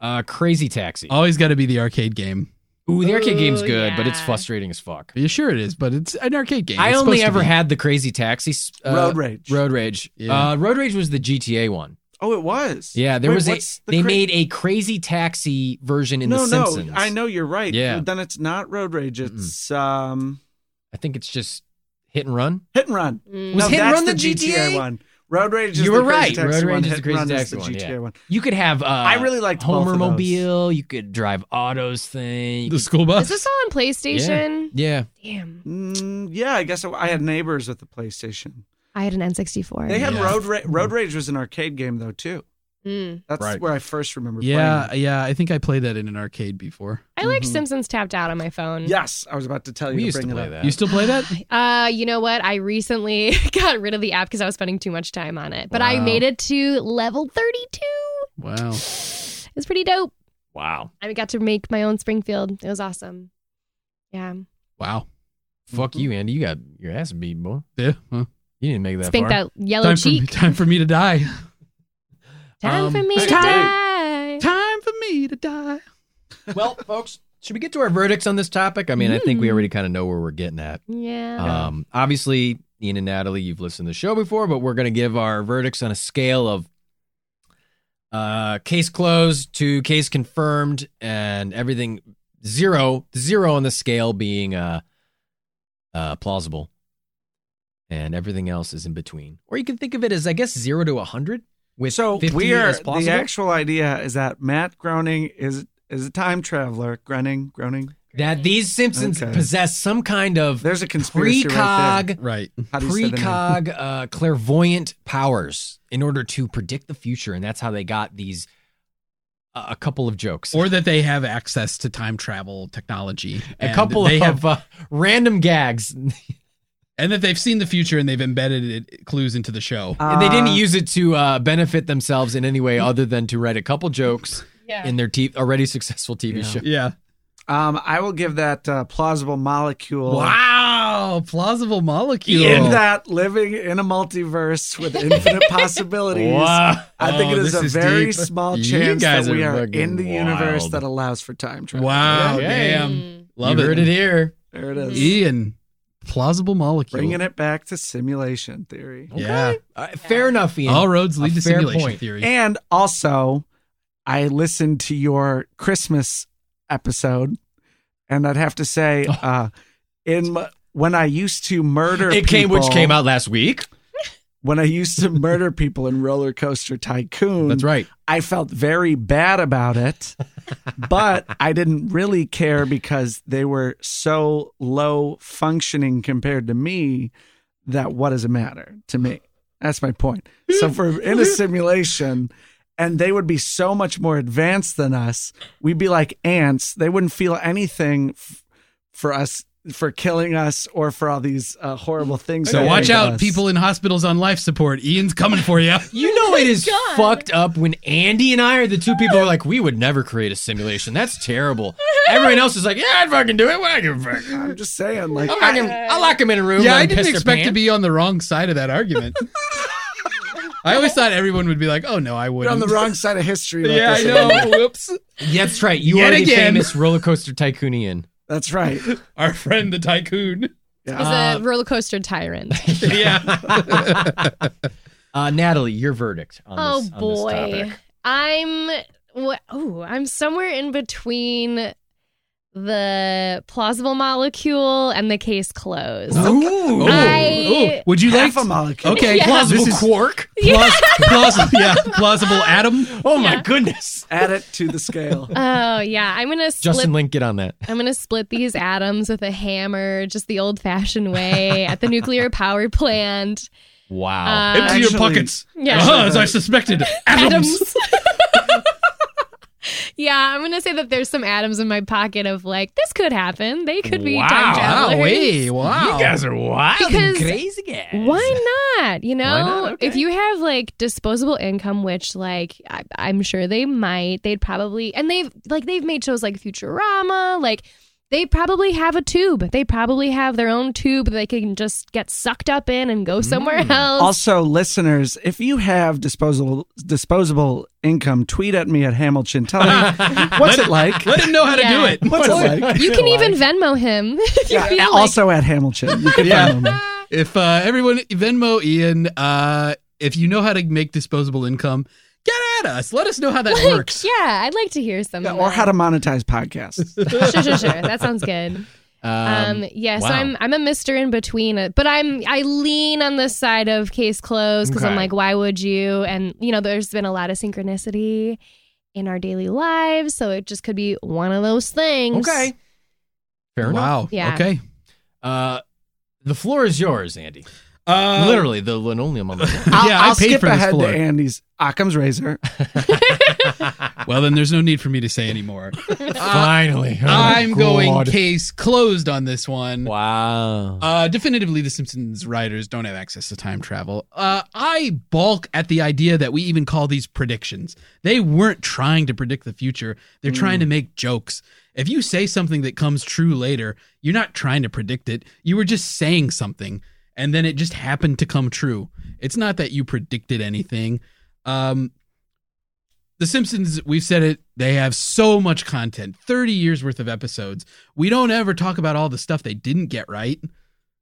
Uh, crazy taxi. Always got to be the arcade game. Ooh, the arcade game's Ooh, good, but it's yeah. frustrating as fuck. Yeah, sure it is, but it's an arcade game. I It's only supposed to ever be. had the crazy taxi. s- Uh, Road Rage. Road Rage. Yeah. Uh, Road Rage was the GTA one. Oh, it was. Yeah, there Wait, was what's a. the they cra- made a crazy taxi version in no, The Simpsons. no. I know you're right. Yeah. Well, Then it's not Road Rage. It's um I think it's just hit and run. Hit and Run. Mm. Was no, Hit and that's Run the GTA? one? Road Rage. Is You were the crazy right. Taxi Road one. Rage is Hit the and Crazy Run Taxi is the one, GTA yeah. one. You could have. Uh, I really liked both of those. Homermobile. You could drive autos thing. You the could- school Is bus. this all on PlayStation? yeah. Damn. Mm, yeah, I guess I, I had neighbors with the PlayStation. I had an N64. They had Yeah. Road Ra- Road Rage was an arcade game though too. Mm. That's Right. where I first remember. Yeah, playing. yeah. I think I played that in an arcade before. I like Simpsons tapped out on my phone. it. Yes, I was about to tell you. We to used to bring it play up. that. You still play that? Uh, you know what? I recently got rid of the app because I was spending too much time on it. But I Wow. made it to level 32. Wow. It's pretty dope. wow. I got to make my own Springfield. It was awesome. Yeah. Wow. Mm-hmm. Fuck you, Andy. You got your ass beat, boy. Yeah. well, You didn't make that Spank far. that yellow time, for me, cheek. time for me to die. time um, for me to time. die. Time for me to die. well, folks, should we get to our verdicts on this topic? I mean, I think we Mm. already kind of know where we're getting at. Yeah. Um, obviously, Ian and Natalie, you've listened to the show before, but we're going to give our verdicts on a scale of uh, case closed to case confirmed, and everything zero, zero on the scale being uh, uh, plausible, and everything else is in between. Or you can think of it as, I guess, zero to a hundred. With so 50 we are as plausible. the actual idea is that Matt Groening is is a time traveler. Groening, Groening. that these Simpsons Okay. possess some kind of There's a conspiracy precog right there. Right. How do you say the name? precog uh, clairvoyant powers in order to predict the future, and that's how they got these uh, a couple of jokes, Or that they have access to time travel technology. a and couple they of have, uh, random gags. and that they've seen the future and they've embedded it, clues into the show. they didn't Uh, use it to uh, benefit themselves in any way other than to write a couple jokes yeah. in their t- already successful TV Yeah. show. Yeah. Um, I will give that uh, plausible molecule. Wow. Plausible molecule. In that living in a multiverse with infinite possibilities, Wow. I think it Oh, is this a is very deep. small You chance guys that we are are fucking in the universe wild. that allows for time travel. Wow. Yeah. Damn. Mm. Love you it. heard it here. There it is. Ian. Plausible molecule. Bringing it back to simulation theory. Yeah. Uh, fair enough, Ian. All roads lead A to fair simulation point. theory. And also, I listened to your Christmas episode, and I'd have to say, Oh. uh, in my, when I used to murder, It came, which people- came out last week. when I used to murder people in Roller Coaster Tycoon, That's right. I felt very bad about it, but I didn't really care because they were so low functioning compared to me that what does it matter to me? That's my point. So for in a simulation, and they would be so much more advanced than us, we'd be like ants. They wouldn't feel anything f- for us for killing us or for all these uh, horrible things. So they watch did out, us. people in hospitals on life support. Ian's coming for you. You know it is fucked up when Andy and I are the two people who are like, we would never create a simulation. That's terrible. Everyone else is like, yeah, I'd fucking do it. What I give a fuck. I'm just saying, like, I'll lock him, I'll lock him in a room. Yeah, let I him piss didn't their expect to pants. be on the wrong side of that argument. I always thought everyone would be like, "Oh no, I you're wouldn't." on the wrong side of history. like yeah, I this. know. Whoops. Yeah, that's right. You Yet are the again. famous roller coaster tycoonian. That's right. Our friend the tycoon. He's Uh, a roller coaster tyrant. yeah. Uh, Natalie, your verdict on oh this, on this boy, topic. I'm what? Oh, I'm somewhere in between the plausible molecule and the case closed. Ooh. I- Ooh. Would you like? Half a molecule. okay, Yeah. plausible quark. Plaus- plausible, yeah, plausible atom. Oh my goodness. Add it to the scale. Oh yeah, I'm gonna split. Justin Link, get on that. I'm gonna split these atoms with a hammer, just the old-fashioned way at the nuclear power plant. Wow. Uh, Into Actually- your pockets. Yeah. Uh-huh, as I suspected. Atoms. atoms. yeah, I'm gonna say that there's some atoms in my pocket of like this could happen. They could be time travelers. wow. are wild Because- crazy guys. Why not? You know, not? Okay. if you have like disposable income, which like I, I'm sure they might, they'd probably and they've like they've made shows like Futurama, like they probably have a tube. They probably have their own tube that they can just get sucked up in and go somewhere Mm. else. Also, listeners, if you have disposable disposable income, tweet at me at Hamilton. Tell me what's it like. Let him know how to Yeah. do it. What's it like? you can even Venmo him if you feel like- also at Hamilton. You can Yeah. find me. If uh, everyone Venmo Ian, uh, if you know how to make disposable income, get at us. Let us know how that Like, works. Yeah, I'd like to hear some. Yeah, of or that. how to monetize podcasts. sure, sure, sure. That sounds good. Um, yeah, so wow. I'm I'm a Mister in between, uh, but I'm I lean on the side of case closed because I'm Okay. like, why would you? And you know, there's been a lot of synchronicity in our daily lives, so it just could be one of those things. Okay. Fair enough. Wow. Yeah. Okay. Uh, the floor is yours, Andy. Uh, Literally, the linoleum on the floor. I'll, Yeah, I I'll paid skip for this ahead floor. to Andy's Occam's razor. Well, then there's no need for me to say anymore. Finally. Oh, I'm going God. case closed on this one. Wow. Uh, definitively, The Simpsons writers don't have access to time travel. Uh, I balk at the idea that we even call these predictions. They weren't trying to predict the future, they're trying to make jokes. If you say something that comes true later, you're not trying to predict it. You were just saying something, and then it just happened to come true. It's not that you predicted anything. Um, the Simpsons, we've said it, they have so much content 30 years worth of episodes. We don't ever talk about all the stuff they didn't get right.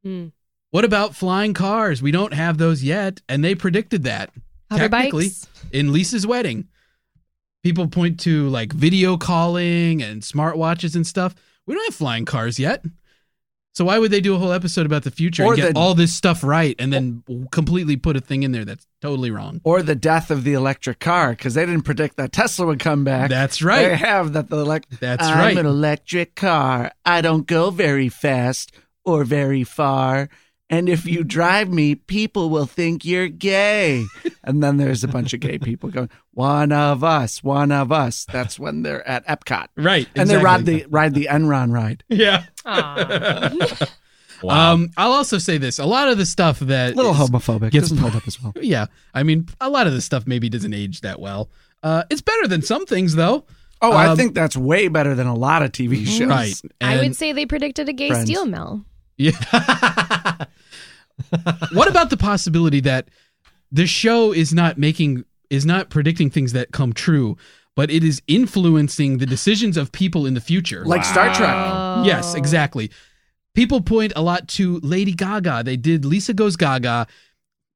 Mm. What about flying cars? We don't have those yet, and they predicted that Hover Technically, bikes. in Lisa's wedding. People point to like video calling and smartwatches and stuff. We don't have flying cars yet. So why would they do a whole episode about the future Or and get the- all this stuff right and then completely put a thing in there that's totally wrong? Or the death of the electric car, because they didn't predict that Tesla would come back. That's right. They have that the electric. That's I'm right. an electric car. I don't go very fast or very far. And if you drive me, people will think you're gay. and then there's a bunch of gay people going, "One of us, one of us." That's when they're at Epcot, Right. and they ride the ride the Enron ride. Yeah. Aw. Wow. Um I'll also say this. A lot of the stuff that A little is- homophobic. gets- Gets doesn't hold up as well. Yeah. I mean, a lot of this stuff maybe doesn't age that well. Uh, it's better than some things, though. Oh, I Um, Mm-hmm. think that's way better than a lot of TV shows. Right. I would And- say they predicted a gay Friends. steel mill. Yeah. what about the possibility that the show is not making is not predicting things that come true, but it is influencing the decisions of people in the future? Like Star Oh. Trek. Um, Yes, Oh. exactly. People point a lot to Lady Gaga. They did Lisa Goes Gaga.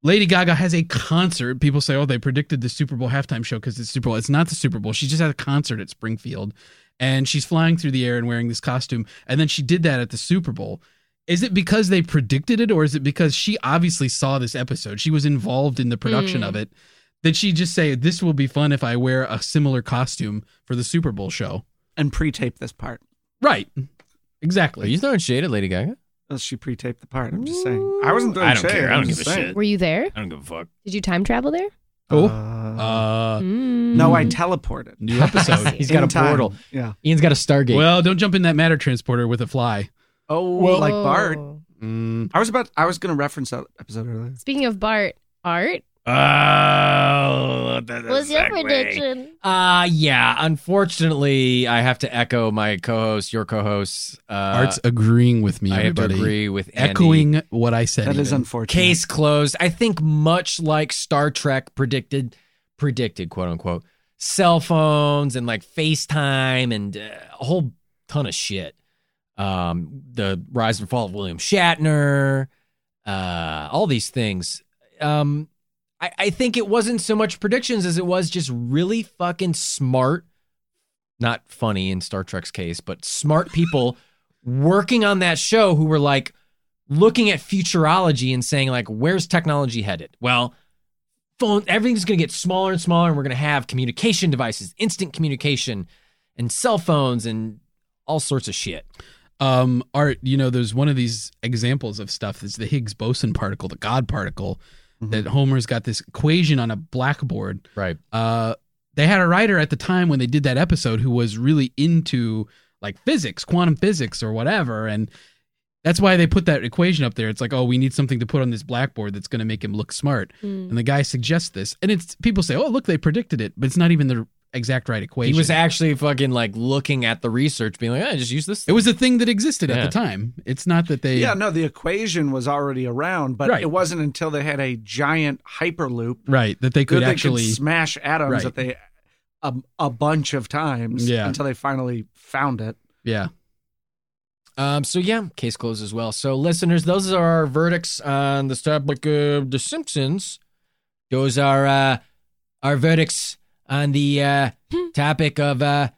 Lady Gaga has a concert. People say, oh, they predicted the Super Bowl halftime show because it's Super Bowl. It's not the Super Bowl. She just had a concert at Springfield and she's flying through the air and wearing this costume. And then she did that at the Super Bowl. Is it because they predicted it, or is it because she obviously saw this episode? She was involved in the production Mm. of it. Did she just say, "This will be fun if I wear a similar costume for the Super Bowl show"? and pre-tape this part. Right. Are Exactly. you throwing shade at Lady Gaga? Unless she pre-taped the part. I'm just saying. I wasn't doing I don't shade, care. I I'm don't just give a saying. shit. Were you there? I don't give a fuck. Did you time travel there? Oh. Uh, uh, Mm. no, I teleported. new episode. He's got In a time. portal. Yeah. Ian's got a Stargate. well, don't jump in that matter transporter with a fly. Oh, Well- like Bart. Oh. Mm. I was about. I was going to reference that episode earlier. Speaking of Bart, art. Oh, that- What's that segue. uh yeah. Unfortunately, I have to echo my co-host, your co-host. Uh, Art's agreeing with me. I have to everybody. agree with Andy. Echoing what I said. That is even. unfortunate. Case closed. I think much like Star Trek predicted, predicted quote unquote, cell phones and like FaceTime and uh, a whole ton of shit. Um, the rise and fall of William Shatner, uh, all these things. Um, I, I think it wasn't so much predictions as it was just really fucking smart, not funny in Star Trek's case, but smart people working on that show who were like, looking at futurology and saying like where's technology headed well phone everything's going to get smaller and smaller and we're going to have communication devices instant communication and cell phones and all sorts of shit um art you know there's one of these examples of stuff is the higgs boson particle the god particle that homer's got this equation on a blackboard right uh they had a writer at the time when they did that episode who was really into like physics quantum physics or whatever and that's why they put that equation up there it's like oh we need something to put on this blackboard that's going to make him look smart Mm. and the guy suggests this and it's people say oh look they predicted it but it's not even the exact right equation he was actually fucking like looking at the research being like i just use this it was a thing that existed at Yeah. the time it's not that they Yeah, no, the equation was already around, but Right. it wasn't until they had a giant hyperloop right that they could that they actually could smash atoms Right. that they a, a bunch of times Yeah. until they finally found it. yeah um so yeah case closed as well so listeners those are our verdicts on the topic of the simpsons those are uh our verdicts on the uh topic of uh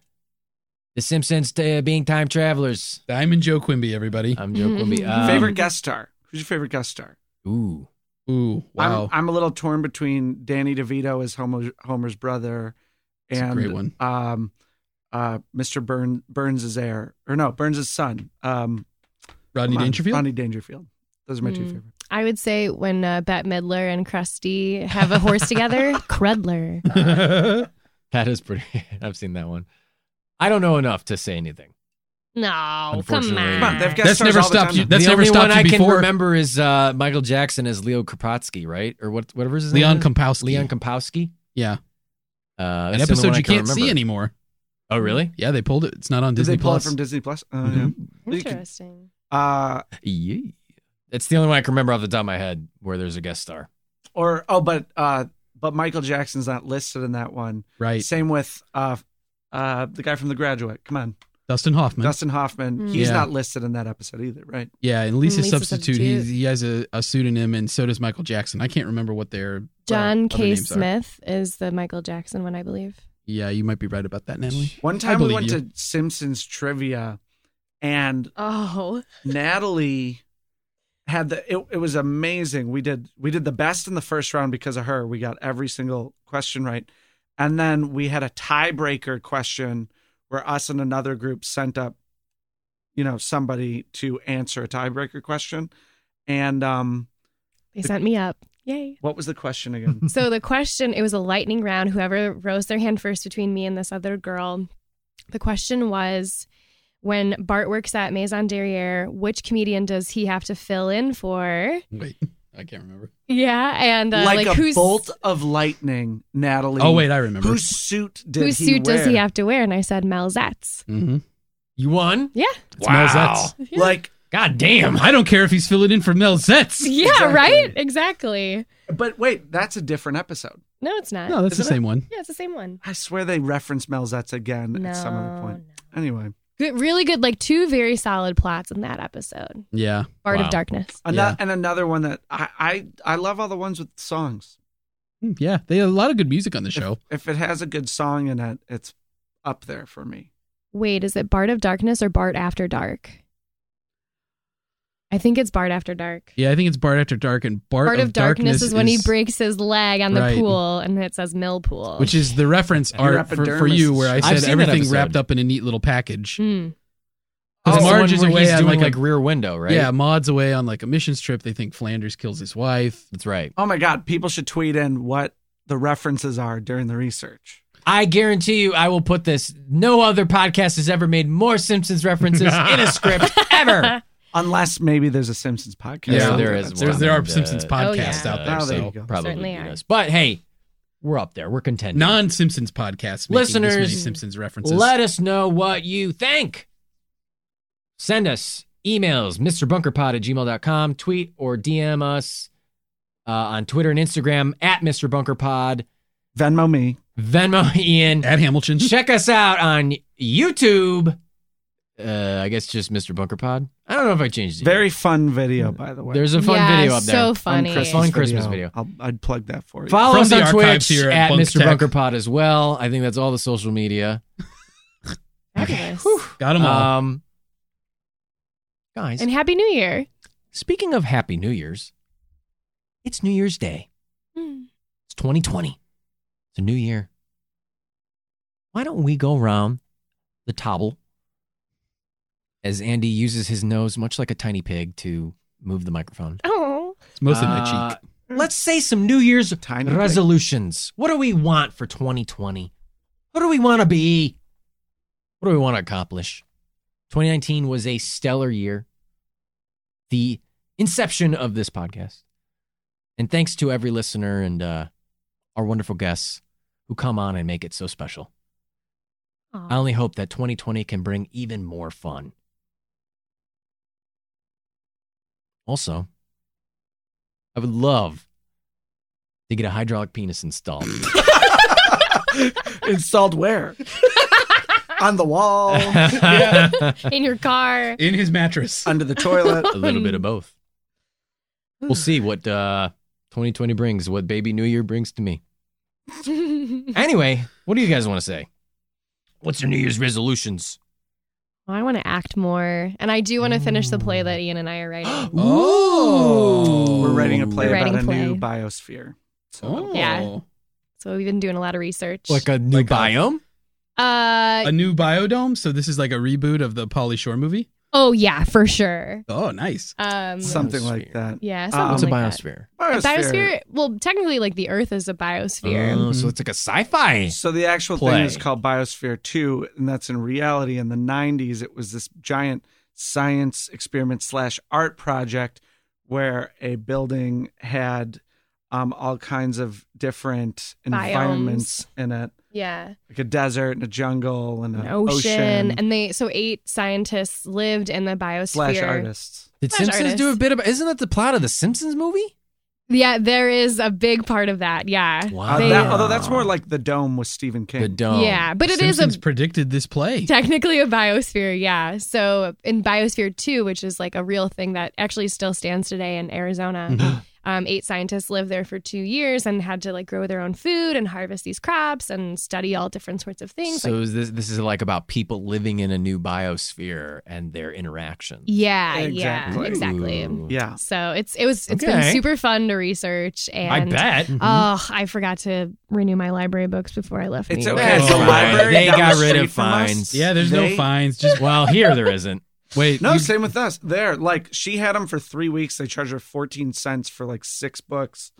the simpsons uh, being time travelers Diamond Joe Quimby, everybody. I'm Joe Quimby. Um, favorite guest star? Who's your favorite guest star? Ooh. Ooh, wow. I'm I'm a little torn between Danny DeVito as Homer, Homer's brother That's a and great one. um uh Mr. Burn, Burns' heir or no, Burns' son. Um Rodney come on, Dangerfield. Rodney Dangerfield. Those are my two Mm. favorites. I would say when uh, Bette Midler and Krusty have a horse together, Crudler. That is pretty. I've seen that one. I don't know enough to say anything. No, come Unfortunately. on. Come on, they've got That's stars never all the stopped time you- now. That's the never only stopped one you I before. can remember is uh, Michael Jackson as Leo Kropotsky, right? Or what? Whatever his name Leon is. Kompowski. Leon Kompowski. yeah, Uh, an that's the only episode one I you can can't see remember. anymore. Oh, really? Yeah, they pulled it. It's not on Did Disney they pull Plus. it from Disney Plus? Oh, Mhm. yeah. You could- Interesting. uh, Yeah. That's the only one I can remember off the top of my head where there's a guest star. or oh, but uh, but Michael Jackson's not listed in that one. Right, Same with uh, uh, the guy from The Graduate. Come on, Dustin Hoffman. Dustin Hoffman. Mm. He's Mm-hmm. Yeah. not listed in that episode either, right? yeah, and Lisa's Lisa's substitute. He's, Substitute. he has a, a pseudonym, and so does Michael Jackson. I can't remember what their uh, John other K. names are. Smith is the Michael Jackson one, I believe. Yeah, you might be right about that, Natalie. One time we believe went you. to Simpsons trivia, and Oh, Natalie had the it, it was amazing. We did we did the best in the first round because of her. We got every single question right. And then we had a tiebreaker question where us and another group sent up you know somebody to answer a tiebreaker question. And um they sent me up. Yay. what was the question again? So the question it was a lightning round. Whoever rose their hand first between me and this other girl. The question was when Bart works at Maison Derriere, which comedian does he have to fill in for? Wait, I can't remember. Yeah, and uh, like, like, a who's bolt of lightning, Natalie. Oh wait, I remember. whose suit did whose he suit does he wear? have to wear? And I said Mel Zatz. hmm You won? Yeah. It's Mel Zetz. Like God damn. I don't care if he's filling in for Mel Zetz. Yeah, Exactly. right? Exactly. but wait, that's a different episode. No, it's not. No, that's the Isn't it? same one. Yeah, it's the same one. I swear they reference Melzetz again No. at some other point. no. Anyway, Good, really good, like two very solid plots in that episode. Yeah, Art Wow. of Darkness. another, and another one that I, I I love all the ones with songs. Mm, yeah. They had a lot of good music on the If- show. If, it has a good song in it, it's up there for me. Wait, is it Bart of Darkness or Bart After Dark? I I think it's Bart After Dark. Yeah, I think it's Bart After Dark, and Bart, Part of, darkness, is when he breaks his leg on the Right. pool and it says mill pool. which is the reference art for, for epidermis. you, where I I've said seen that everything episode. wrapped up in a neat little package. Mm. Because Oh, Marge the is one where away he's on doing like, like, a Rear Window, right? yeah, Maud's away on like a missions trip. They think Flanders kills his wife. that's right. Oh my God, people should tweet in what the references are during the research. I guarantee you, I will put this. No other podcast has ever made more Simpsons references in a script ever. Unless maybe there's a Simpsons podcast. Yeah, out there there is that's There's, one. there are And, uh, Simpsons podcasts yeah. out there, Oh, there so you go. Probably Certainly do are. this. But hey, we're up there. We're contending. non-Simpsons podcasts. making this many Listeners, Simpsons references. Let us know what you think. Send us emails, MrBunkerPod at gmail.com, tweet or DM us uh, on Twitter and Instagram at MrBunkerPod, Venmo me. Venmo Ian. at Hamilton. Check us out on YouTube. Uh, I guess just Mr. Bunker Pod. I don't know if I changed it. Very fun video, by the way. Mm. There's a fun Yeah, video up there. so funny. Fun Christmas, video. I'll, I'd plug that for you. Follow From us the on archives Twitch here at at Bunk Mr. Tech. Bunker Pod as well. I think that's all the social media. Fabulous. Got them all. Um, guys, And Happy New Year. speaking of Happy New Year's, it's New Year's Day. Mm. It's 2020. It's a new year. Why don't we go around the table as Andy uses his nose, much like a tiny pig, to move the microphone? Oh, it's mostly my Uh, cheek. Let's say some New Year's Tiny pig. resolutions. What do we want for 2020? What do we want to be? What do we want to accomplish? 2019 was a stellar year. The inception of this podcast. And thanks to every listener and uh, our wonderful guests who come on and make it so special. I only hope that 2020 can bring even more fun. Also, I would love to get a hydraulic penis installed. Installed where? On the wall, in your car. In his mattress. under the toilet. a little bit of both. We'll see what uh, 2020 brings, what baby New Year brings to me. Anyway, what do you guys want to say? What's your New Year's resolutions? I want to act more, and I do want to finish the play that Ian and I are writing. Oh. We're writing a play We're about writing a play. new biosphere. So Oh. Yeah. so we've been doing a lot of research. Like a new Like a- biome? uh, A new biodome. So this is like a reboot of the Polly Shore movie. oh yeah, for sure. Oh, nice. Um, something like Biosphere. that. yeah, Um, something What's a like that. biosphere? A biosphere. Well, technically, like the Earth is a biosphere. Oh, so it's like a sci-fi. So the actual Play. thing is called Biosphere 2, and that's in reality in the 90s. It was this giant science experiment slash art project where a building had um, all kinds of different environments in it, yeah. like a desert and a jungle and an an ocean. and they so eight scientists lived in the biosphere. slash artists. Did Slash Simpsons do a artist. bit about? Isn't that the plot of the Simpsons movie? Yeah, there is a big part of that. Yeah, Wow. They- Uh, That- although that's more like the dome with Stephen King. The dome. yeah, but it is Simpsons a predicted this play. technically a biosphere. Yeah, so in biosphere two, which is like a real thing that actually still stands today in Arizona. Um, eight scientists lived there for two years and had to like grow their own food and harvest these crops and study all different sorts of things. So like, is this this is like about people living in a new biosphere and their interaction. yeah, yeah, Exactly. exactly. Ooh. yeah. So it's it was it's Okay. been super fun to research and I bet. Mm-hmm. Oh, I forgot to renew my library books before I left. It's New York. okay. Oh. the library They down got the rid street of from us- fines. Yeah, there's no They- fines. Just Well, here there isn't. wait. No, you- same with us. There, like she had them for three weeks. They charged her fourteen cents for like six books,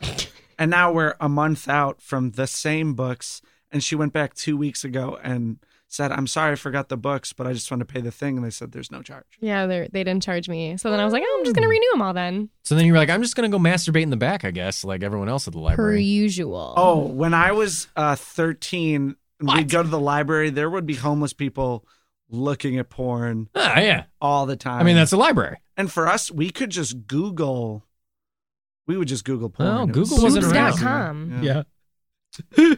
and now we're a month out from the same books. And she went back two weeks ago and said, "I'm sorry, I forgot the books, but I just want to pay the thing." And they said, "There's no charge." Yeah, they they didn't charge me. So then I was like, oh, I'm just Hmm. gonna renew them all then, So then you're like, I'm just gonna go masturbate in the back, I guess, like everyone else at the per library. usual. Oh, when I was uh, thirteen, we'd go to the library. There would be homeless people looking at porn Ah, yeah. all the time. I mean, that's a library. and for us, we could just Google. We would just Google porn. Oh, It Google wasn't super around. easy. Boobs.com. Yeah.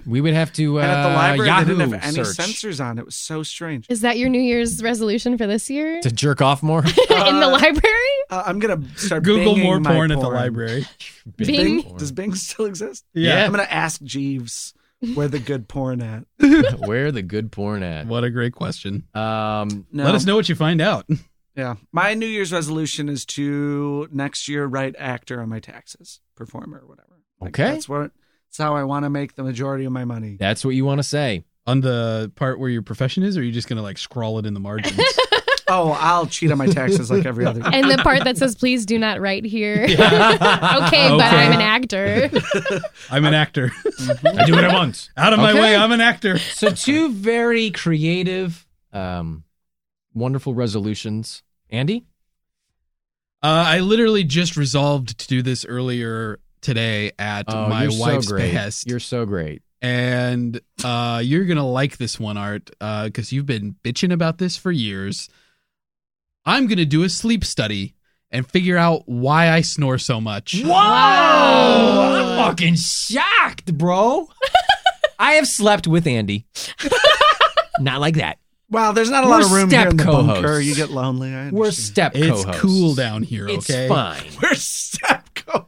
We would have to. Uh, And at the library, Yahoo they didn't have any search sensors on. It was so strange. is that your New Year's resolution for this year? to jerk off more. In the Uh, library? Uh, I'm gonna start Google binging more my porn at the library. Bing? Bing- Does Bing still exist? Yeah. I'm gonna ask Jeeves where the good porn at. Where the good porn at? What a great question. Um, No. Let us know what you find out. Yeah. My New Year's resolution is to next year write actor on my taxes, performer, or whatever. Okay. That's what. That's how I want to make the majority of my money. That's what you want to say. On the part where your profession is, or are you just gonna like scrawl it in the margins? Oh, I'll cheat on my taxes like every other. And the part that says, please do not write here. okay, but Okay. I'm an actor. I'm an actor. I do what I want. Out of my Okay. way, I'm an actor. So two very creative, um, wonderful resolutions. Andy, Uh, I literally just resolved to do this earlier today at Oh, my you're so wife's great. behest, You're so great. and uh, you're gonna like this one, Art, because you've been bitching about this for years. I'm gonna do a sleep study and figure out why I snore so much. Whoa! I'm fucking shocked, bro. I have slept with Andy. Not like that. Wow, there's not a We're lot of room here step in the co-hosts. bunker. You get lonely. I We're understand. step It's co-hosts. cool down here, It's okay? fine. we're step co.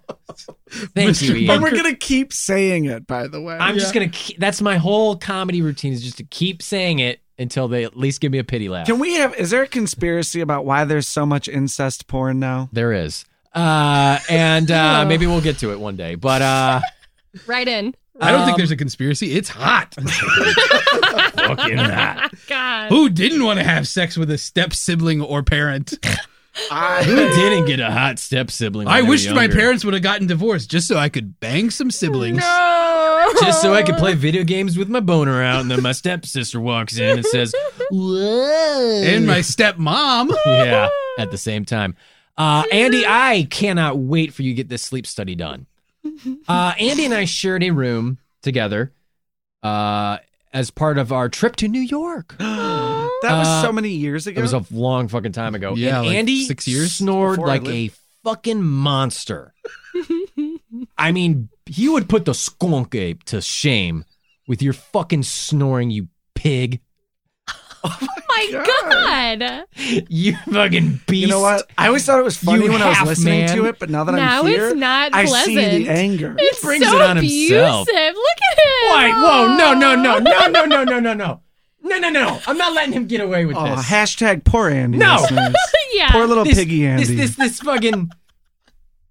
Thank Mr. you, Ian. And we're gonna keep saying it. By the way, I'm just gonna. Keep, that's my whole comedy routine is just to keep saying it until they at least give me a pity laugh. Can we have? Is there a conspiracy about why there's so much incest porn now? There is, uh, and uh, Oh. maybe we'll get to it one day. But uh, Right in. I don't Um, think there's a conspiracy. It's hot. Fucking that. God. Who didn't want to have sex with a step sibling or parent? who didn't get a hot step sibling? when I they were wished my younger? parents would have gotten divorced just so I could bang some siblings. No. Oh just so I could play video games with my boner out, and then my stepsister walks in and says, "Whoa!" And my stepmom. yeah, at the same time. Uh, Andy, I cannot wait for you to get this sleep study done. Uh, Andy and I shared a room together uh, as part of our trip to New York. That was Uh, so many years ago. It was a long fucking time ago. Yeah, and like Andy six years snored before I like a fucking monster. I mean, you would put the skunk ape to shame with your fucking snoring, you pig. Oh my God. You fucking beast. you know what? I always thought it was funny You when I half was listening man. to it, but now that Now I'm it's here, not I see pleasant. the anger. It's brings so it on himself. abusive. Look at him. Wait, whoa, no, no, no, Aw. no, no, no, no, no, no. No, no, no. I'm not letting him get away with Oh, this. hashtag poor Andy. No. listeners. yeah. poor little this, piggy Andy. This, this, this fucking,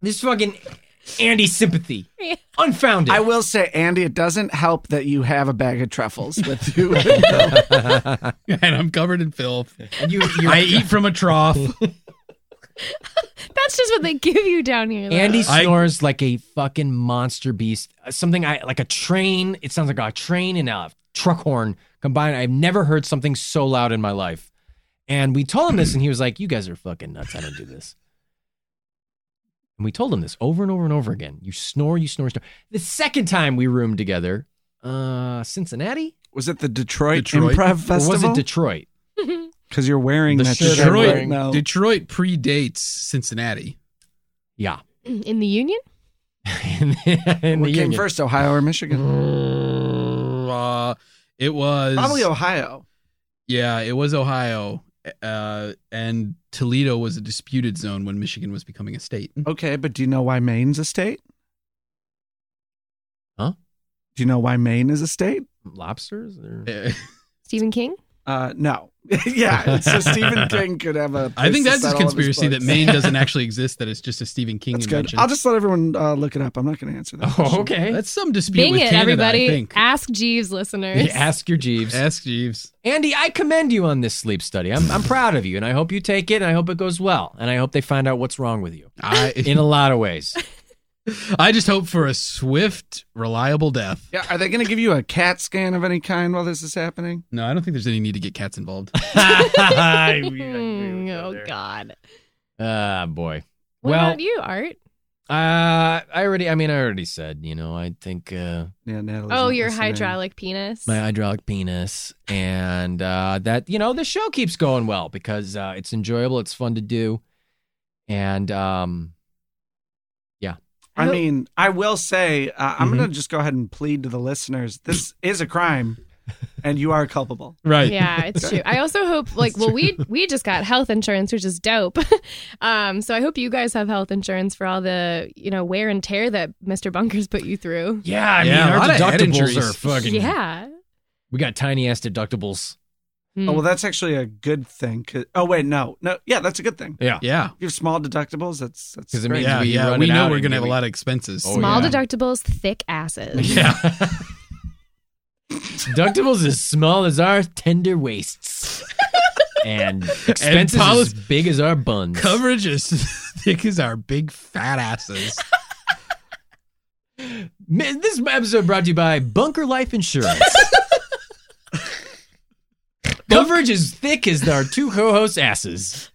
this fucking Andy sympathy. Yeah. Unfounded. I will say, Andy, it doesn't help that you have a bag of truffles with you. And I'm covered in filth. you, you, I eat from a trough. That's just what they give you down here. though. Andy I- snores like a fucking monster beast. Uh, Something I like a train. It sounds like a train and a truck horn combined. I've never heard something so loud in my life. And we told him this, and he was like, "You guys are fucking nuts. I don't do this." And we told him this over and over and over again. You snore, you snore, snore. The second time we roomed together, uh, Cincinnati was it the Detroit, Detroit? Improv or was Festival? it Detroit? Because you're wearing The that shirt I'm shirt Detroit, right now. Detroit predates Cincinnati. Yeah. in the union? in the, in what the came Union. first, Ohio or Michigan? Uh, it was Probably Ohio. yeah, it was Ohio, uh, and Toledo was a disputed zone when Michigan was becoming a state. Okay, but do you know why Maine's a state? Huh? Do you know why Maine is a state? Lobsters? Or... Stephen King? Uh, no. yeah, so Stephen King could have a. I think place to that's a set all of his conspiracy that books. Maine doesn't actually exist. That it's just a Stephen King That's good. invention. I'll just let everyone uh, look it up. I'm not going to answer that. Oh, question. okay. That's some dispute Bing with it, Canada. I everybody. think. Ask Jeeves, listeners. Yeah, ask your Jeeves. Ask Jeeves. Andy, I commend you on this sleep study. I'm, I'm proud of you, and I hope you take it, and I hope it goes well, and I hope they find out what's wrong with you I in a lot of ways. I just hope for a swift, reliable death. Yeah, are they going to give you a CAT scan of any kind while this is happening? No, I don't think there's any need to get cats involved. Ah, Mm, oh, God. boy. What well, about you, Art? uh, I already, I mean, I already said, you know, I think uh, Yeah, Natalie. Oh, your hydraulic penis. my hydraulic penis, and uh, that, you know, the show keeps going well because uh, it's enjoyable, it's fun to do, and um, I mean, I will say, uh, I'm Mm-hmm. going to just go ahead and plead to the listeners. This is a crime, and you are culpable. right. Yeah, it's true. I also hope like well we we just got health insurance, which is dope. um, so I hope you guys have health insurance for all the, you know, wear and tear that Mr. Bunkers put you through. yeah, I Yeah, a mean, lot our of head deductibles injuries. are fucking, Yeah. we got tiny ass deductibles. Mm. Oh, well, that's actually a good thing. 'cause- oh, wait, no. No, yeah, that's a good thing. Yeah. Yeah. If you have small deductibles, that's that's 'Cause it great. means Yeah, we yeah. run We it know out we're and gonna have we- a lot of expenses. Oh, Small yeah. deductibles, thick asses. Yeah. Deductibles as small as our tender waists. and expenses poli- as big as our buns. Coverage as thick as our big fat asses. Ma- This episode brought to you by Bunker Life Insurance. Coverage as thick as our two co-hosts' asses.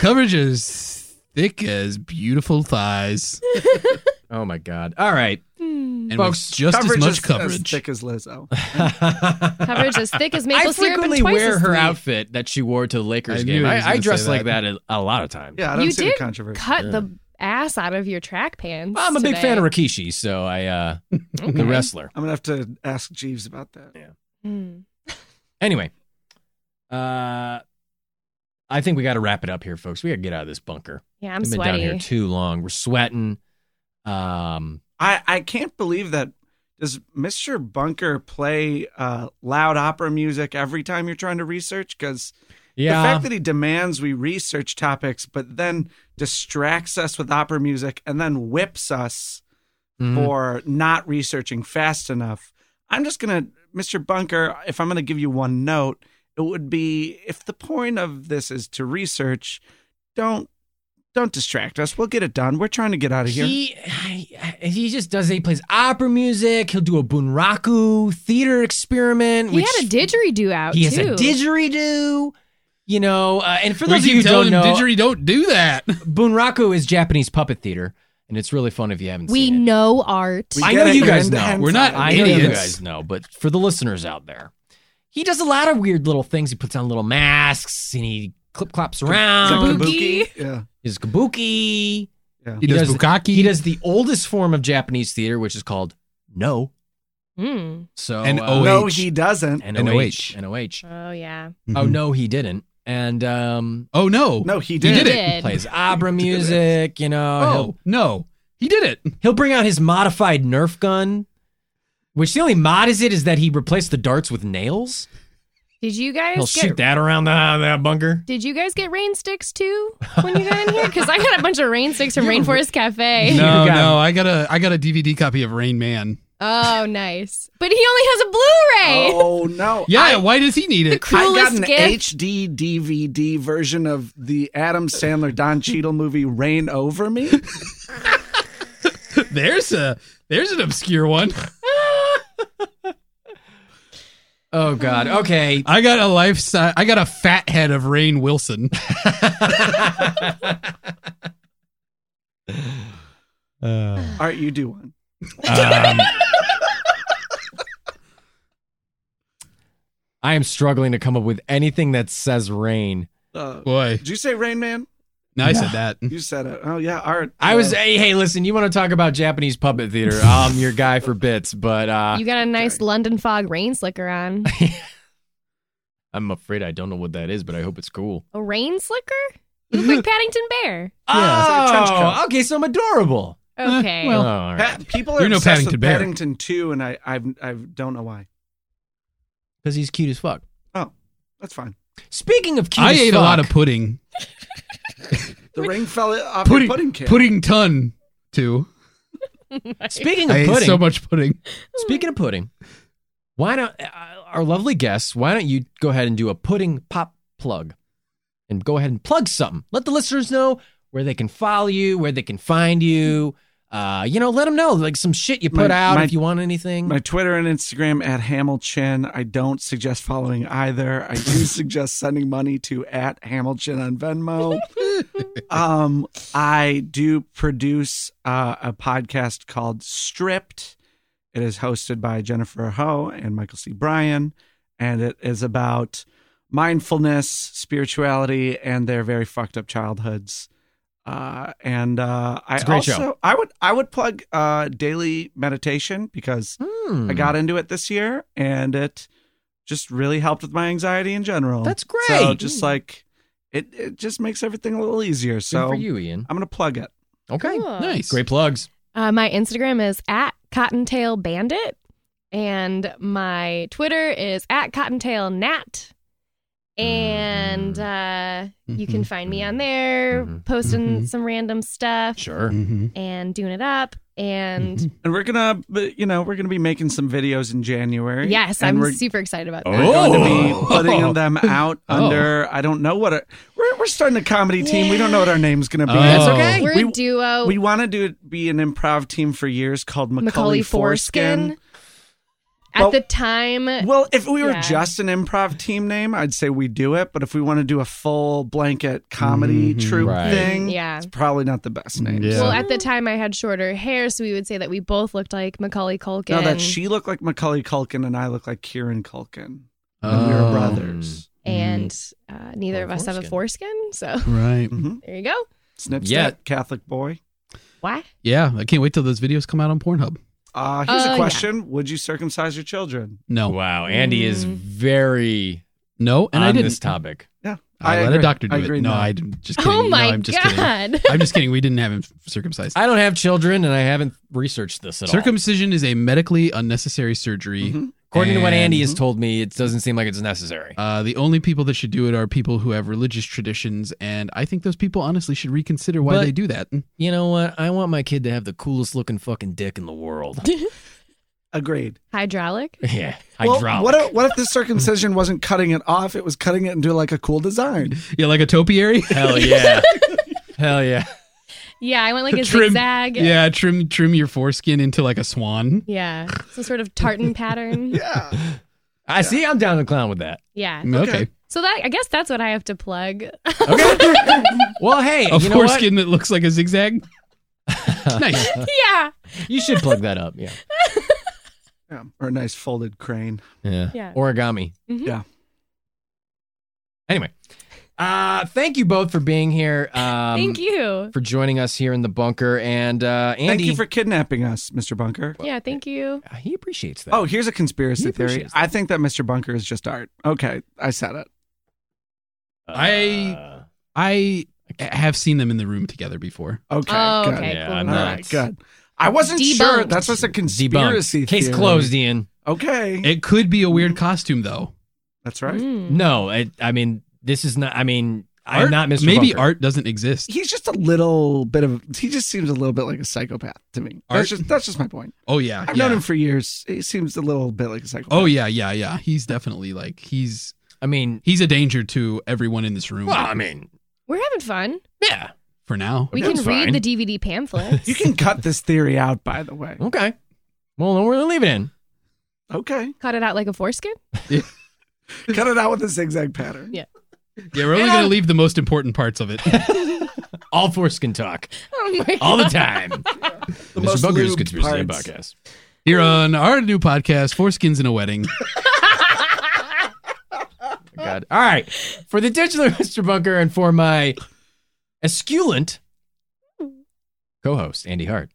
Coverage as thick as beautiful thighs. Oh my god! All right, Mm. And Folks, with just as Coverage much is coverage. As thick as Lizzo. Coverage as thick as maple I syrup and frequently twice wear as her thick. outfit that she wore to the Lakers I knew game. he was I, I gonna dress say like that. that a, a lot of times. Yeah, I don't You see the did controversy. Cut Yeah. the ass out of your track pants. Well, I'm a big today. fan of Rikishi, so I uh, the wrestler. I'm gonna have to ask Jeeves about that. Mm. Anyway, uh, I think we got to wrap it up here, folks. We got to get out of this bunker. Yeah, I'm We've been sweaty. down here too long. We're sweating. Um, I I can't believe that. Does Mr. Bunker play uh, loud opera music every time you're trying to research? Because yeah. the fact that he demands we research topics, but then distracts us with opera music and then whips us Mhm. for not researching fast enough. I'm just gonna, Mr. Bunker. If I'm gonna give you one note, it would be if the point of this is to research, don't don't distract us. We'll get it done. We're trying to get out of here. He he just does. He plays opera music. He'll do a bunraku theater experiment. He which had a didgeridoo out He too. has a didgeridoo. You know, uh, and for we those of keep you who telling don't him, know, Didgeridoo, don't do that. bunraku is Japanese puppet theater, and it's really fun if you haven't we seen it. know art. We I get know it. you You're guys in the know. hands We're not of it. I know you Idiots. guys know, but for the listeners out there, he does a lot of weird little things. He puts on little masks and he clip clops around. Kabuki. Yeah. His kabuki. He, He does, does- bukkake. He does the oldest form of Japanese theater, which is called no. Mm. So And uh, OH. No, he doesn't. NOH. NOH. Oh yeah. Oh no, he didn't. And um Oh no. No, he He did. did it. it. Did. plays opera music, you know. Oh, He'll, Oh no. He did it. he'll bring out his modified Nerf gun, which the only mod is it is that he replaced the darts with nails. Did you He'll guys shoot get? that around the, the bunker. Did you guys get rain sticks too when you got in here? Because I got a bunch of rain sticks from Rainforest Cafe. No, got- no. I got a I got a DVD copy of Rain Man. Oh, nice. But he only has a Blu-ray. Oh no. Yeah. I, why does he need it? I got Coolest an gift. HD DVD version of the Adam Sandler Don Cheadle movie Rain Over Me. there's a there's an obscure one. Oh god. Okay. I got a life size. I got a fat head of Rain Wilson. Uh, All right, you do one. Um, I am struggling to come up with anything that says rain. Uh, Boy, did you say Rain Man? no, I said that. You said it. Oh yeah. All right. I was Uh, hey, hey, listen, you want to talk about Japanese puppet theater? I'm your guy for bits, but uh You got a nice London fog rain slicker on. I'm afraid I don't know what that is, but I hope it's cool. A rain slicker? You look like Paddington Bear. Yeah, it's like a trench oh, coat. okay, so I'm adorable. Okay. Oh, Uh, well- all right. Pa- people are You're no obsessed Paddington with Bear. Paddington Two, and I I've, I don't know why. Because he's cute as fuck. That's fine. Speaking of cute I as ate a lot of fuck, pudding. The ring fell off Pudding, your pudding can. pudding ton too. Speaking I of ate pudding, so much pudding. speaking of pudding, why don't uh, our lovely guests? Why don't you go ahead and do a pudding pop plug, and go ahead and plug something? Let the listeners know where they can follow you, where they can find you. Uh, you know, let them know like some shit you put My- out my- if you want anything. My Twitter and Instagram at Hamilton. I don't suggest following either. I do suggest sending money to at Hamilton on Venmo. um, I do produce uh, a podcast called Stripped. It is hosted by Jennifer Ho and Michael C. Bryan, and it is about mindfulness, spirituality, and their very fucked up childhoods. Uh, and uh, I It's a great also show. I would I would plug uh, daily meditation because Hmm. I got into it this year and it just really helped with my anxiety in general. That's great. So just like it it just makes everything a little easier. Good So for you, Ian. I'm gonna plug it. Okay, Cool. Nice. great plugs. Uh, my Instagram is at Cottontail Bandit, and my Twitter is at Cottontail Nat. and uh, Mm-hmm. you can find me on there Mhm. posting Mhm. some random stuff Sure. Mm-hmm. and doing it up and And we're gonna, but, you know, we're gonna be making some videos in January. yes and i'm we're super excited about that we're going to Oh. be putting them out Oh. under. I don't know what a, we're we're starting a comedy team. We don't know what our name's gonna be. Oh. That's okay. we're We- a duo We want to do be an improv team for years called Macaulay, macaulay Foreskin. foreskin at Well- the time Well, if we were Yeah. just an improv team name, I'd say we do it. But if we want to do a full blanket comedy Mhm. troupe Right. thing, Yeah. it's probably not the best name. Yeah. well at the time i had shorter hair so we would say that we both looked like macaulay culkin No, that she looked like Macaulay Culkin and I look like Kieran Culkin. And we were Oh. brothers. and uh, neither of us have a foreskin so Right. hmm there you go Snip, Yeah. snap, Catholic boy. why Yeah, I can't wait till those videos come out on Pornhub. Uh, here's Oh, a yeah. question Would you circumcise your children? No, Wow. Andy is Mm. very no, and on I didn't. this topic. Yeah. I, let agree. a doctor do I it. agree No, now. I didn't- just kidding. oh my no, I'm just kidding. god I'm just kidding. We didn't have him circumcised. I don't have children and I haven't researched this at all. Circumcision is a medically unnecessary surgery. Mhm. According to what and- Andy has told me, it doesn't seem like it's necessary. Uh, the only people that should do it are people who have religious traditions, and I think those people honestly should reconsider why But- they do that. You know what? I want my kid to have the coolest looking fucking dick in the world. Agreed. hydraulic yeah. Well, Hydraulic. what, if, what if the circumcision wasn't cutting it off? It was cutting it into like a cool design. Yeah, like a topiary. Hell yeah. Hell yeah. yeah i went like a Trim- zigzag yeah, trim trim your foreskin into like a swan. Yeah. some sort of tartan pattern Yeah. I see. I'm down to clown with that. yeah Okay, so that i guess that's what i have to plug Okay. well, hey, a you know what? foreskin that looks like a zigzag. nice. yeah You should plug that up. Yeah. yeah. Or a nice folded crane. Yeah. Yeah. Origami. Mhm. Yeah. Anyway, uh, thank you both for being here. Um, thank you for joining us here in the bunker. And uh, Andy, Thank you for kidnapping us, Mr. Bunker. yeah thank you Uh, he appreciates that. Oh, here's a conspiracy He theory. appreciates I think that Mr. Bunker is just art. Okay, I said it. I- I have seen them in the room together before. Okay, oh good. okay Yeah, cool I'm All not- right, good. I wasn't Debunked. sure. That's just a conspiracy debunked. Case theory. closed, Ian. Okay, It could be a weird costume though. that's right. Mm. No, I, I mean this is not. I mean, Art- I'm not Mr. Maybe Bunker. art doesn't exist. He's just a little bit of. He just seems a little bit like a psychopath to me. Art- That's just that's just my point. Oh yeah. I've yeah. known him for years. He seems a little bit like a psychopath. Oh yeah, yeah, yeah. He's definitely like he's I mean, he's a danger to everyone in this room. well, I mean, we're having fun yeah. for now. we That's can read fine. the dvd pamphlet You can cut this theory out, by the way. Okay. Well, then we're gonna leave it in. Okay, cut it out like a foreskin cut it out with a zigzag pattern. Yeah. Yeah, we're only Yeah. gonna leave the most important parts of it. All force can talk oh my all the time. The Mr. most Bunker's lubed conspiracy parts. podcast. Here on our new podcast, Foreskins in a Wedding. Oh, God. All right. For the titular Mr. Bunker and for my esculent co host, Andy Hart,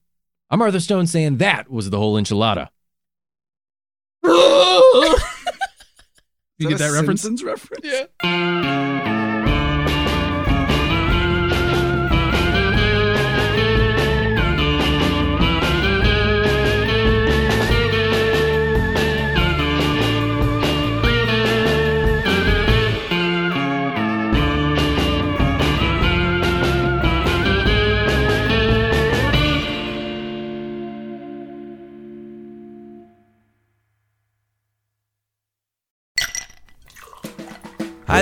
I'm Arthur Stone saying that was the whole enchilada. You Is get that a reference? Simpsons reference? Yeah. Hi,